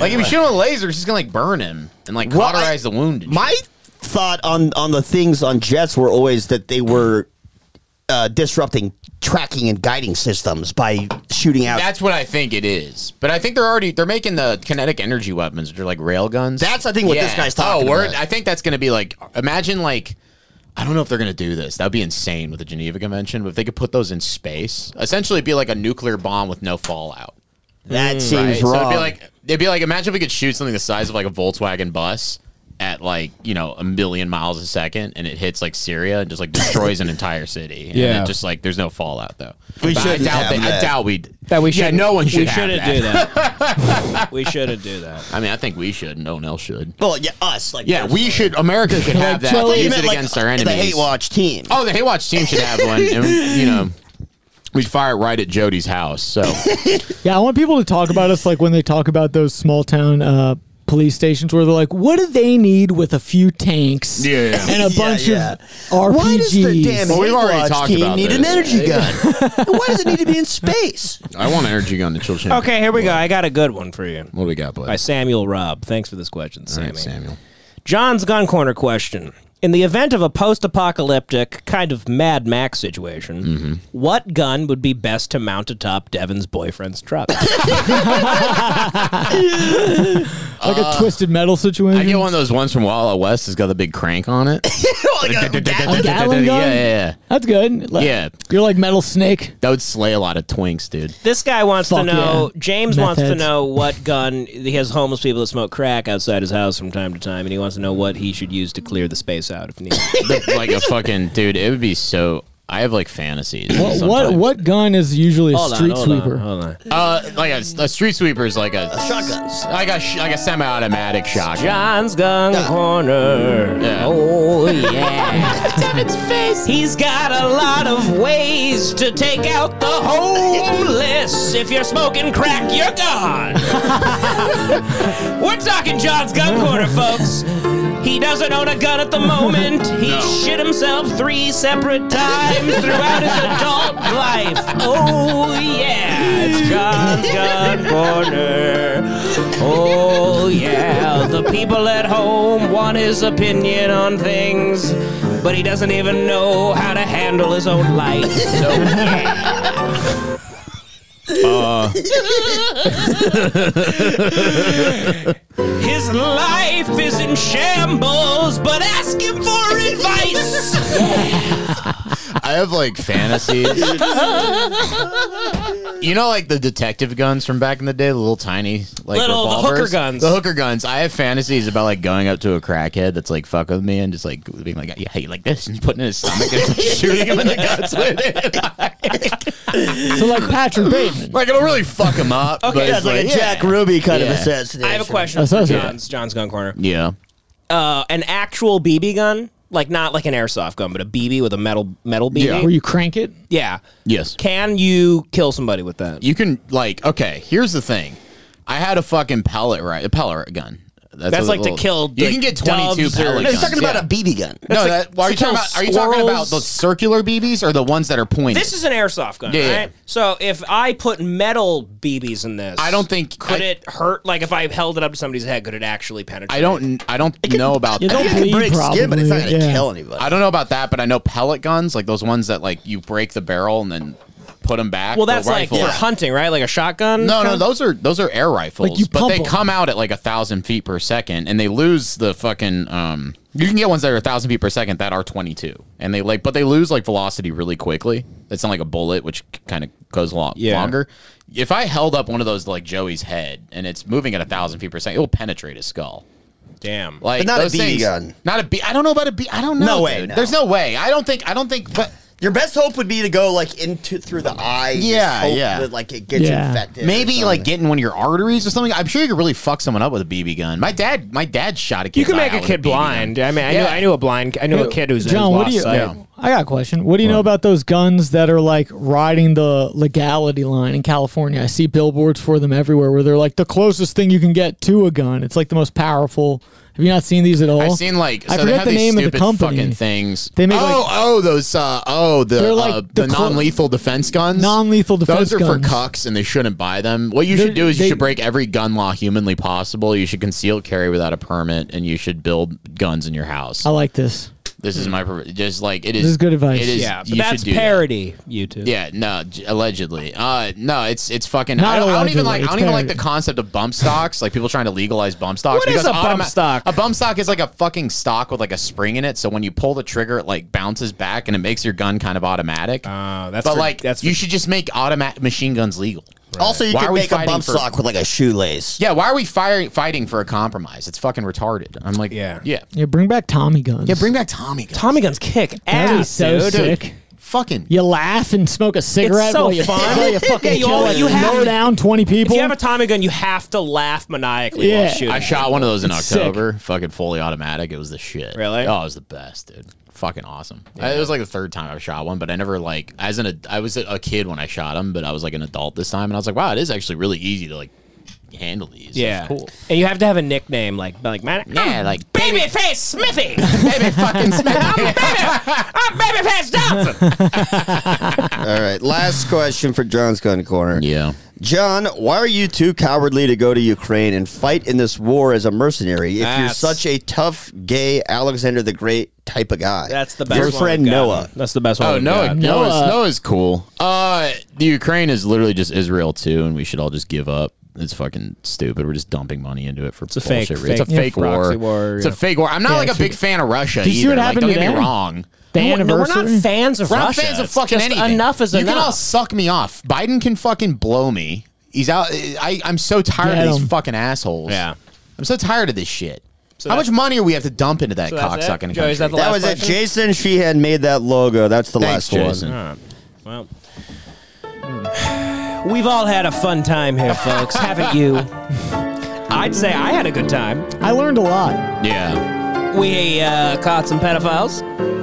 D: Like if you shoot him with a laser, it's just gonna like burn him and like
F: Well, I-
D: cauterize the wound. and
F: my thought on on the things on jets were always that they were uh, disrupting tracking and guiding systems by shooting out.
D: That's what I think it is. But I think they're already they're making the kinetic energy weapons, which are like rail guns. That's
F: I think what this guy's talking
D: oh, we're-
F: about.
D: I think that's gonna be like imagine like I don't know if they're gonna do this. That'd be insane with the Geneva Convention, but if they could put those in space, essentially it'd be like a nuclear bomb with no fallout.
F: That
D: Mm.
F: seems
D: So it'd
F: wrong.
D: be like it'd be like imagine if we could shoot something the size of like a Volkswagen bus at like you know a million miles a second and it hits like Syria and just like destroys an entire city. And
C: Yeah.
D: it just like there's no fallout though.
F: We
D: But I
F: shouldn't
D: doubt
F: have
D: they- I
F: that.
D: doubt we
C: That we
D: Yeah,
C: should
D: no one should
C: We
D: have
C: shouldn't
D: that.
C: do that. we shouldn't do that.
D: I mean, I think we should. No one else should.
F: well, yeah, us like
D: Yeah, we should. America should
F: Like
D: have that.
F: Joey- You
D: use
F: meant
D: it
F: like uh,
D: against our
F: the
D: enemies.
F: hate watch team.
D: Oh, the hate watch team should have one. And, you know, we fire it right at Jody's house. So
E: Yeah, I want people to talk about us like when they talk about those small town uh, police stations where they're like, "What do they need with a few tanks?
D: Yeah, yeah.
E: and a
F: Yeah,
E: bunch
F: yeah.
E: of RPGs."
F: Why does the damn
D: Well, we've
F: hate
D: already
F: watch
D: talked
F: team
D: about
F: need an
D: this.
F: energy gun? And Why does it need to be in space?
D: I want an energy gun to chill. Champion.
C: Okay, here we go. I got a good one for you.
D: What do we got, bud?
C: By Samuel Robb. Thanks for this question,
D: All
C: Sammy.
D: right, Samuel.
C: John's Gun Corner question. In the event of a post apocalyptic kind of Mad Max situation,
D: Mm-hmm.
C: what gun would be best to mount atop Devin's boyfriend's truck?
E: like a twisted metal situation.
D: I get one of those ones from Walla West. It's got the big crank on it.
E: Oh, A Gatling
D: Yeah,
E: gun?
D: yeah,
E: That's good.
D: yeah.
E: Like,
D: Yeah,
E: You're like Metal Snake.
D: that would slay a lot of twinks, dude.
C: this guy wants to
E: Fuck
C: know,
E: yeah.
C: James
E: Meth
C: wants to
E: heads.
C: know what gun. He has homeless people that smoke crack outside his house from time to time, and he wants to know what he should use to clear the space out if needed.
D: The- like a fucking dude. It would be so. I have like fantasies.
E: What what,
D: sometimes.
E: what gun is usually a
D: Hold on,
E: street
D: hold on,
E: sweeper?
D: hold on. Uh, like a, a street sweeper is like a, shotgun, like a sh- like a semi-automatic shotgun.
C: John's gun corner.
D: Yeah.
C: Oh yeah.
R: Devin's face.
C: He's got a lot of ways to take out the homeless. If you're smoking crack, you're gone. We're talking John's gun corner, folks. He doesn't own a gun at the moment. He shit himself three separate times throughout his adult life. Oh yeah, it's John's gun corner. Oh yeah, the people at home want his opinion on things, but he doesn't even know how to handle his own life. So yeah.
R: Uh.
C: His life is in shambles, but ask him for advice.
D: I have like fantasies. you know, like the detective guns from back in the day, the little tiny, like
C: Little- the
D: revolvers?
C: hooker guns.
D: The hooker guns. I have fantasies about like going up to a crackhead that's like fuck with me and just like being like, yeah, you like this, and putting it in his stomach and shooting him in the guts with it.
E: so like Patrick Bateman.
D: Like it'll really fuck him up.
F: Okay,
D: but
F: that's like a Jack Ruby kind of assassination.
C: I have a question for
D: Assassination.
C: John's, John's gun corner.
D: Yeah.
C: Uh, an actual BB gun, like not like an airsoft gun, but a BB with a metal metal BB.
E: Where you crank it?
C: Yeah.
D: Yes.
C: Can you kill somebody with that?
D: You can like okay. Here's the thing. I had a fucking pellet right, a pellet gun.
C: That's
D: a
C: like to
D: little-
C: kill,
D: You
C: like,
D: can get 22
C: doves or-
D: pellet
C: No,
D: guns.
C: he's talking about
D: yeah.
C: a
F: BB gun.
D: No,
C: That's like
D: that, well, are you
C: to kill
D: talking about? Are you talking about
C: squirrels.
D: the circular BBs or the ones that are pointed?
C: This is an airsoft gun,
D: Yeah, yeah.
C: right? So if I put metal BBs in this,
D: I don't think
C: could
D: I-
C: it hurt. Like if I held it up to somebody's head, could it actually penetrate?
D: I don't. I don't know about.
C: You don't
D: that.
C: I think it bleed breaks skin, but it's not probably, gonna yeah. kill anybody.
D: I don't know about that, but I know pellet guns, like those ones that like you break the barrel and then put them back.
C: Well,
D: the
C: that's like for
D: rifle.
C: hunting, right? Like a shotgun.
D: No, no,
C: kind of-
D: those are those are air rifles,
C: you
D: but
C: pump
D: they
C: 'em.
D: come out at like a thousand feet per second, and they lose the fucking. Um, you can get ones that are a thousand feet per second that are twenty two, and they like, but they lose like velocity really quickly. It's not like a bullet, which kind of goes a lot
C: Yeah.
D: longer. If I held up one of those to, like Joey's head, and it's moving at a thousand feet per second, it will penetrate his skull.
C: Damn.
D: Like
F: But not a
D: those
F: BB
D: things-
F: gun.
D: Not a B. I don't know about a B. I don't know.
F: No way,
D: dude.
F: no.
D: There's no way. I don't think. I don't think. But
F: Your best hope would be to go like into through the eye. just
D: Yeah,
F: hope
D: yeah.
F: That, like it gets infected. or
D: Maybe like
F: something.
D: getting one of your arteries or something. I'm sure you could really fuck someone up with a BB gun. My dad, my dad shot a kid.
C: You can make a kid blind. I mean, I knew I knew a blind. I knew a kid who's
E: John,
C: who's
E: what do you?
C: lost sight.
E: I got a question. What do you know about those guns that are like riding the legality line in California? I see billboards for them everywhere where they're like the closest thing you can get to a gun. It's like the most powerful. Have you not seen these at all?
D: I've seen like so
E: I
D: they
E: forget
D: have
E: the
D: these
E: name of
D: stupid
E: the company.
D: fucking things.
E: They make,
D: oh
E: like-
D: oh those uh oh the
E: They're like
D: uh,
E: the
D: the,
E: clo-
D: non-lethal defense guns.
E: Non-lethal defense
D: Those are
E: guns.
D: for cucks and they shouldn't buy them. What you
E: They're-
D: should do is you
E: they-
D: should break every gun law humanly possible. You should conceal carry without a permit and you should build guns in your house.
E: I like this.
D: This is my pr- just like it is.
E: This is good advice.
D: It is,
E: Yeah, but
D: you
E: that's
D: should do that.
C: parody, YouTube.
D: Yeah, no, j- allegedly. Uh, no, it's it's fucking.
E: Not
D: I, don't, I don't even
E: allegedly,
D: like. I
E: it's
D: don't even like
E: parody.
D: the concept of bump stocks. Like people trying to legalize bump stocks.
C: What is a bump
D: stock? A bump stock is like a fucking stock with like a spring in it. So when you pull the trigger, it like bounces back and it makes your gun kind of automatic. Uh,
C: Ah, that's
D: but
C: for-
D: like
C: that's
D: you should just make automatic machine guns legal.
F: Also, you
D: Why
F: can
D: are we
F: make a
D: fighting
F: bump
D: for-
F: stock with like a shoelace.
D: Yeah, why are we firing, fighting for a compromise? It's fucking retarded. I'm like, yeah, yeah.
E: Yeah, bring back Tommy guns. Yeah, bring
D: back Tommy guns.
C: Tommy guns kick
E: That'd be
C: ass,
E: so
C: dude.
E: sick.
D: Fucking.
E: You laugh and smoke a cigarette
C: so
E: while you,
C: fun.
E: while you fucking
C: Yeah, you
E: kill
C: all-
E: like,
C: you have-
E: mow down twenty people.
C: If you have a Tommy gun, you have to laugh maniacally while shooting.
D: I shot one of those in
C: It's sick.
D: October. Fucking fully automatic. It was the shit. Really? Oh, it was the best, dude. Fucking awesome. I- it was like the third time I've shot one, but I never like as an ad- I was a kid when I shot them, but I was like an adult this time, and I was like, wow, it is actually really easy to like handle these. It's
C: Yeah,
D: cool.
C: And you have to have a nickname, like like man,
D: Yeah, like
R: Babyface Smithy.
D: Baby fucking Smithy.
R: I'm Babyface Johnson.
F: All right. Last question for John's gun corner.
D: Yeah.
F: John, why are you too cowardly to go to Ukraine and fight in this war as a mercenary if you're
C: That's-
F: such a tough, gay Alexander the Great type of guy?
C: That's the best.
F: Your
C: one
F: friend
C: we've gotten.
F: Noah.
C: That's the best one.
D: Oh,
C: we've
D: Noah,
C: gotten.
D: Noah's, Noah's cool. Uh, the Ukraine is literally just Israel too, and we should all just give up. It's fucking stupid. We're just dumping money into it for it's
C: a fake-
D: it's a
C: fake-
D: fake
C: yeah,
D: war.
C: proxy war,
D: It's a
C: yeah.
D: fake war. I'm not
C: Yeah,
D: like a
C: it's
D: big
C: a-
D: fan of Russia
E: Did you see
D: either.
E: what
D: Like,
E: happened
D: don't
E: to
D: get me
E: them?
D: wrong.
E: The
D: No, no,
E: anniversary?
D: We're not
C: fans of
D: we're not
C: Russia.
D: fans of
C: It's
D: fucking
C: just
D: anything.
C: enough is
D: you can
C: enough.
D: all suck me off. Biden can fucking blow me. He's out. I I'm so tired
E: Get
D: of these
E: him.
D: fucking assholes. Yeah, I'm so tired of this shit.
C: So
Q: How
C: that-
Q: much money do we have to dump into that
C: So that's it?
Q: cocksucking country?
C: Joey, is that the
F: that
C: last
F: was it,
C: question?
F: Jason. She had made that logo. That's the
C: Thanks,
F: last
C: Jason.
F: one.
C: Well, we've all had a fun time here, folks, haven't you? I'd say I had a good time.
E: I learned a lot.
C: Yeah. We uh, caught some pedophiles.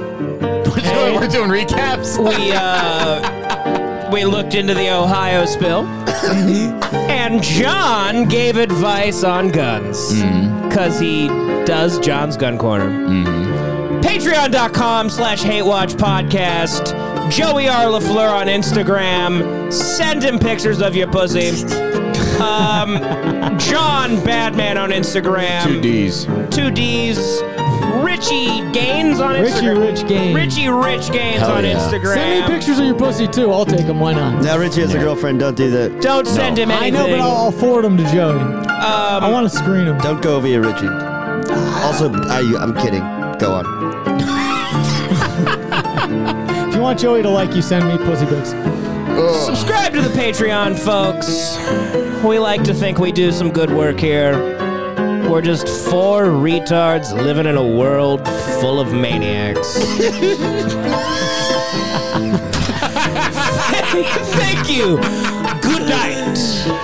Q: We're doing recaps.
C: We uh, we looked into the Ohio spill, and John gave advice on guns because he does John's Gun Corner. Patreon.com slash Hate Watch Podcast. Joey R. LaFleur on Instagram. Send him pictures of your pussy. Um, John Badman on Instagram.
D: Two D's.
C: Two D's. Richie Gaines on
E: Richie
C: Instagram.
E: Rich Gaines.
C: Richie Rich Gaines
E: Hell
C: on
E: yeah.
C: Instagram.
E: Send me pictures of your pussy too. I'll take them. Why not?
F: Now Richie has a girlfriend. Don't do that.
C: Don't send him
E: I
C: anything.
E: know, but I'll, I'll forward them to Joey. I want to screen him.
F: Don't go via Richie. Also, I, I'm kidding. Go on.
E: If you want Joey to like you, send me pussy pics.
C: Subscribe to the Patreon, folks. We like to think we do some good work here. We're just four retards living in a world full of maniacs. Thank you. Good night.